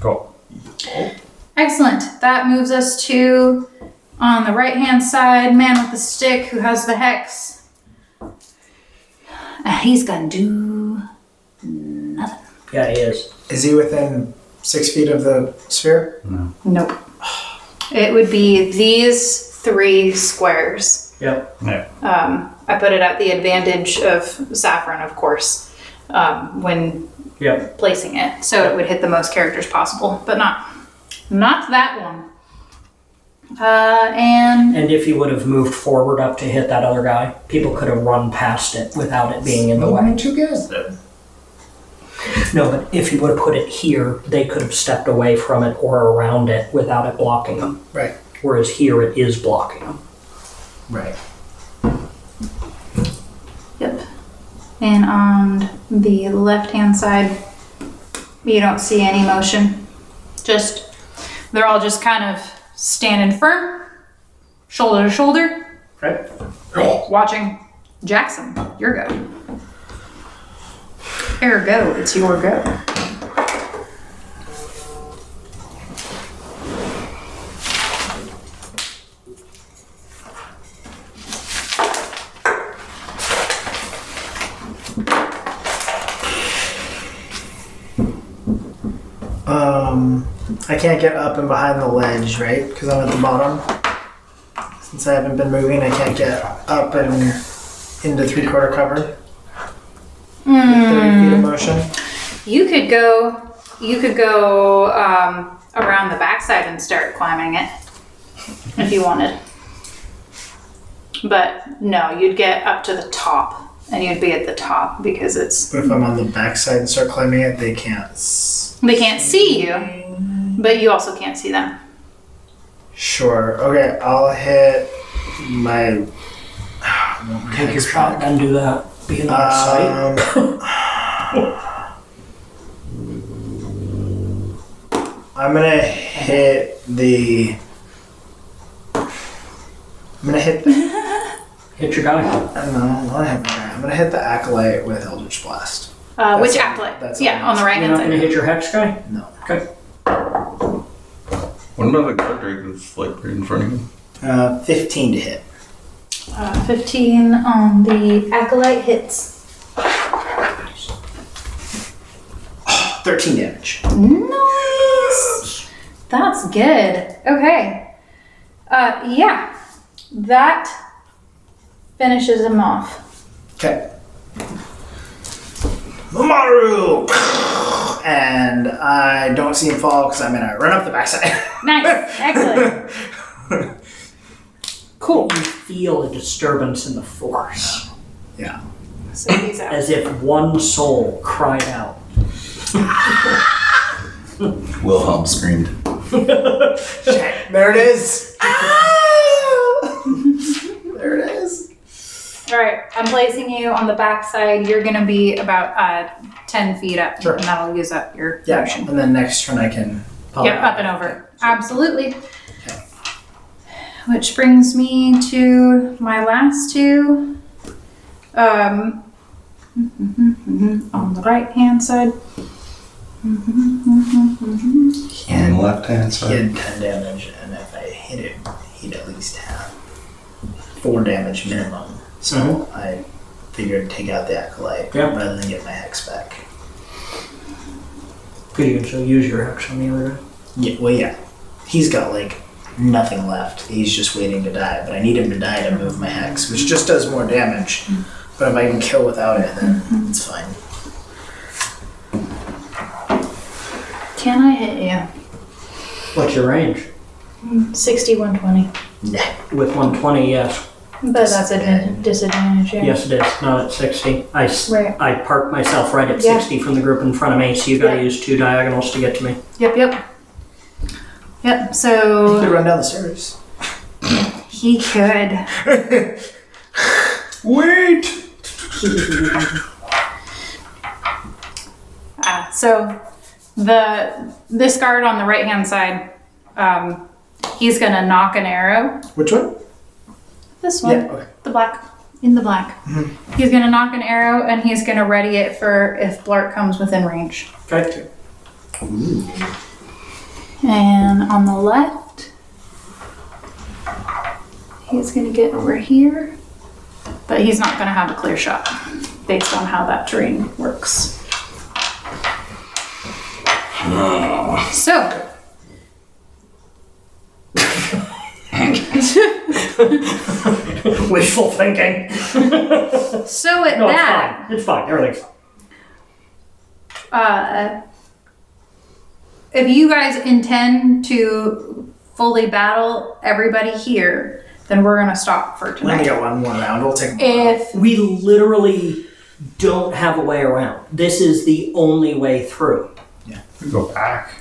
Cool. Excellent. That moves us to on the right hand side, man with the stick who has the hex. Uh, He's gonna do nothing. Yeah, he is. Is he within six feet of the sphere? Nope. It would be these three squares. Yep. Um, I put it at the advantage of Saffron, of course, um, when Yep. placing it, so it would hit the most characters possible, but not not that one. Uh, and And if he would have moved forward up to hit that other guy, people could have run past it without it being Mm-hmm. in the way. two guys then. No, but if he would have put it here, they could have stepped away from it or around it without it blocking them. Right. Whereas here it is blocking them. Right. Yep. And on the left hand side, you don't see any motion. Just, they're all just kind of standing firm, shoulder to shoulder. Right. Watching. Jackson, your go. Ergo, it's your go. Um, I can't get up and behind the ledge, right? Because I'm at the bottom. Since I haven't been moving, I can't get up and into three quarter cover. With Thirty Hmm. feet of motion. You could go, you could go um, around the backside and start climbing it if you wanted. But no, you'd get up to the top and you'd be at the top because it's But if I'm on the backside and start climbing it, they can't. s- they can't see you, but you also can't see them. Sure. Okay, I'll hit my. Take your shot and do that. Be in that sight. Um, I'm gonna hit the. I'm gonna hit the. Hit your guy. I don't know. I don't have my- I'm gonna hit the acolyte with Eldritch Blast. Uh, which That's- applet? that's Yeah, all. on the right You're not going hand to side. hit your hex guy? No. What about the guard drake that's like right in front of you? Uh, 15 to hit. Uh, 15 on the acolyte hits. 13 damage. Nice! That's good. Okay. Uh, yeah. That finishes him off. Okay. Mamaru! And I don't see him fall because I'm gonna run up the backside. Nice. Excellent. Cool. You feel a disturbance in the force So he's out. as if one soul cried out. Wilhelm screamed. there it is! Ah! there it is. All right. I'm placing you on the back side. You're going to be about uh, 10 feet up. Sure. And that'll use up your Yeah, motion. and then next turn I can pop Yep, out. up and over. Absolutely. Which brings me to my last two. Um, on the right hand side. On the left hand He side. did 10 damage, and if I hit him, he'd at least have 4 damage minimum. So I figured take out the acolyte Yeah. rather than get my hex back. Could you so use your hex on the other guy? Yeah, well, yeah. He's got like nothing left. He's just waiting to die, but I need him to die to move my hex, which just does more damage. But if I can kill without it, then Mm-hmm. it's fine. Can I hit What's your range? you? 6120. Nah. With 120, yes. But that's a di- disadvantage, yeah. Yes, it is. Not at 60. I, s- Right. I parked myself right at Yeah. 60 from the group in front of me, so you got to Yeah. use two diagonals to get to me. Yep, yep. Yep, You could so run down the stairs. he could. Wait! Ah, so the this guard on the right hand side, um, he's gonna knock an arrow. Which one? This one, okay. the black, in the black. He's gonna knock an arrow and he's gonna ready it for if Blart comes within range. Okay. And on the left, he's gonna get over here, but he's not gonna have a clear shot based on how that terrain works. So. Wishful thinking. So at No, that, it's fine. It's fine. Everything's fine. uh, if you guys intend to fully battle everybody here, then we're gonna stop for Let me tonight. get one more round. We'll take. If We literally don't have a way around. This is the only way through. We go back.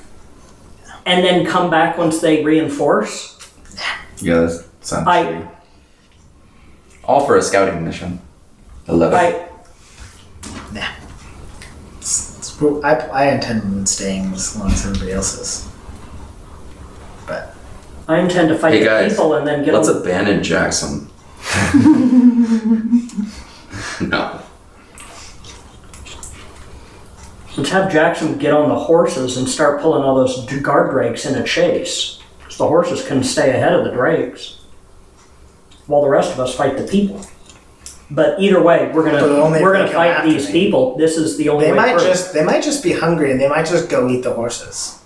And then come back once they reinforce. Yeah, that sounds I- shitty. All for a scouting mission. Eleven. Right. I, I intend on staying as long as everybody else is. I intend to fight Hey, the guys, people and then get Let's them. abandon Jackson. no. Let's have Jackson get on the horses and start pulling all those d- guard drakes in a chase. So the horses can stay ahead of the drakes. While the rest of us fight the people. But either way, we're gonna But only if we're they gonna come fight after these me. people. This is the only They way might through. just they might just be hungry and they might just go eat the horses.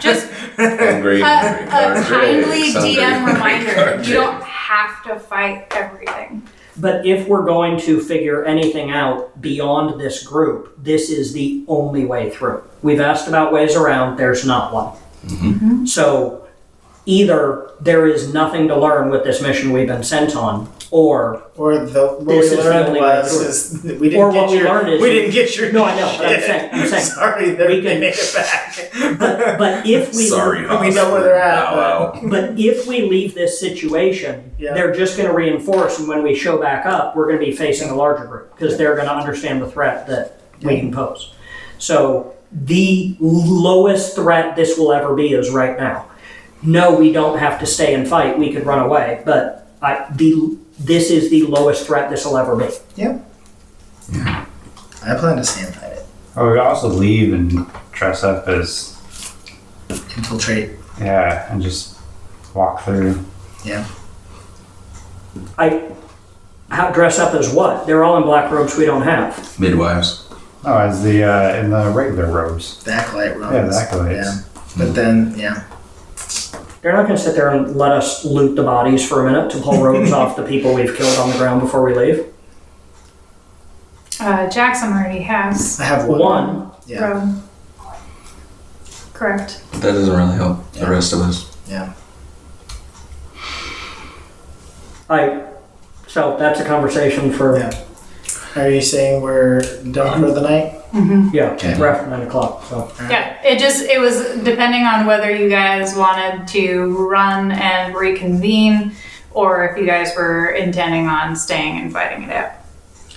just Hungry, a, hungry, a hungry, kindly hungry, DM hungry, reminder, hungry. you don't have to fight everything. But if we're going to figure anything out beyond this group, this is the only way through. We've asked about ways around, there's not one. Mm-hmm. So either there is nothing to learn with this mission we've been sent on, or Or the what This we is the learned only way was through. is that we didn't Or get what we your learned is- we didn't get your No, I know, but I'm shit. saying- I'm saying, sorry that we we can- can make it back. but but if we Sorry, We know where they're at, Wow, wow. but if we leave this situation, Yeah. they're just going to reinforce, and when we show back up, we're going to be facing a larger group because they're going to understand the threat that we can pose. So the lowest threat this will ever be is right now. No, we don't have to stay and fight. We could run away, but I, the this is the lowest threat this will ever be. I plan to stand by it. Oh, we also leave and dress up as Infiltrate. yeah, and just walk through. I how, dress up as what? They're all in black robes. We don't have. Midwives. Oh, as the uh, in the regular robes. The acolyte runs. Yeah, the acolytes. But then, yeah. They're not going to sit there and let us loot the bodies for a minute to pull robes off the people we've killed on the ground before we leave. Uh, Jackson already has I have one. One. Yeah. Rome. Correct. That doesn't really help the rest of us. I. So that's a conversation for yeah, Yeah. Are you saying we're done for the night? Mm-hmm. Okay. we're after nine o'clock. So Yeah, it just it was depending on whether you guys wanted to run and reconvene or if you guys were intending on staying and fighting it out.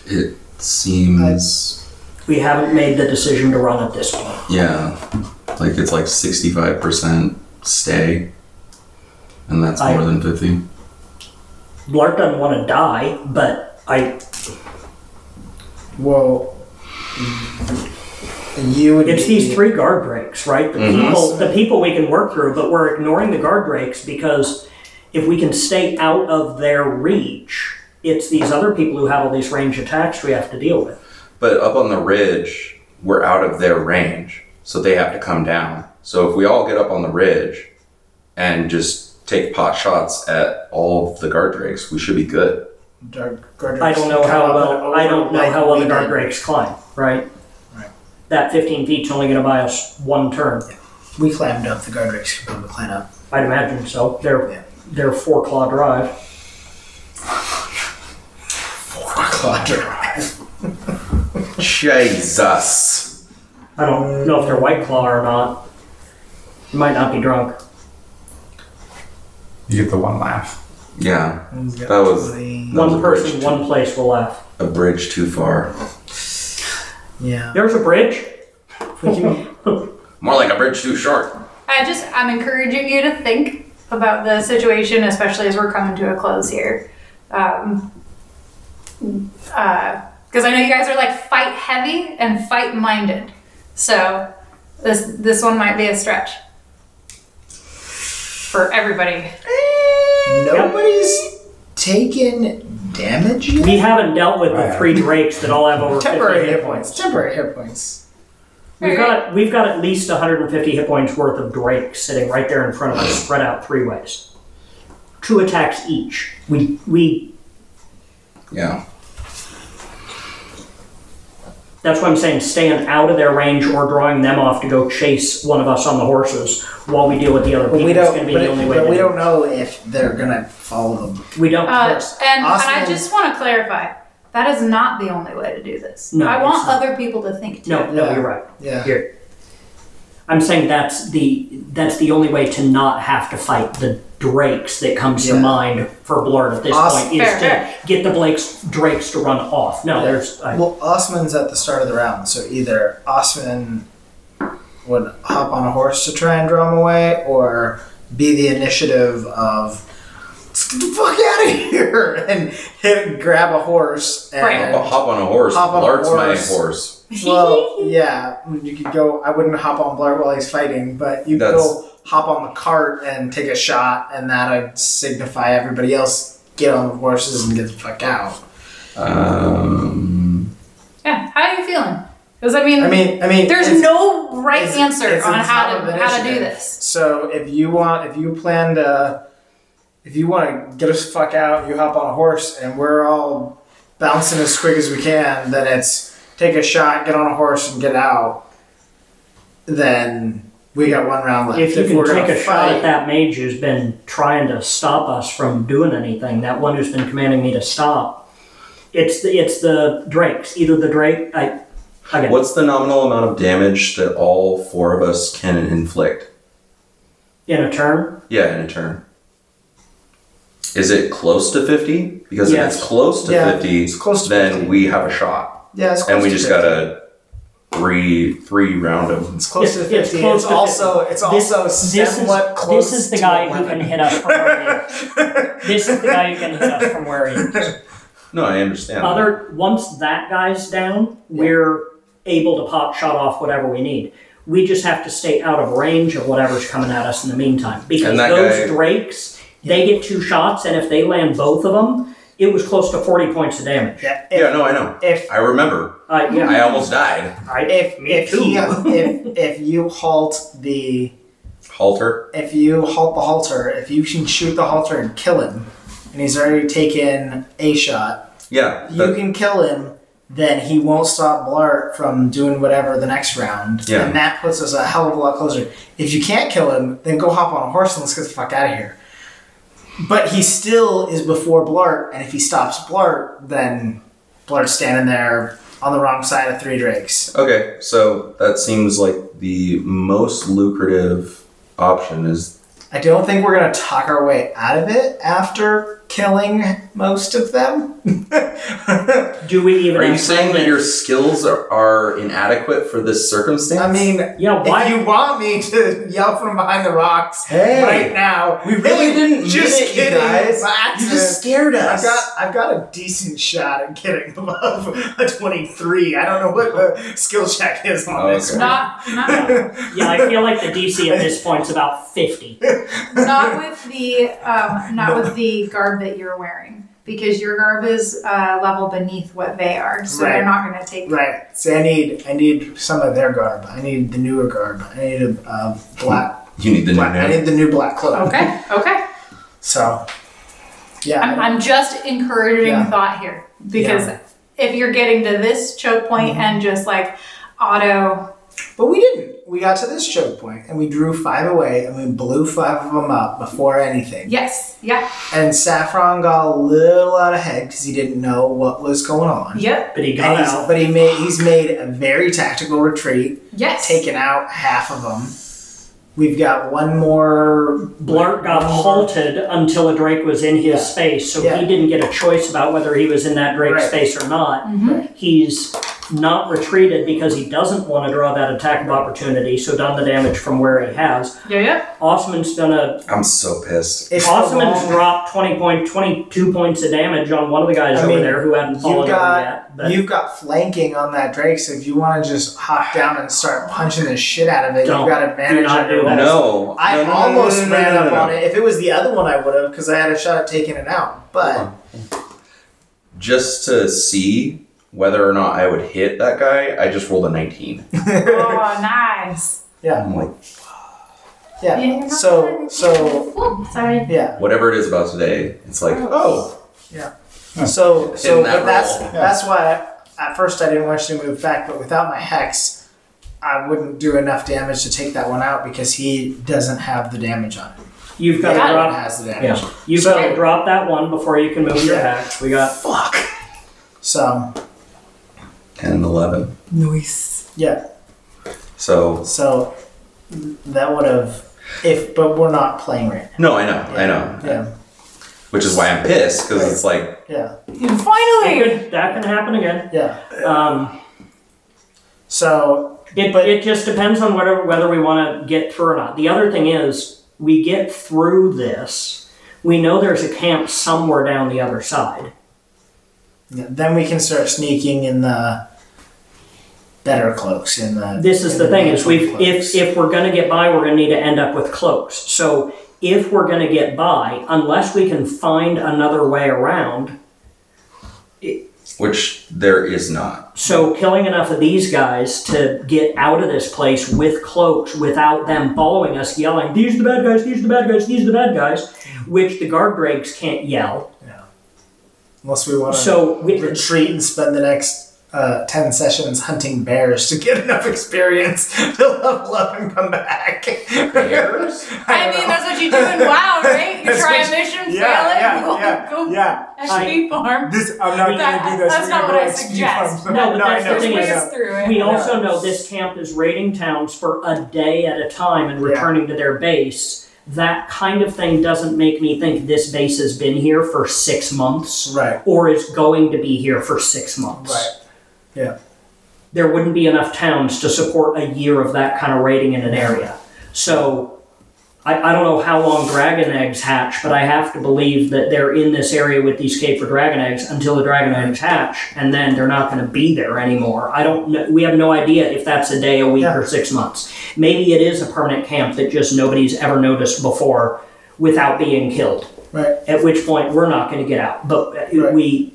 It seems we haven't made the decision to run at this point. yeah, like it's like sixty-five percent stay, and that's I- more than fifty. Blart doesn't want to die, but I. Well, you would. It's be- these three guard breaks, right? The Mhm. people, the people we can work through, but we're ignoring the guard breaks because if we can stay out of their reach, it's these other people who have all these range attacks we have to deal with. But up on the ridge, we're out of their range, so they have to come down. So if we all get up on the ridge and just take pot shots at all of the guard drakes, we should be good. Dark Gardeners I don't know come how up well. and I don't know overnight how well we the guard did. breaks climb, right? Right. That 15 feet's only going to buy us one turn. We climbed up. The guard breaks should be able to climb up. I'd imagine so. They're Yeah. they're four claw drive. Jesus. I don't know if they're white claw or not. You might not be drunk. You get the one laugh. Yeah, that was that was a one person, bridge one place will laugh. too, a bridge too far. Yeah. There's a bridge. More like a bridge too short. I just I'm encouraging you to think about the situation, especially as we're coming to a close here, because uh, I know you guys are like fight heavy and fight minded. So this this one might be a stretch for everybody. Nobody's taken damage yet? We haven't dealt with the three drakes that all have over 50 Temporary hit hit points. points. Temporary hit points. We've got we've got at least 150 hit points worth of drakes sitting right there in front of us, spread out three ways. Two attacks each. We we Yeah, that's what I'm saying. Staying out of their range or drawing them off to go chase one of us on the horses while we deal with the other But people we is going to don't. be the But, only way. but to we do don't know if they're gonna follow them. it. We don't. Uh, course. and, and I Austin- just want to clarify that is not the only way to do this. No, I want it's not. other people to think too. no, no, yeah. you're right. Yeah. Here. I'm saying that's the that's the only way to not have to fight the drakes that comes Yeah. to mind for Blurt at this Awesome. point is Fair, fair. to get the Blake's drakes to run off. No, there's I, Well, Osman's at the start of the round, so either Osman would hop on a horse to try and draw him away, or be the initiative of "Let's get the fuck out of here and hit, grab a horse and Right. hop, hop on a horse. Hop on a Lark's my horse. horse. well, yeah, you could go. I wouldn't hop on Blair while he's fighting, but you could That's- go hop on the cart and take a shot, and that'd signify everybody else get on the horses and get the fuck out. Um, Yeah. How are you feeling? Because I mean, I mean, I mean, there's it's- no right it's- answer it's on the how top to of how to do initiative. this. So if you want, if you plan to, if you want to get us the fuck out, you hop on a horse, and we're all bouncing as quick as we can. Then it's take a shot, get on a horse, and get out. Then we got one round left. if you we're can gonna take a shot fight- at that mage who's been trying to stop us from doing anything, that one who's been commanding me to stop, it's the it's the drakes. Either the drake I again what's the nominal amount of damage that all four of us can inflict? in a turn. Yeah, in a turn. Is it close to fifty? Because Yes. if it's close to Yeah, fifty, it's close to then 50. we have a shot, yeah, it's close and we to just 50. gotta three three round them. It's close to It's- fifty. it's It's, close to also it's This- also this somewhat is, close. This is the to guy who can 11. hit us from where he is. This is the guy who can hit us from where he is. No, I understand. Other once that guy's down, we're able to pop shot off whatever we need. We just have to stay out of range of whatever's coming at us in the meantime. Because And that those guy- drakes, they get two shots, and if they land both of them, it was close to forty points of damage. Yeah, if, yeah, no, I know. if I remember. Uh, yeah, I almost died. I- if me if, too. he, if if you halt the Halter. if you halt the halter, if you can shoot the halter and kill him, and he's already taken a shot, Yeah. you that- can kill him. Then he won't stop Blart from doing whatever the next round, Yeah. and that puts us a hell of a lot closer. If you can't kill him, then go hop on a horse and let's get the fuck out of here. But he still is before Blart, and if he stops Blart, then Blart's standing there on the wrong side of three drakes. Okay, so that seems like the most lucrative option is I don't think we're gonna talk our way out of it after killing most of them. do we even? Are you have saying time that to- your skills are, are inadequate for this circumstance? I mean, Yeah, if why? you want me to yell from behind the rocks Hey, right now, we really hey, didn't mean Just it, you kidding. guys. by you accident. just scared I've us. got, I've got a decent shot at getting above a 23. I don't know what the skill check is on Oh, this. okay. Not not one. yeah, I feel like the DC at this point's about fifty. not with the um, not with the garb that you're wearing because your garb is uh, level beneath what they are, so Right. they're not going to take. right. See, I need, I need some of their garb. I need the newer garb. I need a uh, black, you need the new black. I name. need the new black cloak. Okay, okay. So, yeah. I'm, I'm just encouraging Yeah. thought here because if you're getting to this choke point and just like auto, But we didn't. We got to this choke point and we drew five away and we blew five of them up before anything. yes, yeah, And Saffron got a little out ahead because he didn't know what was going on. yep, But he got And he's, out. but he made he's made a very tactical retreat, yes. taking out half of them. We've got one more. Blart got halted until a Drake was in his Yeah. space, so Yeah. he didn't get a choice about whether he was in that Drake Right. space or not. Mhm. He's not retreated because he doesn't want to draw that attack of opportunity, so done the damage from where he has. Yeah, yeah. Osman's gonna I'm so pissed. It's the Osman's long- dropped 20 point, 22 points of damage on one of the guys I over mean, there who hadn't you fallen got- over yet. But You've got flanking on that Drake, so if you want to just hop down and start punching the shit out of it, Don't. you've got advantage not on do your that. No. rolls. I No, no, no, almost no, no, no, ran no, up no. on it. If it was the other one, I would have, because I had a shot at taking it out. But Just to see whether or not I would hit that guy, I just rolled a 19. Oh, nice. I'm like, yeah. Yeah. So, so Ooh, sorry. yeah. whatever it is about today, it's like, oh, So, so Hitting that but that's roll. that's why at first I didn't want you to move back, but without my hex, I wouldn't do enough damage to take that one out because he doesn't have the damage on it. you've got The to other drop one has the damage. Yeah. You've So- got to drop that one before you can move your attack. We got Fuck. So 10 and 11. Nice. yeah, So, so that would have if, but we're not playing right. no, I know, I know. Yeah, Which is why I'm pissed, because it's like, yeah, it Finally. could- that can happen again. yeah. Um, So it But- it just depends on whether whether we want to get through or not. The other thing is we get through this. We know there's a camp somewhere down the other side. yeah, then we can start sneaking in the better cloaks in the. This is in the thing is mantle we cloaks. if if we're going to get by, we're going to need to end up with cloaks. So if we're going to get by, unless we can find another way around, which there is not. So killing enough of these guys to get out of this place with cloaks without them following us yelling, These are the bad guys, these are the bad guys, these are the bad guys, which the guard drakes can't yell. unless we want to So we, retreat and spend the next uh, ten sessions hunting bears to get enough experience to level up and come back. Bears? I, mean, that's what you do in WoW, right? You That's try what a mission, fail it, Yeah, go, yeah, go yeah, yeah. XP farm. This I'm not That- gonna do this. that's We're not gonna what go I XP suggest. farm. No, but I that's the know. thing is- Ways through it. we also know this camp is raiding towns for a day at a time and Yeah. returning to their base. That kind of thing doesn't make me think this base has been here for six months right. or is going to be here for six months. Right. Yeah. there wouldn't be enough towns to support a year of that kind of rating in an area. So I, I don't know how long dragon eggs hatch, but I have to believe that they're in this area with these cave for dragon eggs until the dragon eggs hatch, and then they're not going to be there anymore. I don't know. We have no idea if that's a day, a week, Yeah. or six months. Maybe it is a permanent camp that just nobody's ever noticed before without being killed. Right. At which point we're not going to get out, but uh, Right. we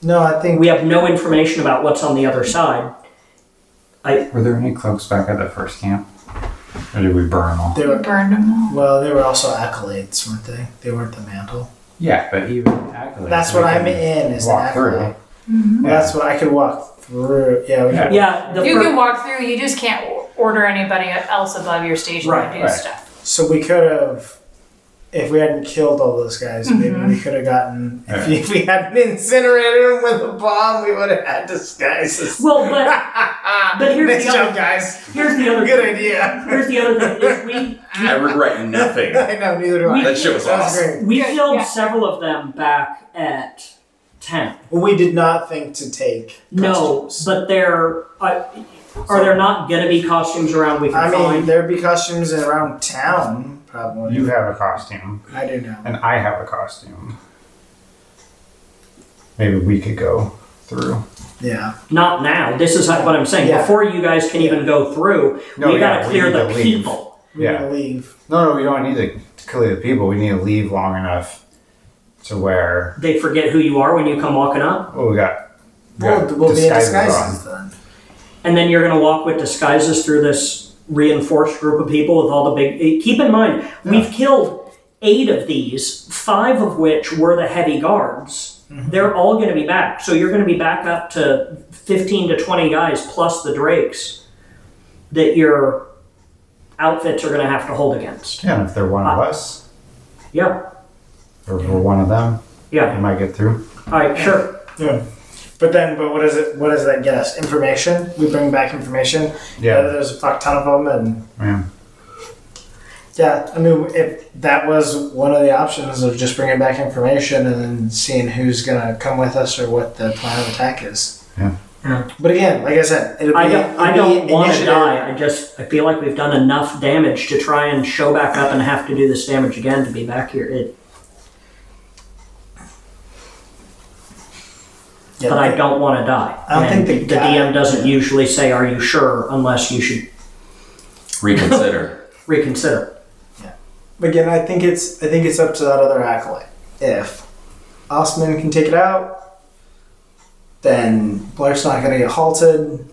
No, I think we have no information about what's on the other side. Were there any cloaks back at the first camp? Or did we burn them all? they were. Burned them all. Well, they were also accolades, weren't they? They weren't the mantle. Yeah, but even accolades. That's we what I'm can in. Is Walk an through. accolade. That's what I could walk through. Yeah, we Yeah. could. Yeah, the you fir- can walk through, you just can't order anybody else above your station Right, to do right. stuff. So we could have, if we hadn't killed all those guys, Mm-hmm. maybe we could have gotten. If, Alright. we- if we hadn't incinerated them with a bomb, we would have had disguises. well, but but here's Nice the other- job, guys. here's the other Good idea. here's the other thing is we I regret nothing. I know, neither do I. We- That shit was That was awesome. great. we Good, killed yeah. several of them back at town. We did not think to take. No, costumes. but there I are there not gonna be costumes around we can I mean, find? there'd be costumes around town, probably. You have a costume, I do know. and I have a costume. Maybe we could go through. Yeah. Not now. This is what I'm saying. Yeah. Before you guys can even go through, No, we yeah, gotta we clear need the to leave. people. We're Yeah. gonna leave. No, no, we don't need to clear the people. We need to leave long enough to where. They forget who you are when you come walking up, Oh, we got. we We'll, got we'll be in disguises disguises then. and then you're gonna walk with disguises through this reinforced group of people with all the big. eh, Keep in mind, we've killed eight of these, five of which were the heavy guards. Mm-hmm. They're all going to be back, so you're going to be back up to fifteen to twenty guys plus the drakes that your outfits are going to have to hold against. Yeah, and if they're one of us, Yeah, or if we're one of them, we yeah. might get through. All right, sure. Yeah. But then, but what is it? What does that get us? Information. We bring back information. Yeah. There's a fuck ton of them, and Yeah. Yeah, I mean, if that was one of the options of just bringing back information and then seeing who's gonna come with us or what the plan of attack is. Yeah. Yeah. But again, like I said, it'll be. I don't, I it'll be don't want to initiative. die. I just I feel like we've done enough damage to try and show back up and have to do this damage again to be back here. It, Yeah, but I don't want to die. I don't And think the the guy- DM doesn't usually say, "Are you sure?" Unless you should Reconsider. reconsider. Again, I think it's I think it's up to that other acolyte. If Osman can take it out, then Blart's not going to get halted.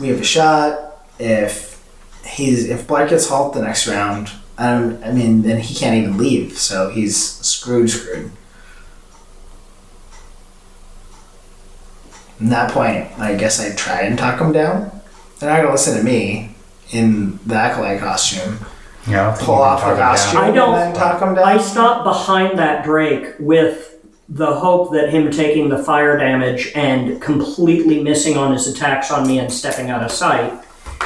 We have a shot. If he's if Blart gets halted the next round, I don't. I mean, then he can't even leave, so he's screwed, screwed. At that point, I guess I try and talk him down. They're not going to listen to me in the acolyte costume Yeah, I don't think pull you can off talk the it down. costume I don't- and then talk him down. I stopped behind that Drake with the hope that him taking the fire damage and completely missing on his attacks on me and stepping out of sight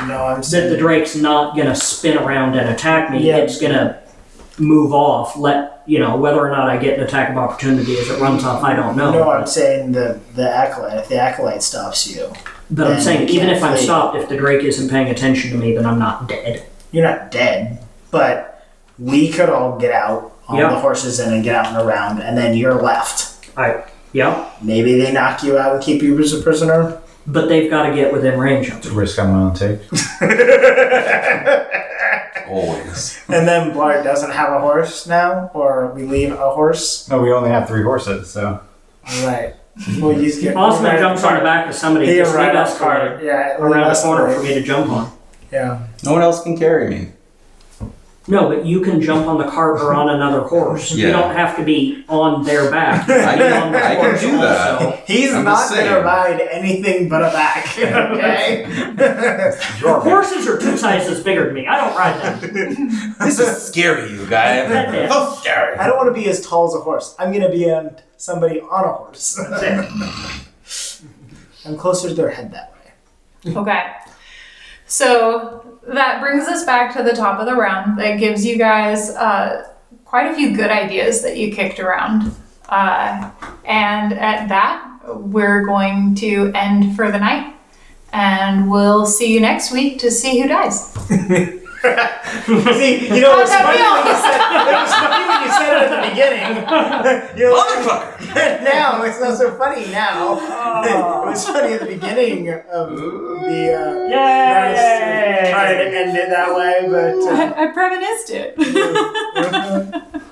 no, I'm that the saying drake's not gonna spin around and attack me. Yeah. It's gonna move off. Let you know whether or not I get an attack of opportunity as it runs off. I don't know. no, I'm saying the the acolyte. If the acolyte stops you, but I'm and saying you even can't if I'm flee. stopped, if the drake isn't paying attention to me, then I'm not dead. you're not dead, but we could all get out on Yeah. the horses and then get out and around, and then you're left. Yep. Maybe they knock you out and keep you as a prisoner. But they've got to get within range of It's me. a risk I'm willing to take. Always. And then Blart doesn't have a horse now, or we leave a horse. No, we only have three horses, so Right. Well, you just get Osman jumps on the back of somebody. He Just right leave off us card. Yeah, around the us corner for card. me to jump on. Yeah. No one else can carry me. No, but you can jump on the cart or on another horse. You Yeah. don't have to be on their back. You I be can- on the I can horse do that. also. He's I'm not just going to saying. ride anything but a back. Okay. you're Horses are two sizes bigger than me. I don't ride them. This is scary, you guys. That's it. So scary. I don't want to be as tall as a horse. I'm going to be on somebody on a horse. I'm closer to their head that way. Okay. So that brings us back to the top of the round. That gives you guys uh, quite a few good ideas that you kicked around. Uh, and at that, we're going to end for the night. And we'll see you next week to see who dies. See, you know, it was How'd that funny when feel? you said it was funny when you said it at the beginning. You Motherfucker! know, now it's not so funny now. it was funny at the beginning of Um, the. Uh, Yay! Trying to end it that way, but. I, I premonised it. Uh,